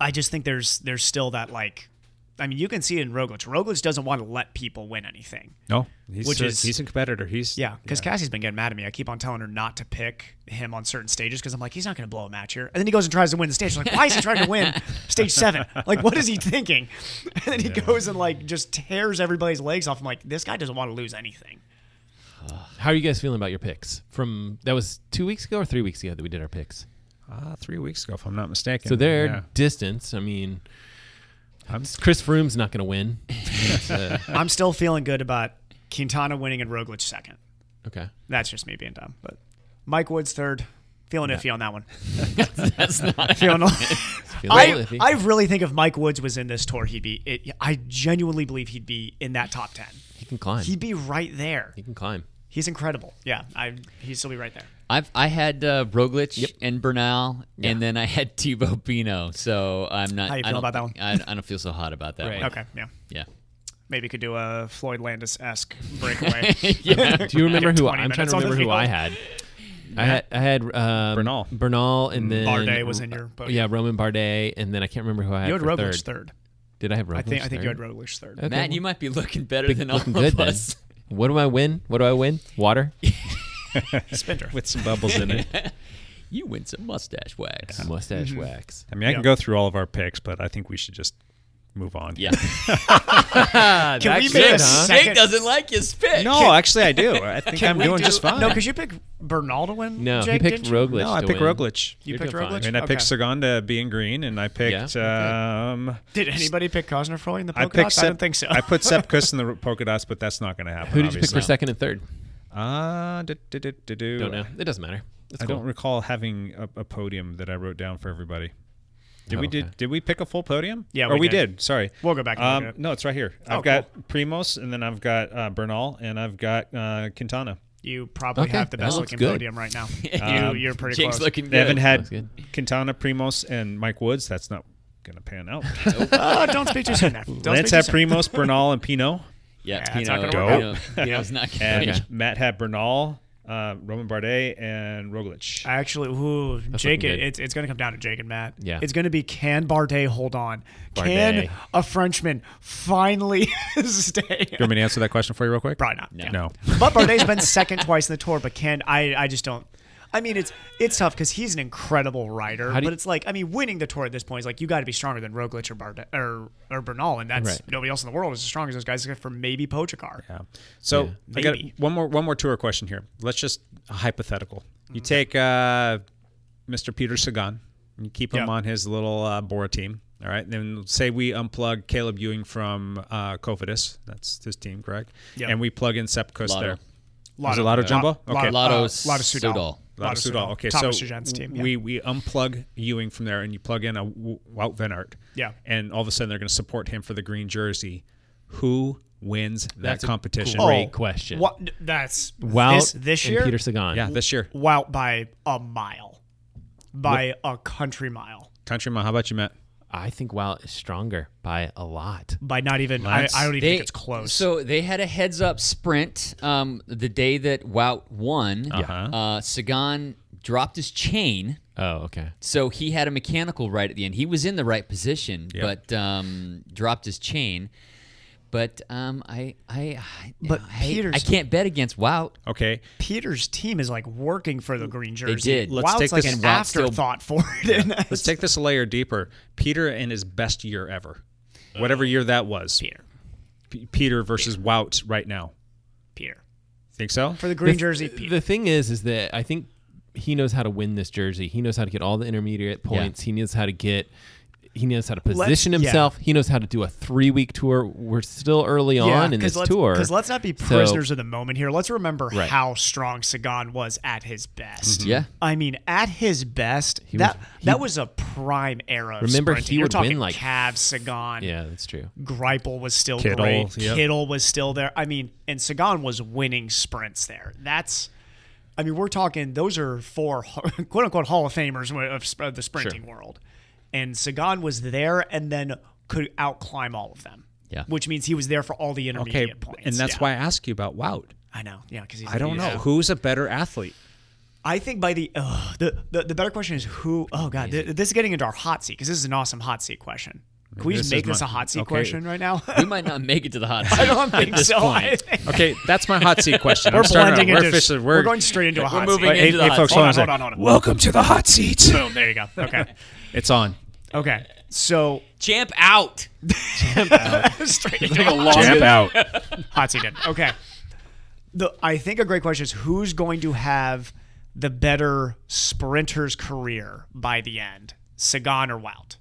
Speaker 1: I just think there's there's still that like, I mean, you can see it in Roglic. Roglic doesn't want to let people win anything.
Speaker 5: No, he's
Speaker 1: Which
Speaker 5: a,
Speaker 1: is-
Speaker 5: he's a competitor. He's
Speaker 1: Yeah, because Cassie's been getting mad at me. I keep on telling her not to pick him on certain stages because I'm like, he's not going to blow a match here. And then he goes and tries to win the stage. I'm like, why is he trying to win stage seven? Like, what is he thinking? (laughs) And then he goes and like just tears everybody's legs off. I'm like, this guy doesn't want to lose anything.
Speaker 2: How are you guys feeling about your picks? From that was two weeks ago or three weeks ago that we did our picks.
Speaker 5: uh, three weeks ago, if I'm not mistaken.
Speaker 2: So their
Speaker 5: Yeah.
Speaker 2: distance. I mean, Chris Froome's not going to win. It's, uh,
Speaker 1: I'm still feeling good about Quintana winning and Roglic second.
Speaker 2: okay.
Speaker 1: That's just me being dumb. But Mike Woods third. Feeling iffy on that one.
Speaker 3: That's not.
Speaker 1: (laughs)
Speaker 2: Feeling
Speaker 1: Feeling.
Speaker 2: a
Speaker 1: I,
Speaker 2: little iffy.
Speaker 1: I really think if Mike Woods was in this tour, he'd be. It, I genuinely believe he'd be in that top ten.
Speaker 2: he can climb.
Speaker 1: He'd be right there.
Speaker 2: he can climb.
Speaker 1: He's incredible. Yeah, I he'd still be right there.
Speaker 3: I've I had uh, Roglic and Bernal, and then I had Thibaut Pino. So I'm not.
Speaker 1: How you
Speaker 3: I
Speaker 1: feel
Speaker 3: don't
Speaker 1: about that
Speaker 3: think- I, I don't feel so hot about that
Speaker 2: Right.
Speaker 3: one.
Speaker 1: Okay, yeah.
Speaker 3: Yeah.
Speaker 1: Maybe could do a Floyd Landis
Speaker 2: (laughs)
Speaker 1: esque breakaway.
Speaker 3: Yeah.
Speaker 2: Do you remember who?
Speaker 1: 20
Speaker 2: I'm trying
Speaker 1: minutes
Speaker 2: to
Speaker 1: on the
Speaker 2: remember who
Speaker 1: field.
Speaker 2: I
Speaker 1: (laughs)
Speaker 2: had. I had, I had um,
Speaker 5: Bernal.
Speaker 2: Bernal, and then
Speaker 1: Mm. Bardet was in your boat.
Speaker 2: Yeah, Roman Bardet, and then I can't remember who I had.
Speaker 1: you had
Speaker 2: for
Speaker 1: Roglic third.
Speaker 2: third. Did I have Roglic?
Speaker 1: I think I think you had
Speaker 2: third?
Speaker 1: Roglic third.
Speaker 2: Okay,
Speaker 3: Matt,
Speaker 2: well,
Speaker 3: you might be looking better
Speaker 2: big-
Speaker 3: than all
Speaker 2: looking
Speaker 3: of
Speaker 2: good then.
Speaker 3: us.
Speaker 1: (laughs)
Speaker 2: What do I win? What do I win? Water,
Speaker 1: Spender.
Speaker 5: with some bubbles in (laughs) it.
Speaker 3: You win some mustache wax.
Speaker 2: mustache
Speaker 1: Mm-hmm.
Speaker 2: wax.
Speaker 5: I mean, I
Speaker 1: Yeah.
Speaker 5: can go through all of our picks, but I think we should just move on.
Speaker 2: (laughs)
Speaker 3: Yeah.
Speaker 1: Can we
Speaker 2: That's
Speaker 1: make
Speaker 2: it,
Speaker 1: a
Speaker 2: huh?
Speaker 3: Jake
Speaker 1: second?
Speaker 3: doesn't like his pick.
Speaker 5: No, actually, I do. (laughs) I think I'm doing just fine.
Speaker 1: No, because you picked Bernal to win.
Speaker 2: No,
Speaker 1: Jake,
Speaker 2: he picked
Speaker 1: didn't you?
Speaker 2: Roglic.
Speaker 5: No, I
Speaker 2: to
Speaker 5: picked
Speaker 2: win.
Speaker 5: Roglic.
Speaker 1: You
Speaker 2: You're
Speaker 1: picked
Speaker 2: doing fine.
Speaker 1: Roglic.
Speaker 5: And I
Speaker 1: Okay.
Speaker 5: picked Saganda being green, and I picked. um,
Speaker 1: Did anybody pick Cosner Froy in the
Speaker 5: I
Speaker 1: polka
Speaker 5: picked.
Speaker 1: dots? I
Speaker 5: Sep-
Speaker 1: don't think so.
Speaker 5: I put (laughs) Sepkus in the polka dots, but that's not going to happen.
Speaker 2: Who did you pick
Speaker 5: obviously.
Speaker 2: for second and third?
Speaker 5: Uh, do, do, do, do, do.
Speaker 2: Don't know. It doesn't matter. It's
Speaker 5: I
Speaker 2: cool.
Speaker 5: don't recall having a, a podium that I wrote down for everybody. Did
Speaker 2: Oh,
Speaker 5: we did
Speaker 2: okay.
Speaker 5: did we pick a full podium?
Speaker 1: Yeah,
Speaker 5: or
Speaker 1: we
Speaker 5: we
Speaker 1: did.
Speaker 5: did. Sorry,
Speaker 1: We'll go back and
Speaker 5: um,
Speaker 1: look it up.
Speaker 5: No, it's right here.
Speaker 1: Oh,
Speaker 5: I've got Primos, and then I've got uh, Bernal, and I've got uh, Quintana.
Speaker 1: (laughs) you probably
Speaker 2: Okay,
Speaker 1: have the
Speaker 2: that
Speaker 1: best
Speaker 2: looks
Speaker 1: looking
Speaker 2: good.
Speaker 1: podium
Speaker 2: (laughs)
Speaker 1: right now.
Speaker 3: Um,
Speaker 1: you, you're pretty
Speaker 3: Jake's
Speaker 1: close.
Speaker 3: looking
Speaker 5: They haven't
Speaker 3: good.
Speaker 5: had
Speaker 2: That's good.
Speaker 5: Quintana, Primos, and Mike Woods. That's not going to pan out.
Speaker 1: Oh, (laughs) don't speak too
Speaker 2: (laughs)
Speaker 1: soon. There. Don't
Speaker 5: Lance
Speaker 1: speak
Speaker 5: had
Speaker 1: too soon.
Speaker 5: Primos, Bernal, and
Speaker 1: (laughs)
Speaker 5: Pino,
Speaker 3: Yeah,
Speaker 1: Yeah, it's not
Speaker 3: Pino.
Speaker 1: gonna work
Speaker 3: Pino- Pino's not
Speaker 5: and
Speaker 3: going to.
Speaker 5: Matt had Bernal, uh, Roman Bardet, and Roglic.
Speaker 1: I actually, ooh, Jake,
Speaker 2: looking
Speaker 1: it,
Speaker 2: good.
Speaker 1: it's, it's going to come down to Jake and Matt.
Speaker 2: Yeah.
Speaker 1: It's going to be can Bardet hold on? Can
Speaker 2: Bardet.
Speaker 1: a Frenchman finally (laughs) stay?
Speaker 5: you want me to answer that question for you real quick?
Speaker 1: Probably not. Yeah.
Speaker 5: No.
Speaker 1: (laughs) But Bardet's been second twice in the tour, but can I? I just don't. I mean, it's it's tough because he's an incredible rider,
Speaker 2: How do
Speaker 1: but
Speaker 2: you-
Speaker 1: it's like I mean, winning the tour at this point is like you got to be stronger than Roglic or Bardet or or Bernal, and that's
Speaker 2: Right.
Speaker 1: nobody else in the world is as strong as those guys except for maybe Pogacar.
Speaker 5: Yeah. So I got
Speaker 1: Maybe.
Speaker 5: one more one more tour question here. Let's just a hypothetical. You
Speaker 1: Mm-hmm.
Speaker 5: take uh, Mr. Peter Sagan, and you keep him
Speaker 1: Yeah.
Speaker 5: on his little uh, Bora team. All right. Then say we unplug Caleb Ewing from uh, Covidus. That's his team, correct?
Speaker 1: Yeah.
Speaker 5: And we plug in Sepkus
Speaker 3: Lotto.
Speaker 5: there.
Speaker 1: Lot
Speaker 5: Was it Lotto Jumbo?
Speaker 1: Lot,
Speaker 5: Okay.
Speaker 1: Lotto,
Speaker 3: Lotto
Speaker 1: uh, Lotto Sudal.
Speaker 3: Sudal.
Speaker 5: Lotto Sudal. Okay,
Speaker 1: Thomas
Speaker 5: so
Speaker 1: Sujan's team. Yeah.
Speaker 5: we we unplug Ewing from there, and you plug in a W- Wout Van Aert.
Speaker 1: Yeah.
Speaker 5: and all of a sudden they're going to support him for the green jersey. Who wins that
Speaker 2: That's a
Speaker 5: competition?
Speaker 2: great question.
Speaker 1: Oh, What? That's
Speaker 2: Wow.
Speaker 1: this this year.
Speaker 2: and Peter Sagan.
Speaker 5: Yeah, this year.
Speaker 1: Wow, by a mile, by a country mile,
Speaker 5: Country Mile, how about you, Matt?
Speaker 2: I think Wow is stronger by a lot.
Speaker 1: by not even. I, I don't even
Speaker 3: They-
Speaker 1: think it's close.
Speaker 3: So they had a heads up sprint um, the day that Wout won.
Speaker 5: Uh-huh.
Speaker 3: Uh, Sagan dropped his chain,
Speaker 2: Oh, okay.
Speaker 3: so he had a mechanical right at the end. He was in the right position, but um, dropped his chain. But um, I, I, I,
Speaker 1: But
Speaker 3: I, hate-
Speaker 1: Peter's-
Speaker 3: I can't bet against Wout.
Speaker 5: Okay,
Speaker 1: Peter's team is like working for the green jersey.
Speaker 3: did. Let's
Speaker 1: Wild's
Speaker 5: take
Speaker 1: like
Speaker 5: this-
Speaker 1: an
Speaker 3: Wild's still-
Speaker 1: afterthought for it. (laughs)
Speaker 5: let's take this a layer deeper. Peter in his best year ever, whatever year that was. Peter, Peter versus Wout right now.
Speaker 1: Peter.
Speaker 5: Think so?
Speaker 1: for the green
Speaker 2: The-
Speaker 1: jersey. Pete.
Speaker 2: The thing is, is that I think he knows how to win this jersey. He knows how to get all the intermediate points. He knows how to get. He knows how to position
Speaker 1: yeah.
Speaker 2: himself. He knows how to do a three-week tour. We're still early on in
Speaker 1: 'cause
Speaker 2: this
Speaker 1: let's,
Speaker 2: tour,
Speaker 1: Because let's not be
Speaker 2: So-
Speaker 1: prisoners of the moment here. Let's remember
Speaker 2: Right.
Speaker 1: how strong Sagan was at his best.
Speaker 3: Yeah.
Speaker 1: I mean, at his best, that
Speaker 2: was- he-
Speaker 1: that was a prime era. Of
Speaker 2: Remember,
Speaker 1: sprinting.
Speaker 2: he
Speaker 1: You're
Speaker 2: would
Speaker 1: talking
Speaker 2: win, like,
Speaker 1: Cavs, Sagan,
Speaker 2: Yeah, that's true.
Speaker 1: Greipel was still
Speaker 5: Kittle,
Speaker 1: great.
Speaker 5: yep.
Speaker 1: Kittle was still there. I mean, and Sagan was winning sprints there. That's, I mean, we're talking those are four (laughs) quote unquote Hall of Famers of sp- of the sprinting world, and Sagan was there and then could outclimb all of them.
Speaker 3: Yeah.
Speaker 1: which means he was there for all the intermediate
Speaker 5: Okay,
Speaker 1: points.
Speaker 5: and that's
Speaker 1: Yeah.
Speaker 5: why I ask you about Wout.
Speaker 1: I know. Yeah, because
Speaker 5: I don't know who's a better
Speaker 1: (laughs)
Speaker 5: athlete.
Speaker 1: I think by the ugh, the, the the better question is who. Oh god, th- this is getting into our hot seat because this is an awesome hot seat question. Can we
Speaker 5: This
Speaker 1: just
Speaker 5: is
Speaker 1: make this
Speaker 5: my-
Speaker 1: a hot seat
Speaker 5: okay.
Speaker 1: question right now? (laughs)
Speaker 3: We might not make it to the hot seat.
Speaker 1: I don't think
Speaker 3: at this
Speaker 1: so.
Speaker 3: point.
Speaker 1: I think-
Speaker 5: Okay, that's my hot seat question. I'm
Speaker 1: we're
Speaker 5: starting
Speaker 1: blending
Speaker 5: out. We're
Speaker 1: into
Speaker 5: officially-
Speaker 1: we're, going straight into a hot
Speaker 3: moving
Speaker 1: seat.
Speaker 5: Hey,
Speaker 3: into the
Speaker 5: hey,
Speaker 3: hot
Speaker 5: folks,
Speaker 3: seat.
Speaker 5: hold on, a
Speaker 1: Hold on,
Speaker 5: second.
Speaker 1: hold on, hold on.
Speaker 5: Welcome to the hot seat.
Speaker 1: Boom, there you go.
Speaker 5: (laughs)
Speaker 1: Okay.
Speaker 5: It's on.
Speaker 1: Okay. So (laughs)
Speaker 3: Champ out.
Speaker 1: straight into a
Speaker 5: Jump out.
Speaker 1: hot seat. in. Okay. The I think a great question is who's going to have the better sprinter's career by the end, Sagan or Wout?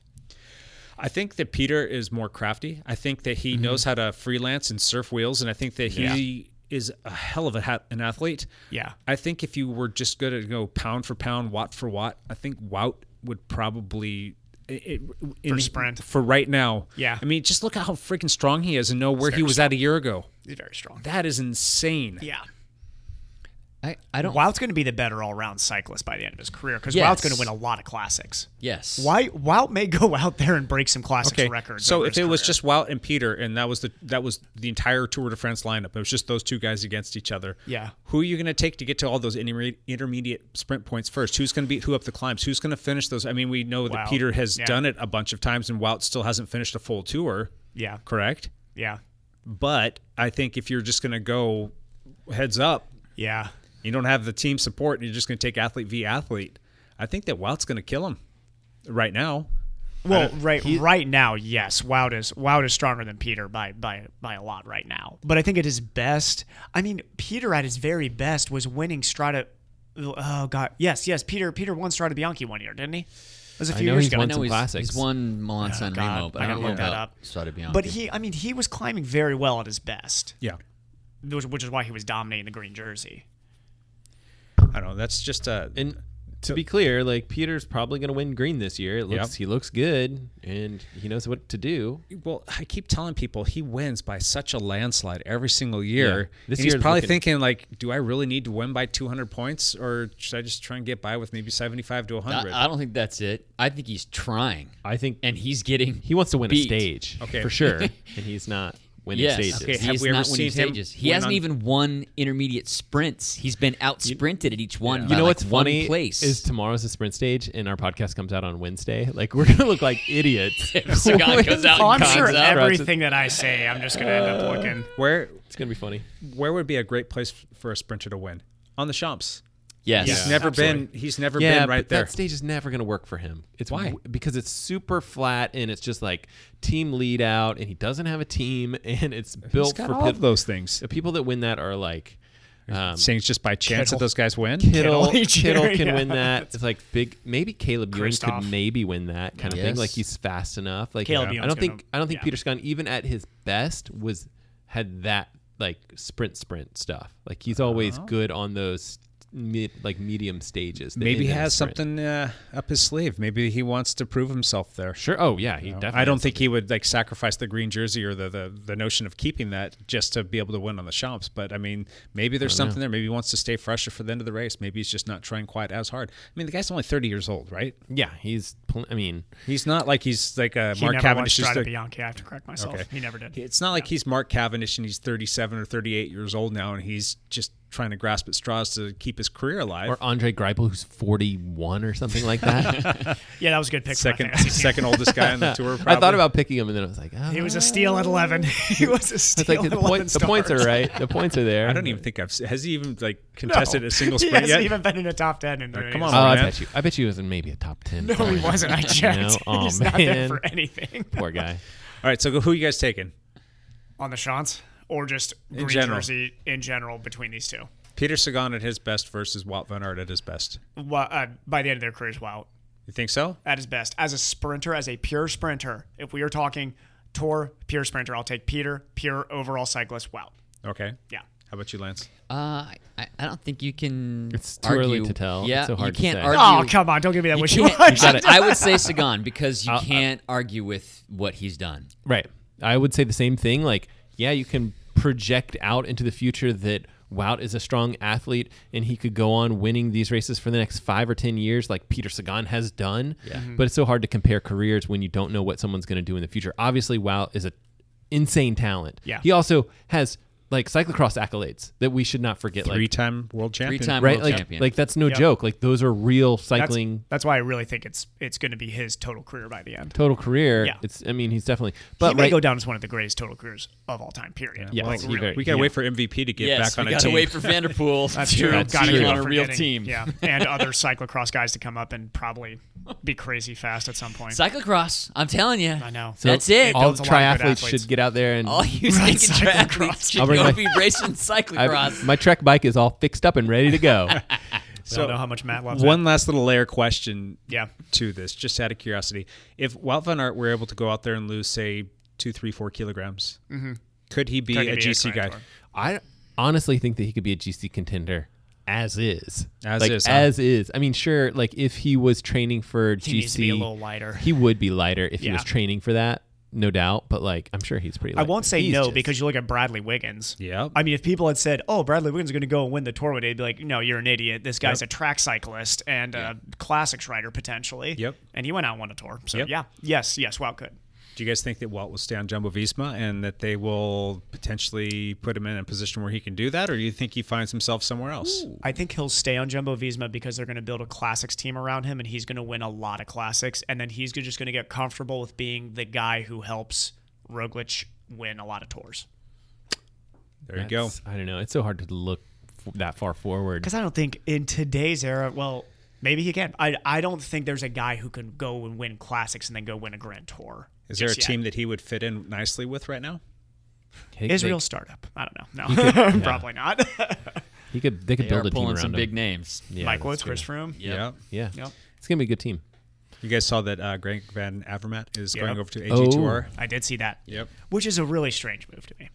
Speaker 5: I think that Peter is more crafty. I think that
Speaker 1: Mm-hmm.
Speaker 5: he knows how to freelance and surf wheels, and I think that he is a hell of a hat, an athlete.
Speaker 1: Yeah.
Speaker 5: I think if you were just good at go pound for pound, watt for watt, I think Wout would probably. It, in-
Speaker 1: sprint.
Speaker 5: for right now,
Speaker 1: Yeah.
Speaker 5: I mean, just look at how freaking strong he is, and know where he was at a year ago.
Speaker 1: He's very strong.
Speaker 5: That is insane.
Speaker 1: Yeah.
Speaker 3: I, I don't.
Speaker 1: Wout's going to be the better all-round cyclist by the end of his career because
Speaker 3: Yes.
Speaker 1: Wout's going to win a lot of classics.
Speaker 3: Yes.
Speaker 1: Why Wout may go (laughs) out there and break some classics
Speaker 5: Okay.
Speaker 1: records.
Speaker 5: So
Speaker 1: over
Speaker 5: if
Speaker 1: his
Speaker 5: it was
Speaker 1: career.
Speaker 5: just Wout and Peter, and that was the that was the entire Tour de France lineup, it was just those two guys against each other.
Speaker 1: Yeah.
Speaker 5: Who are you going to take to get to all those intermediate, intermediate sprint points first? Who's going to beat who up the climbs? Who's going to finish those? I mean, we know that
Speaker 1: Wow.
Speaker 5: Peter has
Speaker 1: Yeah.
Speaker 5: done it a bunch of times, and Wout still hasn't finished a full tour.
Speaker 1: yeah,
Speaker 5: Correct.
Speaker 1: yeah,
Speaker 5: But I think if you're just going to go heads up,
Speaker 1: yeah,
Speaker 5: you don't have the team support, and you're just going to take athlete v athlete. I think that Wout's going to kill him right now.
Speaker 1: well, right, right now, yes, Wout is Wout is stronger than Peter by by by a lot right now. But I think at his best, I mean, Peter at his very best was winning Strada. Oh God, yes, yes, Peter Peter won Strada Bianchi one year, didn't he? It was a few
Speaker 2: know
Speaker 1: years
Speaker 2: he's
Speaker 1: ago.
Speaker 2: won
Speaker 3: I know
Speaker 2: some
Speaker 3: he's,
Speaker 2: classics.
Speaker 3: he's won Milan San
Speaker 1: Oh, God,
Speaker 3: Remo, but
Speaker 1: I
Speaker 3: I,
Speaker 1: gotta
Speaker 3: don't know
Speaker 1: look that
Speaker 3: about
Speaker 1: up.
Speaker 3: Strade Bianche.
Speaker 1: But he, I mean, he was climbing very well at his best,
Speaker 5: Yeah.
Speaker 1: which which is why he was dominating the green jersey.
Speaker 5: I don't know. That's just a.
Speaker 2: And to be clear, like Peter's probably going to win green this year. It looks
Speaker 5: Yep.
Speaker 2: he looks good and he knows what to do.
Speaker 5: Well, I keep telling people he wins by such a landslide every single year.
Speaker 2: Yeah. This
Speaker 5: And he's
Speaker 2: year's
Speaker 5: probably
Speaker 2: looking-
Speaker 5: thinking like, do I really need to win by 200 points, or should I just try and get by with maybe 75 to 100?
Speaker 3: I, I don't think that's it. I think he's trying,
Speaker 2: I think
Speaker 3: and he's getting.
Speaker 2: he wants to win
Speaker 3: beat.
Speaker 2: a stage
Speaker 5: Okay.
Speaker 2: for sure,
Speaker 3: (laughs)
Speaker 2: and he's not winning
Speaker 3: Yes.
Speaker 2: stages.
Speaker 5: Okay. have
Speaker 3: He's
Speaker 5: we ever
Speaker 3: not winning
Speaker 5: seen him
Speaker 3: stages. He
Speaker 5: win
Speaker 3: hasn't
Speaker 5: on-
Speaker 3: even won intermediate sprints. He's been out sprinted at each one. by
Speaker 2: You know
Speaker 3: like
Speaker 2: what's
Speaker 3: one
Speaker 2: funny
Speaker 3: place. (laughs)
Speaker 2: is tomorrow's the sprint stage, and our podcast comes out on Wednesday. Like (laughs) we're gonna look like
Speaker 5: (laughs)
Speaker 2: idiots.
Speaker 3: Sagan goes out
Speaker 1: Oh, I'm
Speaker 3: and
Speaker 1: sure
Speaker 3: comes out.
Speaker 1: everything that I say, I'm just going to end up looking.
Speaker 5: where
Speaker 2: It's (laughs) gonna be funny.
Speaker 5: where would be a great place f- for a sprinter to win? On the Champs.
Speaker 3: Yes.
Speaker 5: He's never been. He's never
Speaker 2: Yeah,
Speaker 5: been right
Speaker 2: but
Speaker 5: there.
Speaker 2: that stage is never gonna work for him. It's
Speaker 5: Why?
Speaker 2: w- because it's super flat and it's just like team lead out, and he doesn't have a team, (laughs) and it's
Speaker 5: he's
Speaker 2: built
Speaker 5: got
Speaker 2: for
Speaker 5: all
Speaker 2: pit-
Speaker 5: of those things.
Speaker 2: The people that win that are like um,
Speaker 5: Saying it's just by chance that those guys win.
Speaker 2: Kittle,
Speaker 1: Kittle (laughs)
Speaker 2: Kittle,
Speaker 1: each year,
Speaker 2: can
Speaker 1: yeah.
Speaker 2: win that. It's like big. Maybe Caleb Ewan
Speaker 1: Kristoff.
Speaker 2: could maybe win that kind of
Speaker 3: Yes.
Speaker 2: thing. Like he's fast enough. Like
Speaker 1: Caleb
Speaker 2: I
Speaker 1: Ewan's
Speaker 2: don't think
Speaker 1: gonna-
Speaker 2: I don't think
Speaker 1: yeah.
Speaker 2: Peter Scott even at his best was had that like sprint sprint stuff. Like he's always
Speaker 1: Oh.
Speaker 2: good on those mid like medium stages. that
Speaker 5: Maybe
Speaker 2: end
Speaker 5: he
Speaker 2: in a
Speaker 5: has
Speaker 2: sprint.
Speaker 5: something uh, up his sleeve. Maybe he wants to prove himself there.
Speaker 2: Sure. Oh yeah, he definitely.
Speaker 5: I don't
Speaker 2: has
Speaker 5: think he would like sacrifice the green jersey or the, the the notion of keeping that just to be able to win on the shops. But I mean, maybe there's something there. Maybe he wants to stay fresher for the end of the race. Maybe he's just not trying quite as hard. I mean, the guy's only 30 years old, right?
Speaker 2: something. Yeah, he's. Pl- I mean,
Speaker 5: He's not like he's like a
Speaker 1: He
Speaker 5: Mark
Speaker 1: never
Speaker 5: Cavendish.
Speaker 1: won
Speaker 5: who's
Speaker 1: Strada
Speaker 5: thir-
Speaker 1: Bianchi. I have to correct myself. He never did.
Speaker 5: It's not like he's Mark Cavendish and he's 37 or 38 years old now, and he's just trying to grasp at straws to keep his career alive.
Speaker 2: or Andre Greipel, who's forty-one or something like
Speaker 5: (laughs)
Speaker 2: that.
Speaker 1: yeah, that was a good pick. for my
Speaker 5: second
Speaker 1: fantasy team.
Speaker 5: second oldest guy
Speaker 2: (laughs)
Speaker 5: on the tour.
Speaker 2: I thought
Speaker 5: probably.
Speaker 2: about picking him, and then I was like,
Speaker 5: (laughs)
Speaker 2: oh,
Speaker 1: He was a steal at 11. (laughs) he was a steal
Speaker 2: It's like
Speaker 1: at
Speaker 2: the,
Speaker 1: 11
Speaker 2: point, the points are
Speaker 1: stars.
Speaker 2: right. The points
Speaker 5: (laughs)
Speaker 2: are there.
Speaker 5: I don't even think I've has he even like
Speaker 1: No.
Speaker 5: contested a single
Speaker 1: (laughs) He
Speaker 5: sprint
Speaker 1: hasn't
Speaker 5: yet.
Speaker 1: even been in a top 10. In
Speaker 5: come on,
Speaker 2: Oh, I
Speaker 5: man.
Speaker 2: bet you. I bet you he was in maybe a top ten.
Speaker 1: No, (laughs) he wasn't. I checked. (laughs)
Speaker 2: Oh,
Speaker 1: He's not there
Speaker 2: man.
Speaker 1: for anything.
Speaker 2: Poor guy.
Speaker 5: All right, so who are you guys taking?
Speaker 1: On the Shants or just green
Speaker 5: general.
Speaker 1: jersey in general between these two?
Speaker 5: Peter Sagan at his best versus Wout van Aert at his best.
Speaker 1: Well, uh, by the end of their careers, wow,
Speaker 5: You think so?
Speaker 1: at his best as a sprinter, as a pure sprinter. If we are talking tour pure sprinter, I'll take Peter, pure overall cyclist. Wow,
Speaker 5: Okay.
Speaker 1: yeah,
Speaker 5: How about you, Lance?
Speaker 3: Uh, I, I don't think you can.
Speaker 2: It's too early
Speaker 3: argue-
Speaker 2: to tell.
Speaker 3: Yeah,
Speaker 2: It's so hard
Speaker 3: you
Speaker 2: to
Speaker 3: can't
Speaker 2: say.
Speaker 3: argue.
Speaker 1: Oh, come on. Don't give me that
Speaker 3: (laughs) you
Speaker 1: wishy
Speaker 3: can't-
Speaker 1: washy.
Speaker 3: I would say Sagan because you can't argue with what he's done.
Speaker 2: Right. I would say the same thing. Like, yeah, you can project out into the future that Wout is a strong athlete and he could go on winning these races for the next five or 10 years, like Peter Sagan has done. Yeah. But it's so hard to compare careers when you don't know what someone's going to do in the future. Obviously, Wout is a insane talent.
Speaker 1: Yeah.
Speaker 2: He also has like cyclocross accolades that we should not forget.
Speaker 5: Three
Speaker 2: like,
Speaker 5: time world champion.
Speaker 3: Three-time
Speaker 2: right?
Speaker 3: world
Speaker 2: Like,
Speaker 3: champion.
Speaker 2: like that's no joke. Like, those are real cycling.
Speaker 1: (laughs) That's, that's why I really think it's it's going to be his total career by the end.
Speaker 2: Total career,
Speaker 1: Yeah.
Speaker 2: it's. I mean, he's definitely.
Speaker 1: He
Speaker 2: But
Speaker 1: may
Speaker 2: right,
Speaker 1: go down as one of the greatest total careers of all time. Period.
Speaker 2: Yeah,
Speaker 1: Like,
Speaker 2: he
Speaker 1: really.
Speaker 2: very-
Speaker 5: We gotta
Speaker 2: yeah.
Speaker 5: wait for MVP to get back on
Speaker 3: we
Speaker 5: a
Speaker 3: gotta
Speaker 5: team.
Speaker 3: wait for Vanderpool to
Speaker 1: That's true. Gotta
Speaker 3: be
Speaker 1: keep
Speaker 3: on a real
Speaker 1: forgetting.
Speaker 3: team.
Speaker 1: Yeah, and other (laughs) cyclocross guys to come up and probably be crazy fast at some point.
Speaker 3: Cyclocross, I'm telling you.
Speaker 1: I know.
Speaker 2: So
Speaker 3: That's it.
Speaker 2: All
Speaker 1: builds a lot of good
Speaker 2: triathletes should
Speaker 1: athletes.
Speaker 2: get out there and
Speaker 3: All you thinking
Speaker 1: cyclocross.
Speaker 3: triathletes should
Speaker 2: I'll bring
Speaker 3: go
Speaker 2: my-
Speaker 3: be racing
Speaker 2: I-
Speaker 3: cyclocross.
Speaker 2: my trek bike is all fixed up and ready to
Speaker 1: (laughs)
Speaker 2: go.
Speaker 1: I don't know how much Matt loves
Speaker 5: One
Speaker 1: it.
Speaker 5: last little layer question
Speaker 1: Yeah.
Speaker 5: to this, just out of curiosity. If Wout van Aert were able to go out there and lose, say, two, three, four kilograms, could he be
Speaker 1: Could he
Speaker 5: a
Speaker 1: be a
Speaker 5: GC guy?
Speaker 1: triathlon?
Speaker 2: I honestly think that he could be a GC contender as is.
Speaker 5: As
Speaker 2: Like,
Speaker 5: is, huh?
Speaker 2: As is. I mean, sure, like if he was training for GC,
Speaker 1: He needs to be a little lighter.
Speaker 2: he would be lighter if he was
Speaker 1: Yeah.
Speaker 2: training for that, no doubt. But like, I'm sure he's pretty.
Speaker 1: I
Speaker 2: light.
Speaker 1: won't say
Speaker 2: He's
Speaker 1: no
Speaker 2: just-
Speaker 1: because you look at Bradley Wiggins.
Speaker 5: Yep.
Speaker 1: I mean, if people had said, "Oh, Bradley Wiggins is going to go and win the tour," they'd be like, "No, you're an idiot. This guy's a track cyclist and a classics rider potentially."
Speaker 5: Yep.
Speaker 1: And he went out and won a tour. So
Speaker 5: Yep.
Speaker 1: yeah, yes, yes, wow, good.
Speaker 5: Do you guys think that Walt will stay on Jumbo Visma and that they will potentially put him in a position where he can do that, or do you think he finds himself somewhere else?
Speaker 1: I think he'll stay on Jumbo Visma because they're going to build a classics team around him, and he's going to win a lot of classics, and then he's just going to get comfortable with being the guy who helps Roglic win a lot of tours.
Speaker 5: There you go.
Speaker 2: I don't know. It's so hard to look f- that far forward.
Speaker 1: Because I don't think in today's era, well, maybe he can. I, I don't think there's a guy who can go and win classics and then go win a Grand Tour.
Speaker 5: Is there a
Speaker 1: just yet.
Speaker 5: team that he would fit in nicely with right now?
Speaker 2: He- they-
Speaker 1: Israel startup? I don't know. No, (laughs) probably not.
Speaker 2: He could. They could
Speaker 3: They are
Speaker 2: build a team
Speaker 3: pulling
Speaker 2: around
Speaker 3: some
Speaker 2: him.
Speaker 5: (laughs)
Speaker 3: big names.
Speaker 2: Yeah,
Speaker 1: Mike
Speaker 2: that's
Speaker 1: Woods,
Speaker 2: true.
Speaker 1: Chris Froome.
Speaker 5: Yeah.
Speaker 2: Yeah.
Speaker 1: Yep.
Speaker 2: It's gonna be a good team.
Speaker 5: You guys saw that uh, Greg Van Avermaet is
Speaker 1: Yep.
Speaker 5: going over to AG2R.
Speaker 1: I did see that.
Speaker 5: Yep.
Speaker 1: Which is a really strange move to me.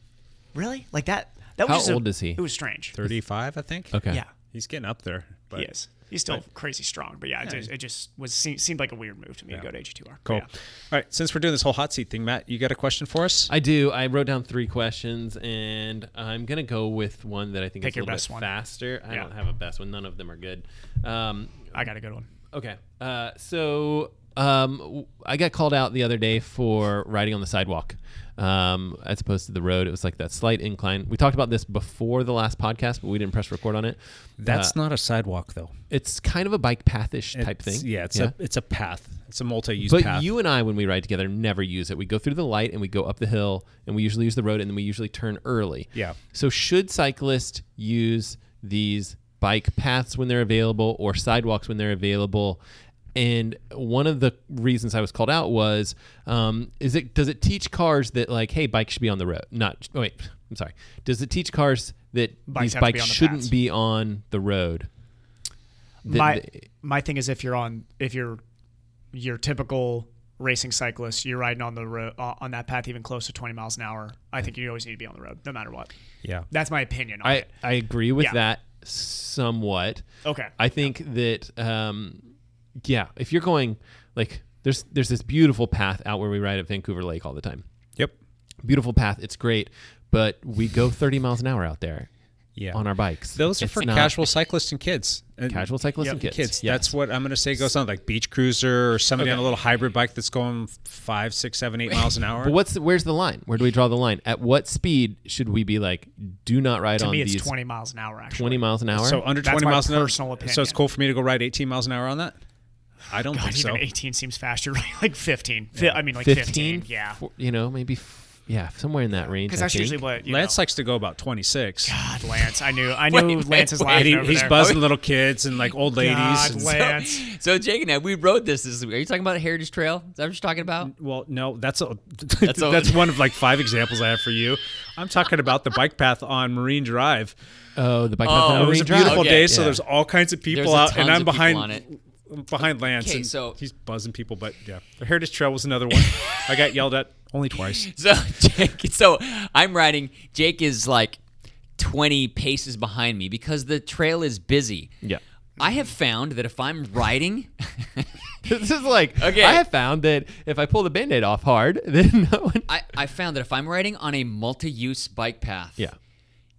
Speaker 1: Really? Like that? That
Speaker 2: How
Speaker 1: was just a-
Speaker 2: old is he?
Speaker 1: It was strange.
Speaker 5: 35, I think.
Speaker 2: Okay.
Speaker 1: Yeah.
Speaker 5: He's getting up there. But
Speaker 1: He is. He's still crazy strong, but yeah, it, just, it just was se- seemed like a weird move to me to go to AG2R.
Speaker 5: Cool.
Speaker 1: But yeah.
Speaker 5: All right. Since we're doing this whole hot seat thing, Matt, you got a question for us?
Speaker 2: I do. I wrote down three questions, and I'm gonna go with one that I think
Speaker 1: Pick
Speaker 2: is a
Speaker 1: your
Speaker 2: little
Speaker 1: best
Speaker 2: bit
Speaker 1: one.
Speaker 2: faster. I
Speaker 1: Yeah.
Speaker 2: don't have a best one. None of them are good. Um,
Speaker 1: I got a good one.
Speaker 2: okay. Uh, so um, w- I got called out the other day for riding on the sidewalk um, as opposed to the road. It was like that slight incline. We talked about this before the last podcast, but we didn't press record on it.
Speaker 5: That's not a sidewalk, though.
Speaker 2: It's kind of a bike pathish type thing.
Speaker 5: It's- Yeah, it's a it's a path. It's a multi-use
Speaker 2: But
Speaker 5: path.
Speaker 2: you and I, when we ride together, never use it. We go through the light and we go up the hill, and we usually use the road, and then we usually turn early.
Speaker 5: Yeah.
Speaker 2: So should cyclists use these bike paths when they're available or sidewalks when they're available? And one of the reasons I was called out was, um, is it does it teach cars that like, hey, bikes should be on the road? Not oh, wait, I'm sorry. Does it teach cars that these
Speaker 1: Bikes have to be
Speaker 2: bikes
Speaker 1: on the
Speaker 2: shouldn't
Speaker 1: paths.
Speaker 2: be on the road? That
Speaker 1: my
Speaker 2: they-
Speaker 1: my thing is if you're on if you're your typical racing cyclist, you're riding on the road uh, on that path even close to 20 miles an hour. I think you always need to be on the road, no matter what.
Speaker 5: yeah.
Speaker 1: That's my opinion. On
Speaker 2: I,
Speaker 1: it.
Speaker 2: I agree with
Speaker 1: Yeah.
Speaker 2: that somewhat.
Speaker 1: Okay.
Speaker 2: I think that um, yeah, if you're going like there's there's this beautiful path out where we ride at Vancouver Lake all the time.
Speaker 5: Yep.
Speaker 2: Beautiful path, it's great, but we go 30 miles an hour out there
Speaker 5: Yeah.
Speaker 2: on our bikes.
Speaker 5: Those are
Speaker 2: It's
Speaker 5: for
Speaker 2: not-
Speaker 5: casual cyclists and kids. And
Speaker 2: casual cyclists and kids.
Speaker 5: kids.
Speaker 2: Yeah.
Speaker 5: That's what I'm going to say goes on, like beach cruiser or somebody on a little hybrid bike that's going five, six, seven, eight miles an
Speaker 2: (laughs)
Speaker 5: hour.
Speaker 2: but what's the, where's the line? Where do we draw the line? At what speed should we be like do not ride
Speaker 1: to
Speaker 2: on
Speaker 1: me, it's
Speaker 2: these
Speaker 1: 20 miles an hour. Actually,
Speaker 2: 20 miles an hour?
Speaker 5: so under
Speaker 1: That's
Speaker 5: 20
Speaker 1: my
Speaker 5: miles an hour.
Speaker 1: personal
Speaker 5: So it's
Speaker 1: opinion.
Speaker 5: cool for me to go ride 18 miles an hour on that. I don't
Speaker 1: God,
Speaker 5: think so.
Speaker 1: (laughs) even 18 seems faster. Like 15. Fi I mean, like 15.
Speaker 2: 15?
Speaker 1: yeah.
Speaker 2: Four- you know, maybe f- yeah, somewhere in that range.
Speaker 1: because
Speaker 2: Because
Speaker 1: that's usually what you
Speaker 5: Lance
Speaker 1: know.
Speaker 5: likes to go about 26.
Speaker 1: God, Lance, I knew, I knew Lance is
Speaker 5: And
Speaker 1: laughing
Speaker 5: he,
Speaker 1: over
Speaker 5: he's
Speaker 1: there. (laughs)
Speaker 5: buzzing little kids and like old ladies.
Speaker 1: God,
Speaker 5: and-
Speaker 1: Lance.
Speaker 3: So Jake and I, we rode this this week. Are you talking about Heritage Trail? Is that what you're talking about?
Speaker 5: Well, no, that's a, (laughs)
Speaker 3: That's
Speaker 5: that's,
Speaker 3: a-
Speaker 5: one of like five examples I have for you. I'm talking about the bike path on Marine Drive.
Speaker 2: Oh, the bike
Speaker 3: Oh,
Speaker 2: path.
Speaker 5: it was a beautiful
Speaker 3: Okay.
Speaker 5: day, so
Speaker 2: Yeah.
Speaker 5: there's all kinds of
Speaker 3: There's
Speaker 5: people
Speaker 3: a
Speaker 5: out,
Speaker 3: tons
Speaker 5: and
Speaker 3: of
Speaker 5: I'm
Speaker 3: people
Speaker 5: behind
Speaker 3: on it.
Speaker 5: behind Lance.
Speaker 3: Okay,
Speaker 5: and
Speaker 3: so-
Speaker 5: he's buzzing people, but yeah, the Heritage Trail was another
Speaker 3: (laughs)
Speaker 5: one. I got yelled at only twice.
Speaker 3: So (laughs) Jake, so I'm riding. Jake is like 20 paces behind me because the trail is busy.
Speaker 2: Yeah. (laughs)
Speaker 3: I have found that if I'm riding, (laughs)
Speaker 2: This is like
Speaker 3: Okay.
Speaker 2: I have found that if I pull the band-aid off hard, (laughs) then no one.
Speaker 3: I, I found that if I'm riding on a multi-use bike path,
Speaker 2: yeah.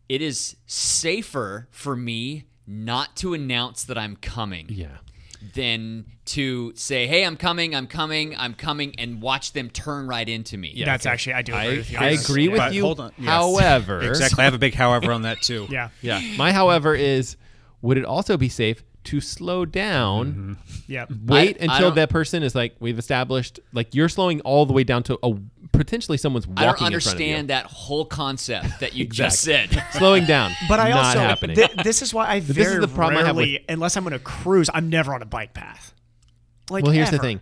Speaker 3: it is safer for me not to announce that I'm coming
Speaker 2: Yeah.
Speaker 3: than to say, "Hey, I'm coming, I'm coming, I'm coming," and watch them turn right into me. Yeah.
Speaker 1: That's actually, I do agree
Speaker 2: I,
Speaker 1: with you.
Speaker 2: I
Speaker 1: on this.
Speaker 2: agree with
Speaker 5: But
Speaker 2: you.
Speaker 5: hold on. Yes.
Speaker 2: However,
Speaker 5: Exactly. I have a big however on that too.
Speaker 1: Yeah,
Speaker 2: Yeah. My however is, would it also be safe to slow down?
Speaker 1: yeah.
Speaker 2: Wait
Speaker 3: I- I
Speaker 2: until
Speaker 3: don't-
Speaker 2: that person is like we've established like you're slowing all the way down to a potentially someone's walking
Speaker 3: I don't
Speaker 2: in front
Speaker 3: understand that whole concept that you just
Speaker 2: Exactly.
Speaker 3: said.
Speaker 2: of you. Slowing down,
Speaker 1: But I
Speaker 2: not
Speaker 1: also
Speaker 2: happening.
Speaker 1: thi- this
Speaker 2: (laughs)
Speaker 1: is why I very
Speaker 2: is the problem I have
Speaker 1: rarely, unless I'm going to cruise, I'm never on a bike path. Like,
Speaker 2: well, here's the
Speaker 1: ever.
Speaker 2: thing.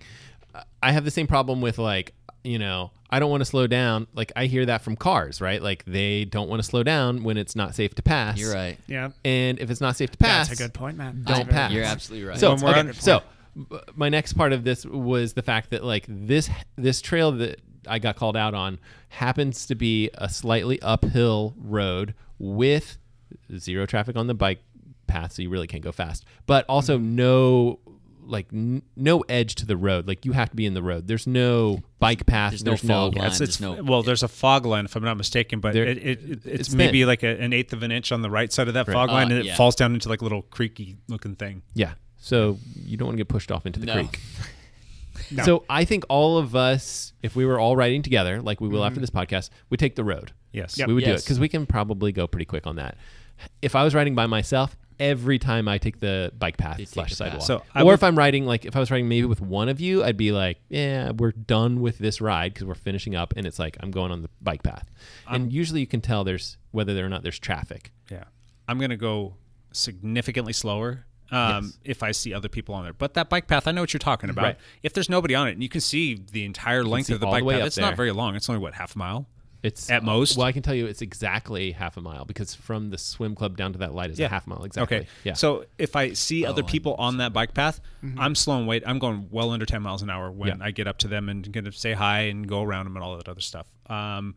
Speaker 2: I have the same problem with like, you know, I don't want to slow down. Like I hear that from cars, right? Like they don't want to slow down when it's not safe to pass.
Speaker 3: You're right.
Speaker 1: Yeah,
Speaker 2: And if it's not safe to pass,
Speaker 1: that's a good point, Matt. That's a
Speaker 2: Don't
Speaker 1: very
Speaker 2: pass.
Speaker 1: good
Speaker 3: You're
Speaker 1: point.
Speaker 3: absolutely right.
Speaker 2: So,
Speaker 5: When we're
Speaker 2: okay,
Speaker 5: on-
Speaker 2: so b- my next part of this was the fact that like this this trail that I got called out on happens to be a slightly uphill road with zero traffic on the bike path, so you really can't go fast, but also no like n- no edge to the road. Like you have to be in the road. There's no bike path.
Speaker 3: There's no fog line.
Speaker 5: It's,
Speaker 3: There's
Speaker 5: it's,
Speaker 3: no-
Speaker 5: well, there's a fog line, if I'm not mistaken, but
Speaker 2: There-
Speaker 5: it, it, it- it's,
Speaker 2: it's
Speaker 5: maybe
Speaker 2: thin.
Speaker 5: like a, an eighth of an inch on the right side of that fog
Speaker 3: Uh,
Speaker 5: line, and it
Speaker 3: yeah.
Speaker 5: falls down into like a little creaky looking thing.
Speaker 2: Yeah. So you don't want to get pushed off into the
Speaker 5: (laughs)
Speaker 3: No.
Speaker 2: creek. So I think all of us, if we were all riding together, like we will after this podcast, we take the road.
Speaker 5: Yes.
Speaker 2: We would do it
Speaker 3: Mm-hmm. Yes.
Speaker 2: because we can probably go pretty quick on that. If I was riding by myself, every time I take the bike path
Speaker 3: take
Speaker 2: slash
Speaker 3: the path.
Speaker 2: sidewalk.
Speaker 5: So I
Speaker 2: or
Speaker 5: would-
Speaker 2: if I'm riding, like if I was riding maybe with one of you, I'd be like, yeah, we're done with this ride because we're finishing up, and it's like I'm going on the bike path. and usually you can tell there's whether or not there's traffic.
Speaker 5: Yeah. I'm going to go significantly slower um,
Speaker 2: Yes.
Speaker 5: if I see other people on there. But that bike path, I know what you're talking about.
Speaker 2: Right.
Speaker 5: If there's nobody on it, and you can see the entire length
Speaker 2: see
Speaker 5: of the
Speaker 2: all the
Speaker 5: bike
Speaker 2: way
Speaker 5: path,
Speaker 2: up
Speaker 5: it's
Speaker 2: there.
Speaker 5: not very long. It's only, what, half a mile?
Speaker 2: It's
Speaker 5: At most?
Speaker 2: Well, I can tell you, it's exactly half a mile because from the swim club down to that light is a half mile exactly.
Speaker 5: Okay.
Speaker 2: Yeah.
Speaker 5: So if I see other people on that bike path, I'm slowing weight. I'm going well under 10 miles an hour when
Speaker 2: Yeah.
Speaker 5: I get up to them and going to say hi and go around them and all that other stuff. Um,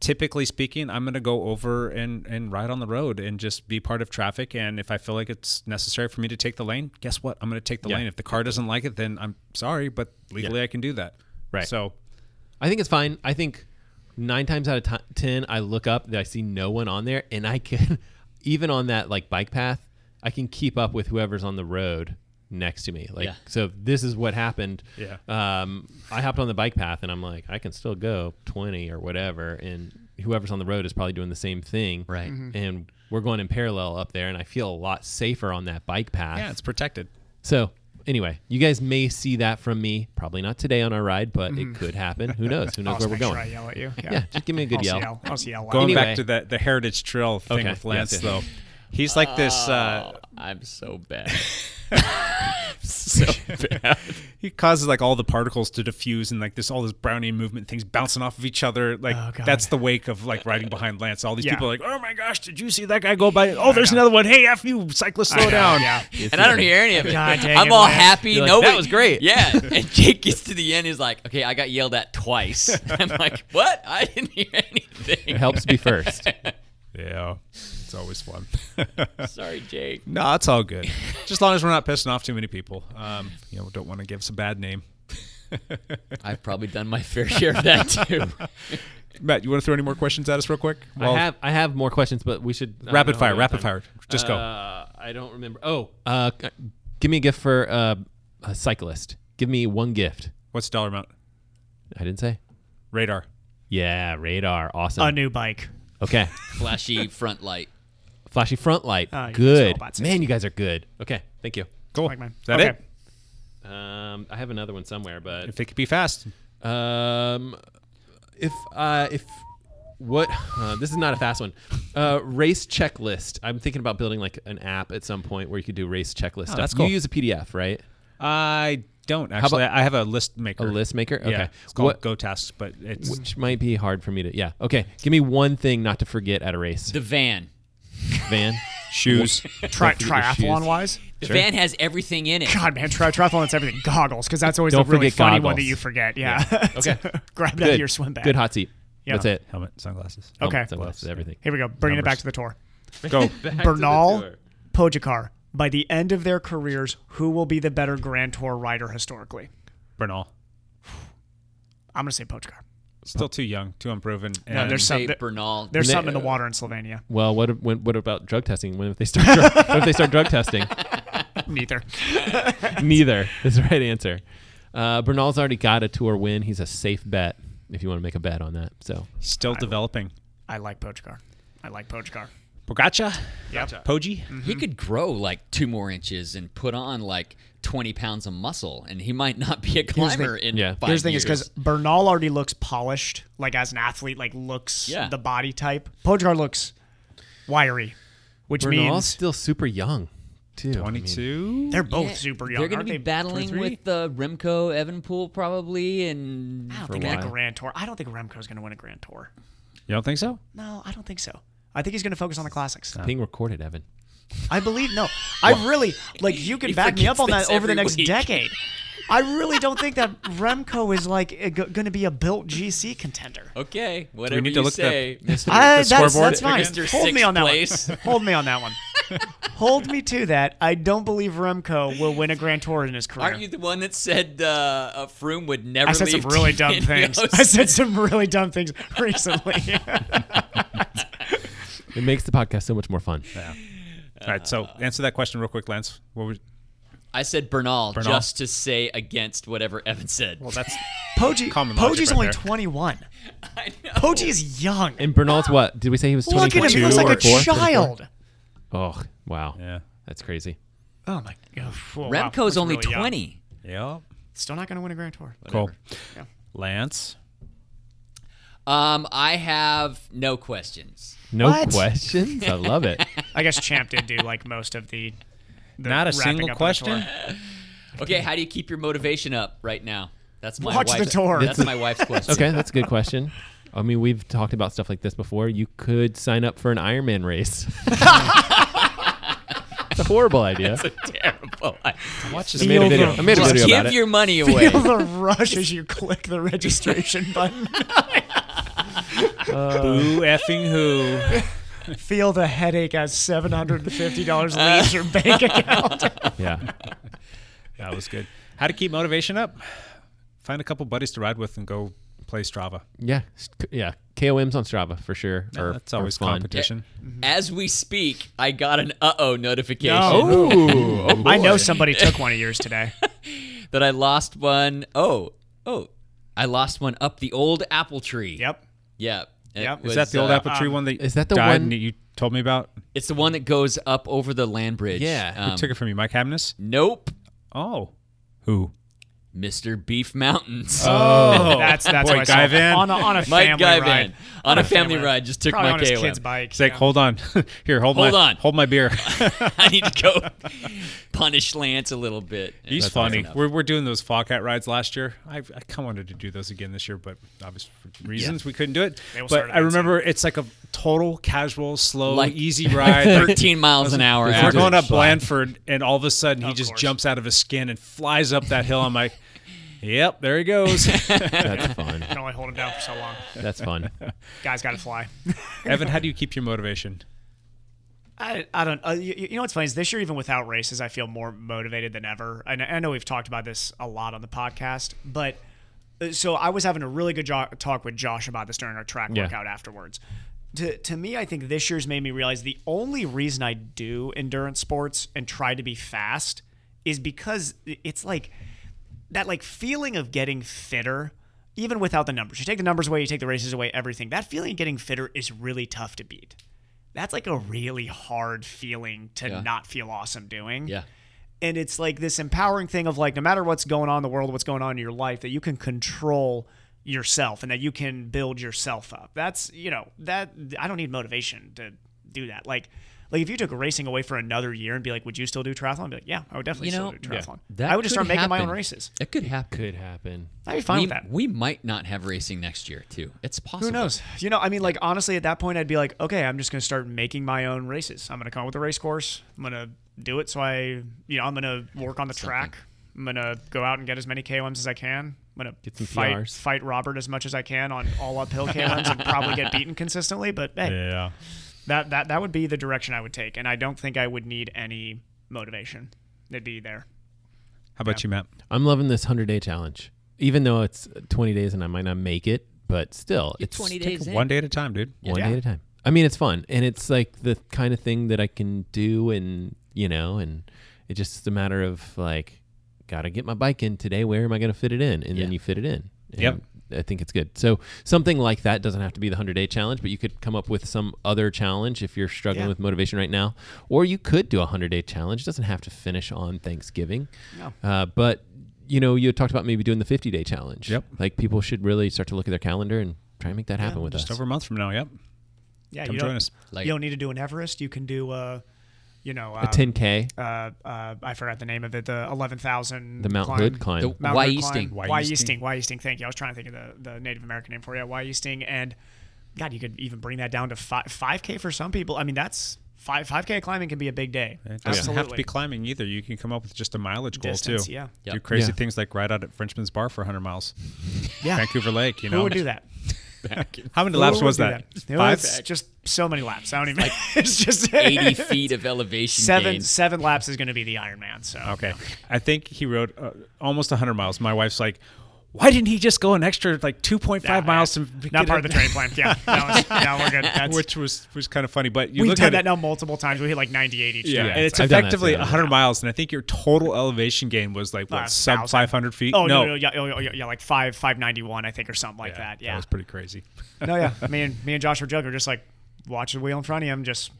Speaker 5: typically speaking, I'm going to go over and, and ride on the road and just be part of traffic. And if I feel like it's necessary for me to take the lane, guess what? I'm going to take the
Speaker 2: Yeah.
Speaker 5: lane. If the car doesn't like it, then I'm sorry, but legally I can do that.
Speaker 2: Right.
Speaker 5: So
Speaker 2: I think it's fine. I think nine times out of ti- ten, I look up that I see no one on there, and I can (laughs) even on that like bike path, I can keep up with whoever's on the road next to me. Like,
Speaker 3: Yeah.
Speaker 2: so this is what happened.
Speaker 5: Yeah. Uh,
Speaker 2: Um, I hopped on the bike path, and I'm like, I can still go twenty or whatever, and whoever's on the road is probably doing the same thing.
Speaker 3: Right.
Speaker 2: And we're going in parallel up there, and I feel a lot safer on that bike path.
Speaker 5: yeah, it's protected.
Speaker 2: So anyway, you guys may see that from me. Probably not today on our ride, but
Speaker 1: Mm.
Speaker 2: it could happen.
Speaker 1: (laughs)
Speaker 2: Who knows? Who knows
Speaker 1: I'll just
Speaker 2: where we're
Speaker 1: make sure
Speaker 2: going?
Speaker 1: I yell at you. Yeah,
Speaker 2: yeah, just give me a good
Speaker 1: I'll
Speaker 2: yell.
Speaker 1: yell. I'll just yell.
Speaker 2: (laughs)
Speaker 5: Going
Speaker 1: loud.
Speaker 2: Anyway.
Speaker 5: back to the, the Heritage Trail thing
Speaker 2: Okay,
Speaker 5: with Lance,
Speaker 2: yes.
Speaker 5: (laughs) though. He's like this. Uh,
Speaker 3: I'm so bad.
Speaker 5: (laughs)
Speaker 3: so bad.
Speaker 5: He causes like all the particles to diffuse and like this all this brownian movement things bouncing off of each other. Like
Speaker 1: Oh, God.
Speaker 5: that's the wake of like riding behind Lance. All these
Speaker 1: Yeah.
Speaker 5: people are like, oh my gosh, did you see that guy go by? Oh, there's another one. Hey, f you, cyclist, slow down.
Speaker 1: Yeah.
Speaker 3: and I don't hear any of it.
Speaker 1: God dang
Speaker 3: I'm
Speaker 1: it,
Speaker 3: all
Speaker 1: Lance.
Speaker 3: happy.
Speaker 2: You're like,
Speaker 3: Nobody,
Speaker 2: "That was great." (laughs)
Speaker 3: Yeah. And Jake gets to the end. He's like, okay, I got yelled at twice. (laughs) I'm like, what? I didn't hear anything.
Speaker 2: It helps be first.
Speaker 5: Yeah, it's always fun.
Speaker 3: Sorry, Jake.
Speaker 5: (laughs) no, it's all good. Just as long as we're not pissing off too many people. Um, you know, we don't want to give us a bad name.
Speaker 3: I've probably done my fair share of that too.
Speaker 2: (laughs)
Speaker 5: Matt, you want to throw any more questions at us real quick?
Speaker 2: I have I have more questions, but we should
Speaker 1: uh,
Speaker 2: I
Speaker 5: rapid
Speaker 2: don't know
Speaker 5: fire,
Speaker 2: how
Speaker 5: rapid
Speaker 2: much time.
Speaker 5: fire. Just go.
Speaker 2: Uh, I don't remember. Oh, uh, c- give me a gift for uh, a cyclist. Give me one gift.
Speaker 5: What's the dollar amount?
Speaker 2: I didn't say.
Speaker 5: Radar.
Speaker 2: Yeah, radar. Awesome.
Speaker 1: a new bike.
Speaker 2: okay.
Speaker 3: Flashy front light.
Speaker 2: Flashy front light.
Speaker 1: Oh, yeah, it's all
Speaker 2: good.
Speaker 1: about safety.
Speaker 2: Man, you guys are good. Okay. Thank you.
Speaker 5: Cool.
Speaker 1: Like mine.
Speaker 5: Is that
Speaker 1: Okay.
Speaker 5: it?
Speaker 2: Um, I have another one somewhere, but
Speaker 5: If it could be fast.
Speaker 2: Um, if uh, if what (laughs) uh, this is not a fast one. Uh, race checklist. I'm thinking about building like an app at some point where you could do race checklist stuff.
Speaker 5: that's cool.
Speaker 2: You use a PDF, right?
Speaker 5: I don't actually. I have a list
Speaker 2: A
Speaker 5: maker.
Speaker 2: list maker. Okay.
Speaker 5: Yeah, it's called
Speaker 2: What-
Speaker 5: Go Tasks, but it's
Speaker 2: which might be hard for me to. Yeah. Okay. Give me one thing not to forget at a
Speaker 1: (laughs)
Speaker 2: race.
Speaker 3: The van.
Speaker 2: Van.
Speaker 5: shoes.
Speaker 1: Tri-
Speaker 2: forget your shoes.
Speaker 1: triathlon wise.
Speaker 3: The van has everything in it.
Speaker 1: God, man, tri- triathlon's everything. Goggles, because that's always
Speaker 2: Don't
Speaker 1: the really
Speaker 2: forget
Speaker 1: funny one
Speaker 2: goggles.
Speaker 1: that you forget. Yeah. (laughs)
Speaker 2: Okay.
Speaker 1: Grab that out of
Speaker 2: Good.
Speaker 1: your swim bag.
Speaker 2: Good hot seat.
Speaker 1: Yeah.
Speaker 2: That's it.
Speaker 5: (laughs) helmet,
Speaker 1: (laughs)
Speaker 5: sunglasses.
Speaker 1: Okay.
Speaker 2: Helmet, sunglasses, everything.
Speaker 1: Here we go. Bringing it back to the tour.
Speaker 5: Go.
Speaker 1: Bernal, Pojakar. By the end of their careers, who will be the better Grand Tour rider historically?
Speaker 5: Bernal.
Speaker 1: I'm gonna say Pojakar.
Speaker 5: Still too young, too unproven. And
Speaker 1: No, there's some.
Speaker 3: Say
Speaker 1: there-
Speaker 3: Bernal.
Speaker 1: There's
Speaker 2: They-
Speaker 1: something in
Speaker 3: uh,
Speaker 1: the water in Slovenia.
Speaker 2: Well, what if- when, what about drug testing? When if they start drug, what if they start drug testing?
Speaker 1: (laughs) Neither.
Speaker 2: Neither is the right answer. Uh, Bernal's already got a tour win. He's a safe bet if you want to make a bet on that. So
Speaker 5: still developing.
Speaker 1: I like Pojakar. I like Pojakar.
Speaker 5: Bogacha,
Speaker 1: Yep.
Speaker 5: Poji.
Speaker 2: Mm-hmm.
Speaker 3: He could grow like two more inches and put on like 20 pounds of muscle, and he might not be a
Speaker 1: the-
Speaker 3: climber in
Speaker 2: Yeah.
Speaker 3: five
Speaker 1: Here's the thing
Speaker 3: years.
Speaker 1: is because Bernal already looks polished, like as an athlete, like looks
Speaker 3: Yeah.
Speaker 1: the body type. Pojakar looks wiry, which
Speaker 2: Bernal's
Speaker 1: means
Speaker 2: still super young, too. I mean,
Speaker 5: Twenty-two.
Speaker 1: they're both super young.
Speaker 3: Eh, they're going
Speaker 1: aren't
Speaker 3: to be
Speaker 1: they?
Speaker 3: battling
Speaker 1: 23?
Speaker 3: with uh, Remco Evanpool probably, and
Speaker 1: I don't
Speaker 2: for
Speaker 1: think
Speaker 2: a
Speaker 1: in a
Speaker 2: while.
Speaker 1: Grand Tour. I don't think Remco's going to win a Grand Tour.
Speaker 5: You don't think so?
Speaker 1: No, I don't think so. I think he's going to focus on the classics.
Speaker 2: being recorded, Evan.
Speaker 1: I believe no. I really like you can
Speaker 3: He
Speaker 1: back me up on
Speaker 3: forgets
Speaker 1: that
Speaker 3: this
Speaker 1: over the
Speaker 3: every
Speaker 1: next
Speaker 3: week.
Speaker 1: decade. I really don't think that Remco is like going to be a built GC contender.
Speaker 3: Oh, okay, whatever
Speaker 5: need to
Speaker 3: you
Speaker 5: look
Speaker 3: say, (laughs)
Speaker 5: that-
Speaker 3: Mr.
Speaker 1: I,
Speaker 5: the
Speaker 1: that's,
Speaker 5: scoreboard
Speaker 1: that's fine.
Speaker 3: against your
Speaker 1: Hold me
Speaker 3: sixth
Speaker 1: on that
Speaker 3: place.
Speaker 1: one. (laughs) Hold me on that
Speaker 3: (laughs)
Speaker 1: one. Hold me to that. I don't believe Remco will win a Grand Tour in his career.
Speaker 3: Aren't you the one that said uh, uh, Froome would never
Speaker 1: I said some
Speaker 3: leave
Speaker 1: really dumb
Speaker 3: TNO? (laughs)
Speaker 1: things. I said some really dumb things recently.
Speaker 2: It makes the podcast so much more fun.
Speaker 5: All right. So answer that question real quick, Lance. What was?
Speaker 3: I said Bernal,
Speaker 5: Bernal.
Speaker 3: just to say against whatever Evan said.
Speaker 5: Well, that's
Speaker 1: Poji,
Speaker 5: Common logic
Speaker 1: Poji's
Speaker 5: right
Speaker 1: only
Speaker 5: there.
Speaker 1: 21.
Speaker 3: I know.
Speaker 1: Poji is young.
Speaker 2: And Bernal's what? Did we say he was
Speaker 1: Look at him. He
Speaker 2: 22
Speaker 1: looks like
Speaker 2: or
Speaker 1: a
Speaker 2: 24?
Speaker 1: child.
Speaker 2: Oh, wow.
Speaker 5: yeah.
Speaker 2: That's crazy.
Speaker 1: Oh my god. Whoa, wow.
Speaker 3: Remco's
Speaker 1: Looks
Speaker 3: only
Speaker 1: really young.
Speaker 3: 20.
Speaker 5: Yeah.
Speaker 1: Still not going to win a Grand Tour.
Speaker 5: Cool. Lance.
Speaker 3: Um, I have no questions.
Speaker 2: No
Speaker 1: What?
Speaker 2: questions. I love
Speaker 3: (laughs)
Speaker 2: it.
Speaker 1: I guess Champ did do like most of the. the
Speaker 5: Not a
Speaker 1: wrapping
Speaker 5: single
Speaker 1: up of the
Speaker 5: question.
Speaker 1: tour.
Speaker 3: Okay, how do you keep your motivation up right now? That's my
Speaker 1: Watch the
Speaker 3: wife's,
Speaker 1: tour.
Speaker 3: That's my
Speaker 1: (laughs)
Speaker 3: wife's question.
Speaker 2: Okay, that's a good question. I mean, we've talked about stuff like this before. You could sign up for an Ironman race.
Speaker 3: (laughs)
Speaker 2: it's a horrible idea.
Speaker 3: Terrible. I-
Speaker 5: Watch
Speaker 2: I made a video. I made a
Speaker 3: Just
Speaker 2: video
Speaker 3: give
Speaker 2: about it.
Speaker 3: your
Speaker 1: (laughs)
Speaker 3: money away.
Speaker 1: Feel the rush as you click the (laughs) registration button.
Speaker 5: Boo
Speaker 1: Uh,
Speaker 5: effing who?
Speaker 1: (laughs) Feel the headache as seven hundred and fifty dollars
Speaker 3: Uh.
Speaker 1: leaves
Speaker 3: (laughs)
Speaker 1: your bank account.
Speaker 2: Yeah.
Speaker 5: That was good. How to keep motivation up? Find a couple buddies to ride with and go play Strava.
Speaker 2: Yeah. S- c- Yeah. KOM's on Strava for sure. Or
Speaker 5: That's always
Speaker 2: fun.
Speaker 5: competition.
Speaker 3: As we speak, I got an uh oh notification
Speaker 2: Ooh.
Speaker 3: Oh,
Speaker 1: I know somebody took one of yours today.
Speaker 3: that I lost one oh oh, I lost one up the old apple tree.
Speaker 1: Yep.
Speaker 3: Yeah. It
Speaker 1: Yep.
Speaker 5: Is
Speaker 1: Is
Speaker 3: was,
Speaker 5: that the old
Speaker 3: uh,
Speaker 5: apple tree one that
Speaker 2: is that the
Speaker 5: died
Speaker 2: one-
Speaker 5: and that you told me about?
Speaker 3: It's the one that goes up over the land bridge.
Speaker 2: Yeah.
Speaker 3: Um,
Speaker 5: Took it from you, Mike Hamness.
Speaker 3: nope.
Speaker 5: Oh, who?
Speaker 3: Mr. Beef Mountains.
Speaker 1: Uh.
Speaker 5: Oh,
Speaker 1: That's that's
Speaker 5: boy,
Speaker 1: what I saw.
Speaker 5: Guy Van.
Speaker 1: on a, on a
Speaker 3: Mike
Speaker 1: family
Speaker 3: Guy
Speaker 1: ride.
Speaker 3: Van on a family ride just took
Speaker 1: Probably
Speaker 3: my
Speaker 1: on his
Speaker 3: KOM.
Speaker 1: kid's bike.
Speaker 5: It's like, hold on, (laughs) here, hold,
Speaker 3: Hold
Speaker 5: my,
Speaker 3: on.
Speaker 5: hold my
Speaker 3: (laughs)
Speaker 5: beer.
Speaker 3: (laughs) I need to go (laughs) punish Lance a little bit.
Speaker 5: He's
Speaker 3: That's
Speaker 5: funny.
Speaker 3: enough.
Speaker 5: We're, we're doing those Foghat rides last year. I, I kind of wanted to do those again this year, but obviously for reasons we couldn't do it.
Speaker 1: They will start
Speaker 5: But
Speaker 1: at
Speaker 5: I
Speaker 1: eight,
Speaker 5: remember it's like a total casual, slow,
Speaker 3: Like- (laughs)
Speaker 5: easy ride. Like,
Speaker 3: 13 miles an hour.
Speaker 5: We're
Speaker 3: average.
Speaker 5: going up Blandford, and all of a sudden he
Speaker 1: Of
Speaker 5: just
Speaker 1: course.
Speaker 5: jumps out of his skin and flies up that hill. I'm like, yep, there he (laughs) goes.
Speaker 2: That's fun.
Speaker 1: Can only hold him down for so long.
Speaker 2: That's fun.
Speaker 1: Guys got to fly.
Speaker 5: Evan, how do you keep your motivation?
Speaker 1: I, I don't. Uh, you, you know what's funny is this year, even without races, I feel more motivated than ever. And I know we've talked about this a lot on the podcast, but uh, so I was having a really good jo- talk with Josh about this during our track
Speaker 2: Yeah.
Speaker 1: workout afterwards. To, to me, I think this year's made me realize the only reason I do endurance sports and try to be fast is because it's like that like feeling of getting fitter even without the numbers you take the numbers away you take the races away everything that feeling of getting fitter is really tough to beat that's like a really hard feeling to not feel awesome doing
Speaker 3: Yeah.
Speaker 1: and it's like this empowering thing of like no matter what's going on in the world what's going on in your life that you can control yourself and that you can build yourself up. That's you know that I don't need motivation to do that. Like like if you took racing away for another year and be like, would you still do triathlon? I'd be like, yeah, I would definitely
Speaker 3: You know,
Speaker 1: still do triathlon.
Speaker 3: That
Speaker 1: I would just
Speaker 3: could
Speaker 1: start making my own
Speaker 3: happen.
Speaker 1: races.
Speaker 3: It could happen.
Speaker 2: Could happen.
Speaker 1: I'd be fine
Speaker 3: we,
Speaker 1: with that.
Speaker 3: we might not have racing next year too. It's possible.
Speaker 1: Who knows? You know, I mean, like honestly, at that point, I'd be like, okay, I'm just gonna start making my own races. I'm gonna come up with a race course. I'm gonna do it. So I, you know, I'm gonna work on the track. I'm gonna go out and get as many KOMs as I can. I'm gonna
Speaker 2: Get some
Speaker 1: fight
Speaker 2: PRs.
Speaker 1: fight Robert as much as I can on all uphill KOMs and probably get beaten consistently. But hey,
Speaker 5: Yeah.
Speaker 1: that that that would be the direction I would take, and I don't think I would need any motivation. It'd be there.
Speaker 5: How about you, Matt?
Speaker 2: I'm loving this 100 day challenge, even though it's 20 days and I might not make it, but still, it's
Speaker 3: 20 days in.
Speaker 5: One day at a time, dude.
Speaker 2: one day at a time. I mean, it's fun, and it's like the kind of thing that I can do, and you know, and it's just a matter of like, gotta get my bike in today. Where am I gonna fit it in? And then
Speaker 3: Yeah.
Speaker 2: you fit it in. And
Speaker 5: Yep.
Speaker 2: I think it's good. So something like that doesn't have to be the hundred day challenge, but you could come up with some other challenge if you're struggling
Speaker 1: Yeah.
Speaker 2: with motivation right now, or you could do a hundred day challenge. It doesn't have to finish on Thanksgiving.
Speaker 1: No.
Speaker 2: Uh, but you know, you talked about maybe doing the fifty day challenge.
Speaker 5: Yep.
Speaker 2: Like people should really start to look at their calendar and try and make that happen with
Speaker 5: Just
Speaker 2: us.
Speaker 5: over a month from now. Yep.
Speaker 1: Yeah,
Speaker 5: Come
Speaker 1: you
Speaker 5: join
Speaker 1: don't,
Speaker 5: us.
Speaker 3: Like-
Speaker 1: you don't need to do an Everest. You can do, uh, you know, uh,
Speaker 2: a 10k
Speaker 1: uh, uh, I forgot the name of it, the 11,000.
Speaker 2: the Mount
Speaker 1: climb.
Speaker 2: Hood climb.
Speaker 3: The-
Speaker 1: Mount
Speaker 3: Why
Speaker 1: Hood
Speaker 3: Easting.
Speaker 1: Climb. Why Easting. Why Easting. Thank you. I was trying to think of the, the Native American name for you. Why Easting. And God, you could even bring that down to five, 5K for some people. I mean, that's five, 5K climbing can be a big day.
Speaker 5: It doesn't
Speaker 1: Absolutely.
Speaker 5: have to be climbing either. You can come up with just a mileage goal
Speaker 1: Distance,
Speaker 5: too.
Speaker 1: yeah.
Speaker 3: Yep.
Speaker 5: Do crazy
Speaker 2: Yeah.
Speaker 5: things like ride out at Frenchman's Bar for 100 miles,
Speaker 1: yeah.
Speaker 5: Vancouver Lake. You know,
Speaker 1: Who would do that?
Speaker 5: How many
Speaker 1: Who
Speaker 5: laps
Speaker 1: would
Speaker 5: was
Speaker 1: do
Speaker 5: that?
Speaker 1: It
Speaker 5: Five.
Speaker 1: was just so many laps. I don't even. (laughs) it's just (laughs)
Speaker 3: 80 feet of elevation
Speaker 1: Seven
Speaker 3: gain.
Speaker 1: seven laps is going to be the Ironman. So
Speaker 5: Okay. I think he rode uh, almost 100 miles. My wife's like, why didn't he just go an extra like 2.5
Speaker 1: Yeah,
Speaker 5: miles?
Speaker 1: yeah.
Speaker 5: To
Speaker 1: not part of
Speaker 5: (laughs)
Speaker 1: the training plan. Yeah, that was, no, we're good. That's,
Speaker 5: Which was was kind of funny, but you
Speaker 1: we've
Speaker 5: look
Speaker 1: done
Speaker 5: at
Speaker 1: that
Speaker 5: it,
Speaker 1: now multiple times. We hit like 98 each
Speaker 5: Yeah,
Speaker 1: time.
Speaker 5: and it's
Speaker 2: I've done that
Speaker 5: effectively
Speaker 2: too.
Speaker 5: 100 miles, and I think your total elevation gain was like what
Speaker 1: Uh,
Speaker 5: sub
Speaker 1: 1,000.
Speaker 5: 500 feet.
Speaker 1: Oh no, no, yeah, oh, yeah, yeah, like five five ninety one, I think, or something like that. Yeah,
Speaker 5: that was pretty crazy.
Speaker 1: (laughs) no, yeah. Me and me and Joshua Jug are just like watch the wheel in front of him, just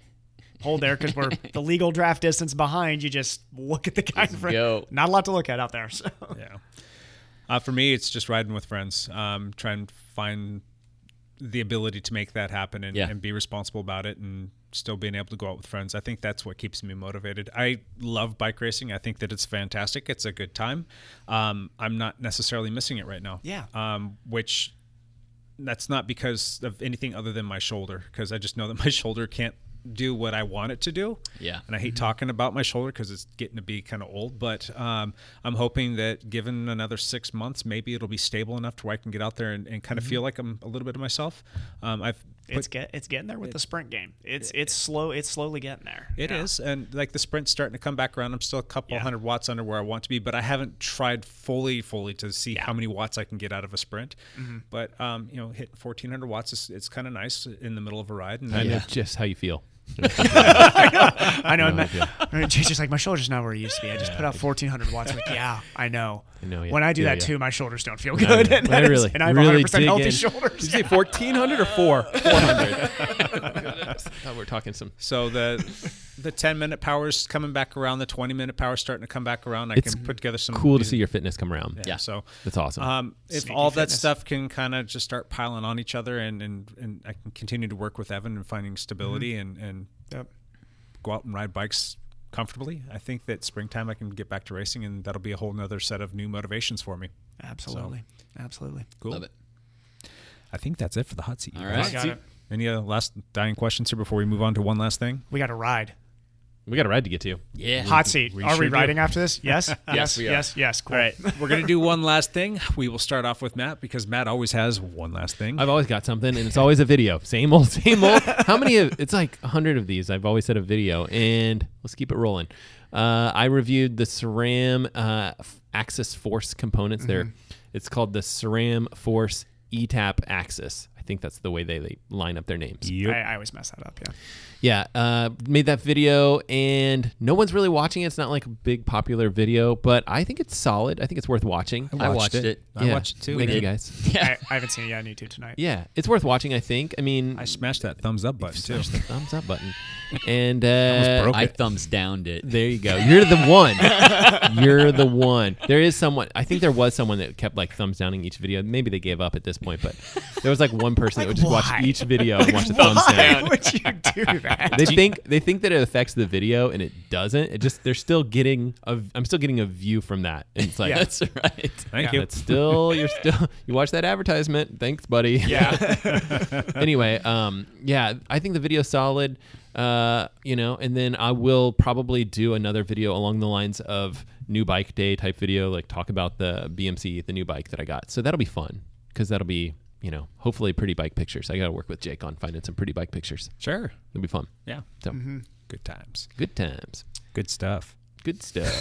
Speaker 1: hold there because we're the legal draft distance behind. You just look at the guy in front.
Speaker 3: go.
Speaker 1: Not a lot to look at out there. So (laughs)
Speaker 5: yeah. Uh, for me, it's just riding with friends. Um, try and find the ability to make that happen and,
Speaker 3: Yeah.
Speaker 5: and be responsible about it and still being able to go out with friends. I think that's what keeps me motivated. I love bike racing. I think that it's fantastic. It's a good time. Um, I'm not necessarily missing it right now.
Speaker 1: Yeah.
Speaker 5: Um, which that's not because of anything other than my shoulder, because I just know that (laughs) my shoulder can't do what I want it to do.
Speaker 3: Yeah.
Speaker 5: And I hate talking about my shoulder because it's getting to be kind of old, but um, I'm hoping that given another six months, maybe it'll be stable enough to where I can get out there and, and kind of feel like I'm a little bit of myself. Um, I've
Speaker 1: it's get it's getting there with the sprint game. It's it's slow. It's slowly getting there.
Speaker 5: It is, and like the sprint's starting to come back around. I'm still a couple
Speaker 1: Yeah.
Speaker 5: hundred watts under where I want to be, but I haven't tried fully, fully to see how many watts I can get out of a sprint. But um, you know, hitting 1400 watts is it's kind of nice in the middle of a ride, and
Speaker 2: I
Speaker 5: I-
Speaker 2: know just how you feel.
Speaker 1: I know. and my- (laughs) I mean, Jay's just like my shoulder's not where it used to be. I just put out fourteen hundred watts. I'm like, yeah, I know. I
Speaker 2: know, yeah.
Speaker 1: When I do
Speaker 2: Yeah,
Speaker 1: that
Speaker 2: yeah.
Speaker 1: too, my shoulders don't feel good. (laughs) and,
Speaker 2: But I
Speaker 1: that is-
Speaker 2: really-
Speaker 1: and I have
Speaker 2: really
Speaker 1: 100% healthy
Speaker 2: dig in.
Speaker 5: Did
Speaker 1: shoulders.
Speaker 5: you say 1400 or 4?
Speaker 1: (laughs)
Speaker 5: 400.
Speaker 2: Oh, we're talking some.
Speaker 5: so the the 10 minute power's coming back around, the 20 minute power's starting to come back around. I
Speaker 2: It's
Speaker 5: can put together some
Speaker 2: Cool to see your fitness come around.
Speaker 5: Yeah. So
Speaker 2: That's awesome.
Speaker 5: Um, if
Speaker 1: Sneaky
Speaker 5: all that
Speaker 1: fitness.
Speaker 5: stuff can kind of just start piling on each other, and, and, and I can continue to work with Evan and finding stability and, and
Speaker 1: Yep.
Speaker 5: go out and ride bikes comfortably, I think that springtime I can get back to racing, and that'll be a whole nother set of new motivations for me.
Speaker 1: Absolutely. Absolutely.
Speaker 5: Cool.
Speaker 3: Love it.
Speaker 5: I think that's it for the hot seat.
Speaker 3: All right.
Speaker 1: Got it.
Speaker 5: Any other last dying questions here before we move on to one last thing?
Speaker 1: We got a ride.
Speaker 2: we got a ride to get to.
Speaker 3: Yeah.
Speaker 1: Hot seat.
Speaker 5: we
Speaker 1: are
Speaker 5: sure
Speaker 1: we
Speaker 5: do.
Speaker 1: riding after this?
Speaker 5: (laughs)
Speaker 1: Yes. yes.
Speaker 3: we are.
Speaker 1: Yes. Yes. Cool.
Speaker 5: All right, we're gonna do one last thing. We will start off with Matt because Matt always has one last thing.
Speaker 2: I've always got something, and it's always a video. Same old, (laughs) same old. How many? Of, it's like a hundred of these. I've always said a video, and let's keep it rolling. Uh, I reviewed the SRAM uh, f- E Axis Force components. There, it's called the SRAM Force ETAP Axis. I think that's the way they, they line up their names.
Speaker 1: (laughs) I, I always mess that up. Yeah.
Speaker 2: Yeah, uh, made that video, and no one's really watching it. It's not like a big popular video, but I think it's solid. I think it's worth watching.
Speaker 3: I watched it.
Speaker 5: I
Speaker 2: Yeah.
Speaker 5: watched it too.
Speaker 2: Thank
Speaker 5: We
Speaker 2: you
Speaker 5: did.
Speaker 2: guys.
Speaker 3: Yeah.
Speaker 1: I, I haven't seen it yet on YouTube tonight.
Speaker 5: (laughs)
Speaker 2: Yeah, it's worth watching. I think. I mean,
Speaker 5: I smashed that thumbs up button too.
Speaker 2: smash the
Speaker 5: (laughs)
Speaker 2: thumbs up button, and uh,
Speaker 5: broke
Speaker 3: I
Speaker 5: it.
Speaker 3: thumbs downed it.
Speaker 2: There
Speaker 1: (laughs)
Speaker 2: you go. You're the one. You're the one. There is someone. I think there was someone that kept like thumbs downing each video. Maybe they gave up at this point, but there was like one person that would just
Speaker 1: why?
Speaker 2: watch each video and watch the thumbs
Speaker 1: (laughs)
Speaker 2: down.
Speaker 1: Why would you do that?
Speaker 2: They think they think that it affects the video, and it doesn't. It just they're still getting a. I'm still getting a view from that, and it's like (laughs)
Speaker 1: Yeah.
Speaker 2: that's right.
Speaker 5: Thank
Speaker 1: Yeah,
Speaker 5: you.
Speaker 2: It's still you're still (laughs) you watch that advertisement. Thanks, buddy.
Speaker 1: yeah.
Speaker 2: (laughs)
Speaker 1: (laughs)
Speaker 2: anyway, um, yeah, I think the video's solid. Uh, you know, and then I will probably do another video along the lines of new bike day type video, like talk about the BMC, the new bike that I got. So that'll be fun because that'll be you know hopefully pretty bike pictures. I got to work with Jake on finding some pretty bike pictures.
Speaker 5: Sure.
Speaker 2: It'll be fun.
Speaker 5: Yeah.
Speaker 2: So
Speaker 5: Good times.
Speaker 2: good times,
Speaker 5: Good stuff.
Speaker 2: good
Speaker 1: (laughs)
Speaker 2: stuff.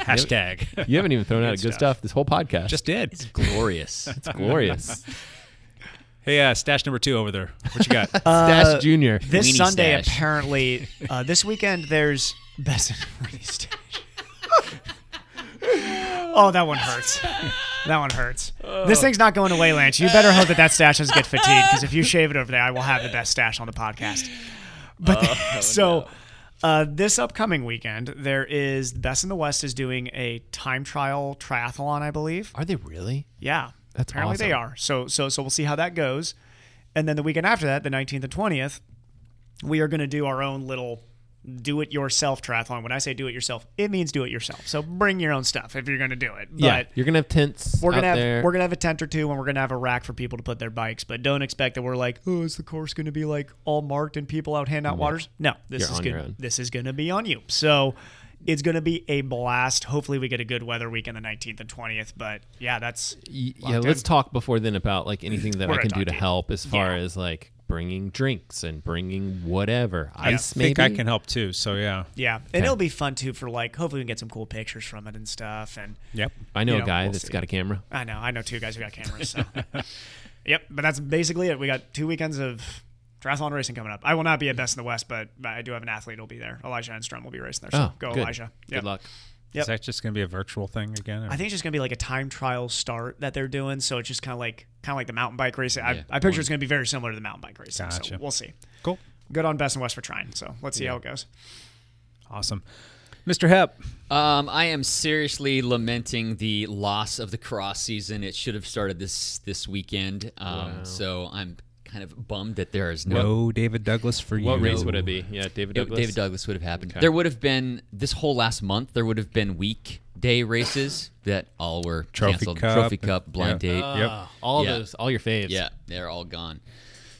Speaker 5: Hashtag.
Speaker 2: you haven't even thrown out a uh, good stuff. this whole podcast.
Speaker 5: Just did.
Speaker 3: Glorious.
Speaker 2: glorious.
Speaker 5: Hey, uh, stash number two over there. What you got?
Speaker 3: Uh,
Speaker 2: Stash Junior.
Speaker 1: This
Speaker 3: Weenie
Speaker 1: Sunday,
Speaker 3: stash.
Speaker 1: apparently, uh, this weekend, there's best in Weenie stash. oh, that one hurts. That one hurts. This thing's not going away, Lance. You better hope that that stash doesn't get fatigued because if you shave it over there, I will have the best stash on the podcast. But (laughs) so. Uh, this upcoming weekend, there is Best in the West is doing a time trial triathlon, I believe.
Speaker 2: Are they really?
Speaker 1: Yeah,
Speaker 2: That's
Speaker 1: apparently they
Speaker 2: awesome.
Speaker 1: are. So so so we'll see how that goes, and then the weekend after that, the nineteenth and twentieth, we are going to do our own little do-it-yourself triathlon. When I say do-it-yourself, it means do it yourself. So bring your own stuff if you're going to do it.
Speaker 2: Yeah,
Speaker 1: But
Speaker 2: you're gonna have tents.
Speaker 1: we're
Speaker 2: out
Speaker 1: gonna have
Speaker 2: there.
Speaker 1: we're gonna have a tent or two, and we're gonna have a rack for people to put their bikes. But don't expect that we're like, oh, is the course gonna be like all marked and people out handing out waters? No, this
Speaker 2: You're
Speaker 1: is
Speaker 2: on
Speaker 1: gonna
Speaker 2: your own.
Speaker 1: this is gonna be on you. So it's gonna be a blast. Hopefully, we get a good weather weekend, the nineteenth and twentieth. But yeah, that's
Speaker 2: Y- yeah let's talk before then about like anything that
Speaker 1: We're
Speaker 2: i can do
Speaker 1: gonna talk
Speaker 2: to
Speaker 1: to you.
Speaker 2: help as far as like bringing drinks and bringing whatever
Speaker 5: I
Speaker 2: ice
Speaker 5: think
Speaker 2: maybe
Speaker 5: I can help too. So yeah.
Speaker 1: Yeah, and it'll be fun too for like hopefully we can get some cool pictures from it and stuff. And
Speaker 5: Yep.
Speaker 2: i know
Speaker 1: you
Speaker 2: a
Speaker 1: know,
Speaker 2: guy
Speaker 1: we'll
Speaker 2: that's
Speaker 1: see.
Speaker 2: got a camera
Speaker 1: I know I know two guys who got cameras. So (laughs) yep, but that's basically it. We got two weekends of triathlon racing coming up. I will not be at Best in the West, but I do have an athlete who'll be there. Elijah Enstrom will be racing there. So
Speaker 2: oh
Speaker 1: go
Speaker 2: good.
Speaker 1: Elijah. Yep.
Speaker 2: good luck
Speaker 1: Yep.
Speaker 5: Is that just going to be a virtual thing again? or-
Speaker 1: I think it's just gonna be like a time trial start that they're doing. So it's just kind of like kind of like the mountain bike racing.
Speaker 3: Yeah,
Speaker 1: I, I picture it's gonna be very similar to the mountain bike racing. So
Speaker 5: Gotcha.
Speaker 1: we'll see.
Speaker 5: cool.
Speaker 1: Good on Best in West for trying. So let's see how it goes.
Speaker 5: Awesome. Mr. Hep.
Speaker 3: Um, I am seriously lamenting the loss of the cross season. It should have started this this weekend. Um, So I'm kind of bummed that there is no.
Speaker 5: No David Douglas for you.
Speaker 2: what race would it be yeah david
Speaker 3: it-
Speaker 2: douglas
Speaker 3: David Douglas would have happened. There would have been this whole last month. There would have been weekday races that all were
Speaker 5: Trophy
Speaker 3: canceled.
Speaker 5: Cup
Speaker 3: Trophy
Speaker 5: and-
Speaker 3: Cup, blind
Speaker 5: yeah.
Speaker 3: date.
Speaker 5: Yep.
Speaker 2: all
Speaker 3: Yeah.
Speaker 2: those all your faves
Speaker 3: Yeah, they're all gone.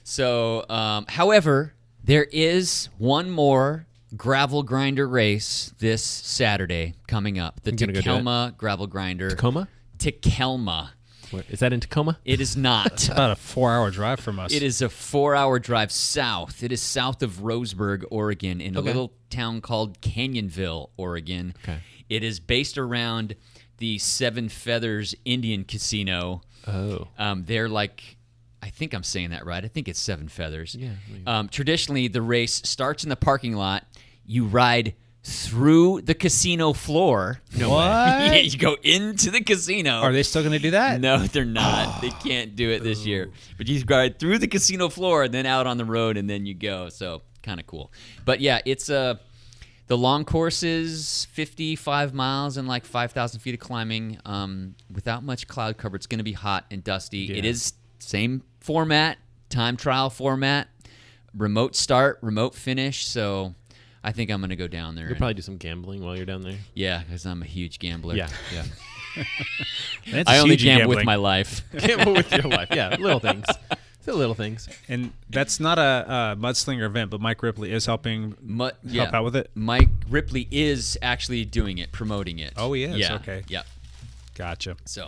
Speaker 3: So, um, however, there is one more gravel grinder race this Saturday coming up. The
Speaker 2: gonna go do it.
Speaker 3: Tacoma gravel grinder.
Speaker 2: tacoma
Speaker 3: Tacoma.
Speaker 2: Where- is that in tacoma
Speaker 3: It is not.
Speaker 5: About a four-hour drive from us.
Speaker 3: it is a four-hour drive south. It is south of Roseburg, Oregon, in a little town called Canyonville, Oregon. Okay. It is based around the Seven Feathers Indian Casino.
Speaker 2: oh
Speaker 3: Um, they're like, I think I'm saying that right. I think it's Seven Feathers. Yeah. Um, traditionally, the race starts in the parking lot. You ride through the casino floor. (laughs) No
Speaker 5: What?
Speaker 3: way. you go into the casino.
Speaker 5: Are they still going to do that?
Speaker 3: (laughs) No, they're
Speaker 5: (sighs)
Speaker 3: not. they can't do it this year.
Speaker 5: Oh.
Speaker 3: But you ride through the casino floor, then out on the road, and then you go. So kind of cool. But yeah, it's Uh, the long courses, 55 miles and like 5,000 feet of climbing, um, without much cloud cover. It's going to be hot and dusty. It is same format, time trial format, remote start, remote finish. So I think I'm going to go down there.
Speaker 2: you could
Speaker 3: and-
Speaker 2: probably do some gambling while you're down there
Speaker 3: yeah, because I'm a huge gambler.
Speaker 2: Yeah.
Speaker 5: (laughs)
Speaker 3: yeah.
Speaker 5: That's
Speaker 3: I only
Speaker 5: huge
Speaker 3: gamble with
Speaker 5: gambling.
Speaker 3: my life.
Speaker 2: gamble with your life yeah little (laughs) things it's the little things
Speaker 5: And that's not a, uh mudslinger event, but Mike Ripley is helping
Speaker 3: Mu- yeah.
Speaker 5: help out with it.
Speaker 3: Mike Ripley is actually doing it, promoting it.
Speaker 5: Oh, he is?
Speaker 3: Yeah.
Speaker 5: Okay.
Speaker 3: Yep.
Speaker 5: Gotcha.
Speaker 3: So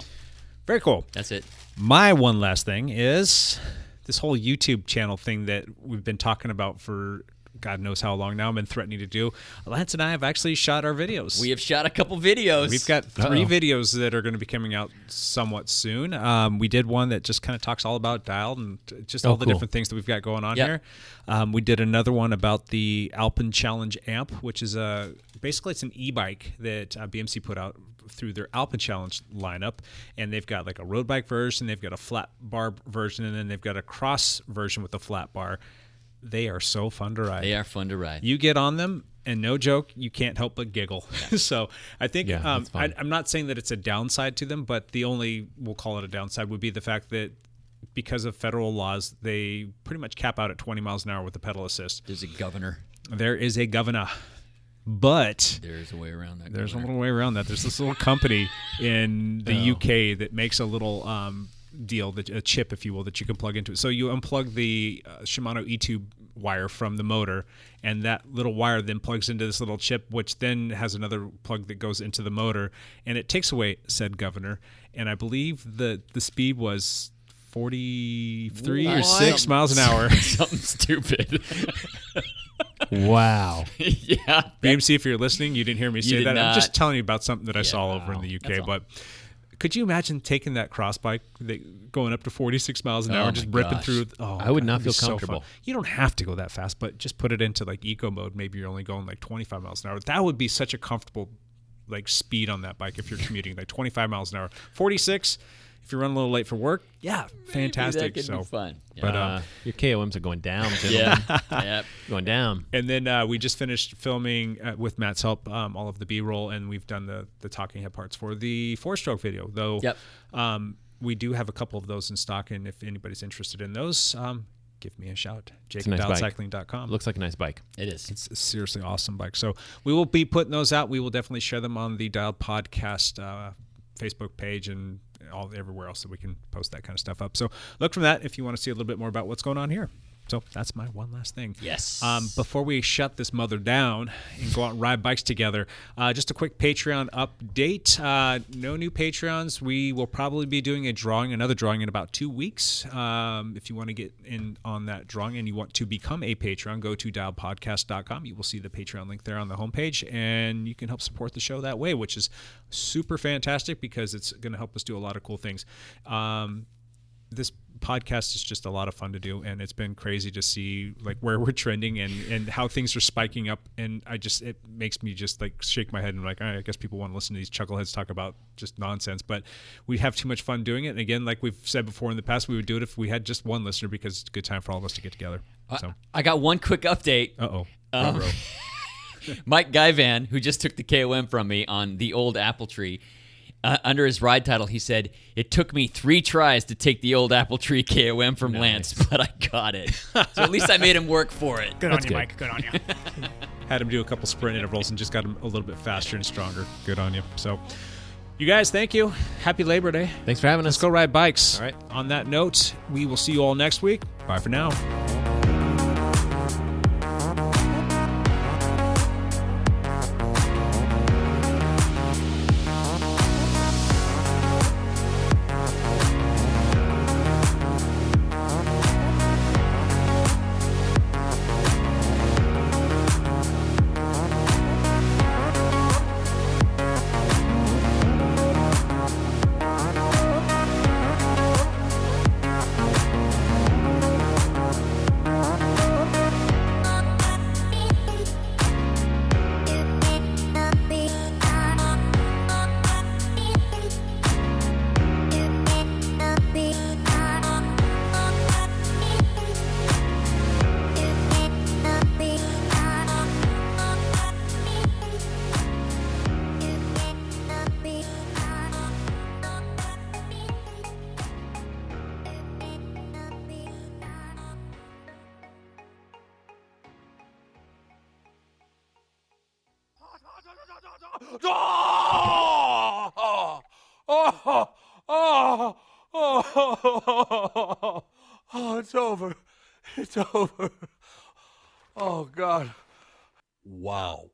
Speaker 5: Very cool.
Speaker 3: that's it.
Speaker 5: My one last thing is this whole YouTube channel thing that we've been talking about for God knows how long now, been threatening to do. Lance and I have actually shot our videos.
Speaker 3: We have shot a couple videos.
Speaker 5: We've got 3
Speaker 2: Uh-oh.
Speaker 5: videos that are going to be coming out somewhat soon. Um, we did one that just kind of talks all about dialed and t- just
Speaker 2: Oh,
Speaker 5: all the
Speaker 2: cool.
Speaker 5: different things that we've got going on
Speaker 3: Yeah.
Speaker 5: here. Um, we did another one about the Alpen Challenge amp, which is a basically it's an e-bike that uh, BMC put out through their Alpen Challenge lineup, and they've got like a road bike version, they've got a flat bar version, and then they've got a cross version with a flat bar. They are so fun to ride
Speaker 3: They are fun to ride.
Speaker 5: you get on them and no joke you can't help but giggle (laughs) so i think
Speaker 2: Yeah,
Speaker 5: um,
Speaker 2: that's
Speaker 5: I,
Speaker 2: fun.
Speaker 5: i'm not saying that it's a downside to them but the only we'll call it a downside would be the fact that because of federal laws they pretty much cap out at 20 miles an hour with the pedal assist
Speaker 3: There's a governor.
Speaker 5: there is a governor but
Speaker 3: There's a way around that.
Speaker 5: there's a
Speaker 3: governor.
Speaker 5: little way around that. There's this little company in the UK that makes a little um, deal, that, a chip, if you will, that you can plug into it. So you unplug the uh, Shimano E tube wire from the motor, and that little wire then plugs into this little chip, which then has another plug that goes into the motor, and it takes away said governor. And I believe the the speed was. 43 or 6
Speaker 3: What?
Speaker 5: miles an hour.
Speaker 3: (laughs)
Speaker 5: (laughs)
Speaker 3: Something stupid.
Speaker 2: Wow.
Speaker 3: yeah.
Speaker 5: BMC, if you're listening, you didn't hear me say
Speaker 3: did
Speaker 5: that. I'm just
Speaker 3: not.
Speaker 5: telling you about something that I saw over in the
Speaker 3: That's
Speaker 5: UK.
Speaker 3: all.
Speaker 5: But could you imagine taking that cross bike, they- going up to 46 miles an hour,
Speaker 3: my
Speaker 5: just ripping
Speaker 3: gosh.
Speaker 5: through? Oh,
Speaker 2: I would not
Speaker 5: that'd be
Speaker 2: feel
Speaker 5: so fun.
Speaker 2: comfortable.
Speaker 5: you don't have to go that fast, but just put it into like eco mode. Maybe you're only going like 25 miles an hour. That would be such a comfortable like speed on that bike if you're commuting like 25 miles an hour. 46, if you're running a little late for work, yeah,
Speaker 3: That
Speaker 5: fantastic.
Speaker 3: could
Speaker 5: so
Speaker 3: be fun. Yeah.
Speaker 5: But um,
Speaker 2: Uh, your KOMs are going down. gentlemen.
Speaker 3: yeah. yep.
Speaker 2: Going down.
Speaker 5: And then uh, we just finished filming uh, with Matt's help um, all of the B roll, and we've done the the talking head parts for the four stroke video. Though,
Speaker 3: Yep.
Speaker 5: um, we do have a couple of those in stock, and if anybody's interested in those, um, give me a shout.
Speaker 2: a nice bike.
Speaker 5: JacobDowdCycling.com.
Speaker 2: Looks like a nice bike.
Speaker 3: It is.
Speaker 5: It's a seriously awesome bike. So we will be putting those out. We will definitely share them on the Dialed Podcast uh, Facebook page and all everywhere else that we can post that kind of stuff up. So look from that if you want to see a little bit more about what's going on here. So that's my one last thing.
Speaker 3: Yes.
Speaker 5: Um, before we shut this mother down and go out and ride bikes together, uh, just a quick Patreon update. Uh, no new Patreons. We will probably be doing a drawing, another drawing in about two weeks. Um, if you want to get in on that drawing and you want to become a Patreon, go to dialpodcast.com. You will see the Patreon link there on the homepage, and you can help support the show that way, which is super fantastic because it's going to help us do a lot of cool things. Um, this podcast is just a lot of fun to do and it's been crazy to see like where we're trending and and how things are spiking up and i just it makes me just like shake my head and like all right, i guess people want to listen to these chuckleheads talk about just nonsense but we have too much fun doing it and again like we've said before in the past we would do it if we had just one listener because it's a good time for all of us to get together so
Speaker 3: I got one quick update.
Speaker 5: uh-oh Ruh-roh.
Speaker 3: Mike Guyvan, who just took the KOM from me on the old apple tree, uh, under his ride title, he said, It took me three tries to take the old apple tree KOM from Lance, but I got it. So at least I made him work for it.
Speaker 1: Good on you,
Speaker 2: good.
Speaker 1: Mike. Good on you.
Speaker 5: had him do a couple sprint intervals and just got him a little bit faster and stronger good on you so you guys thank you happy labor day
Speaker 2: Thanks for having us.
Speaker 5: Let's go ride bikes.
Speaker 2: All right.
Speaker 5: On that note, we will see you all next week. Bye for now.
Speaker 8: Oh, oh, oh, oh, oh, it's over. It's over. Oh, God. Wow.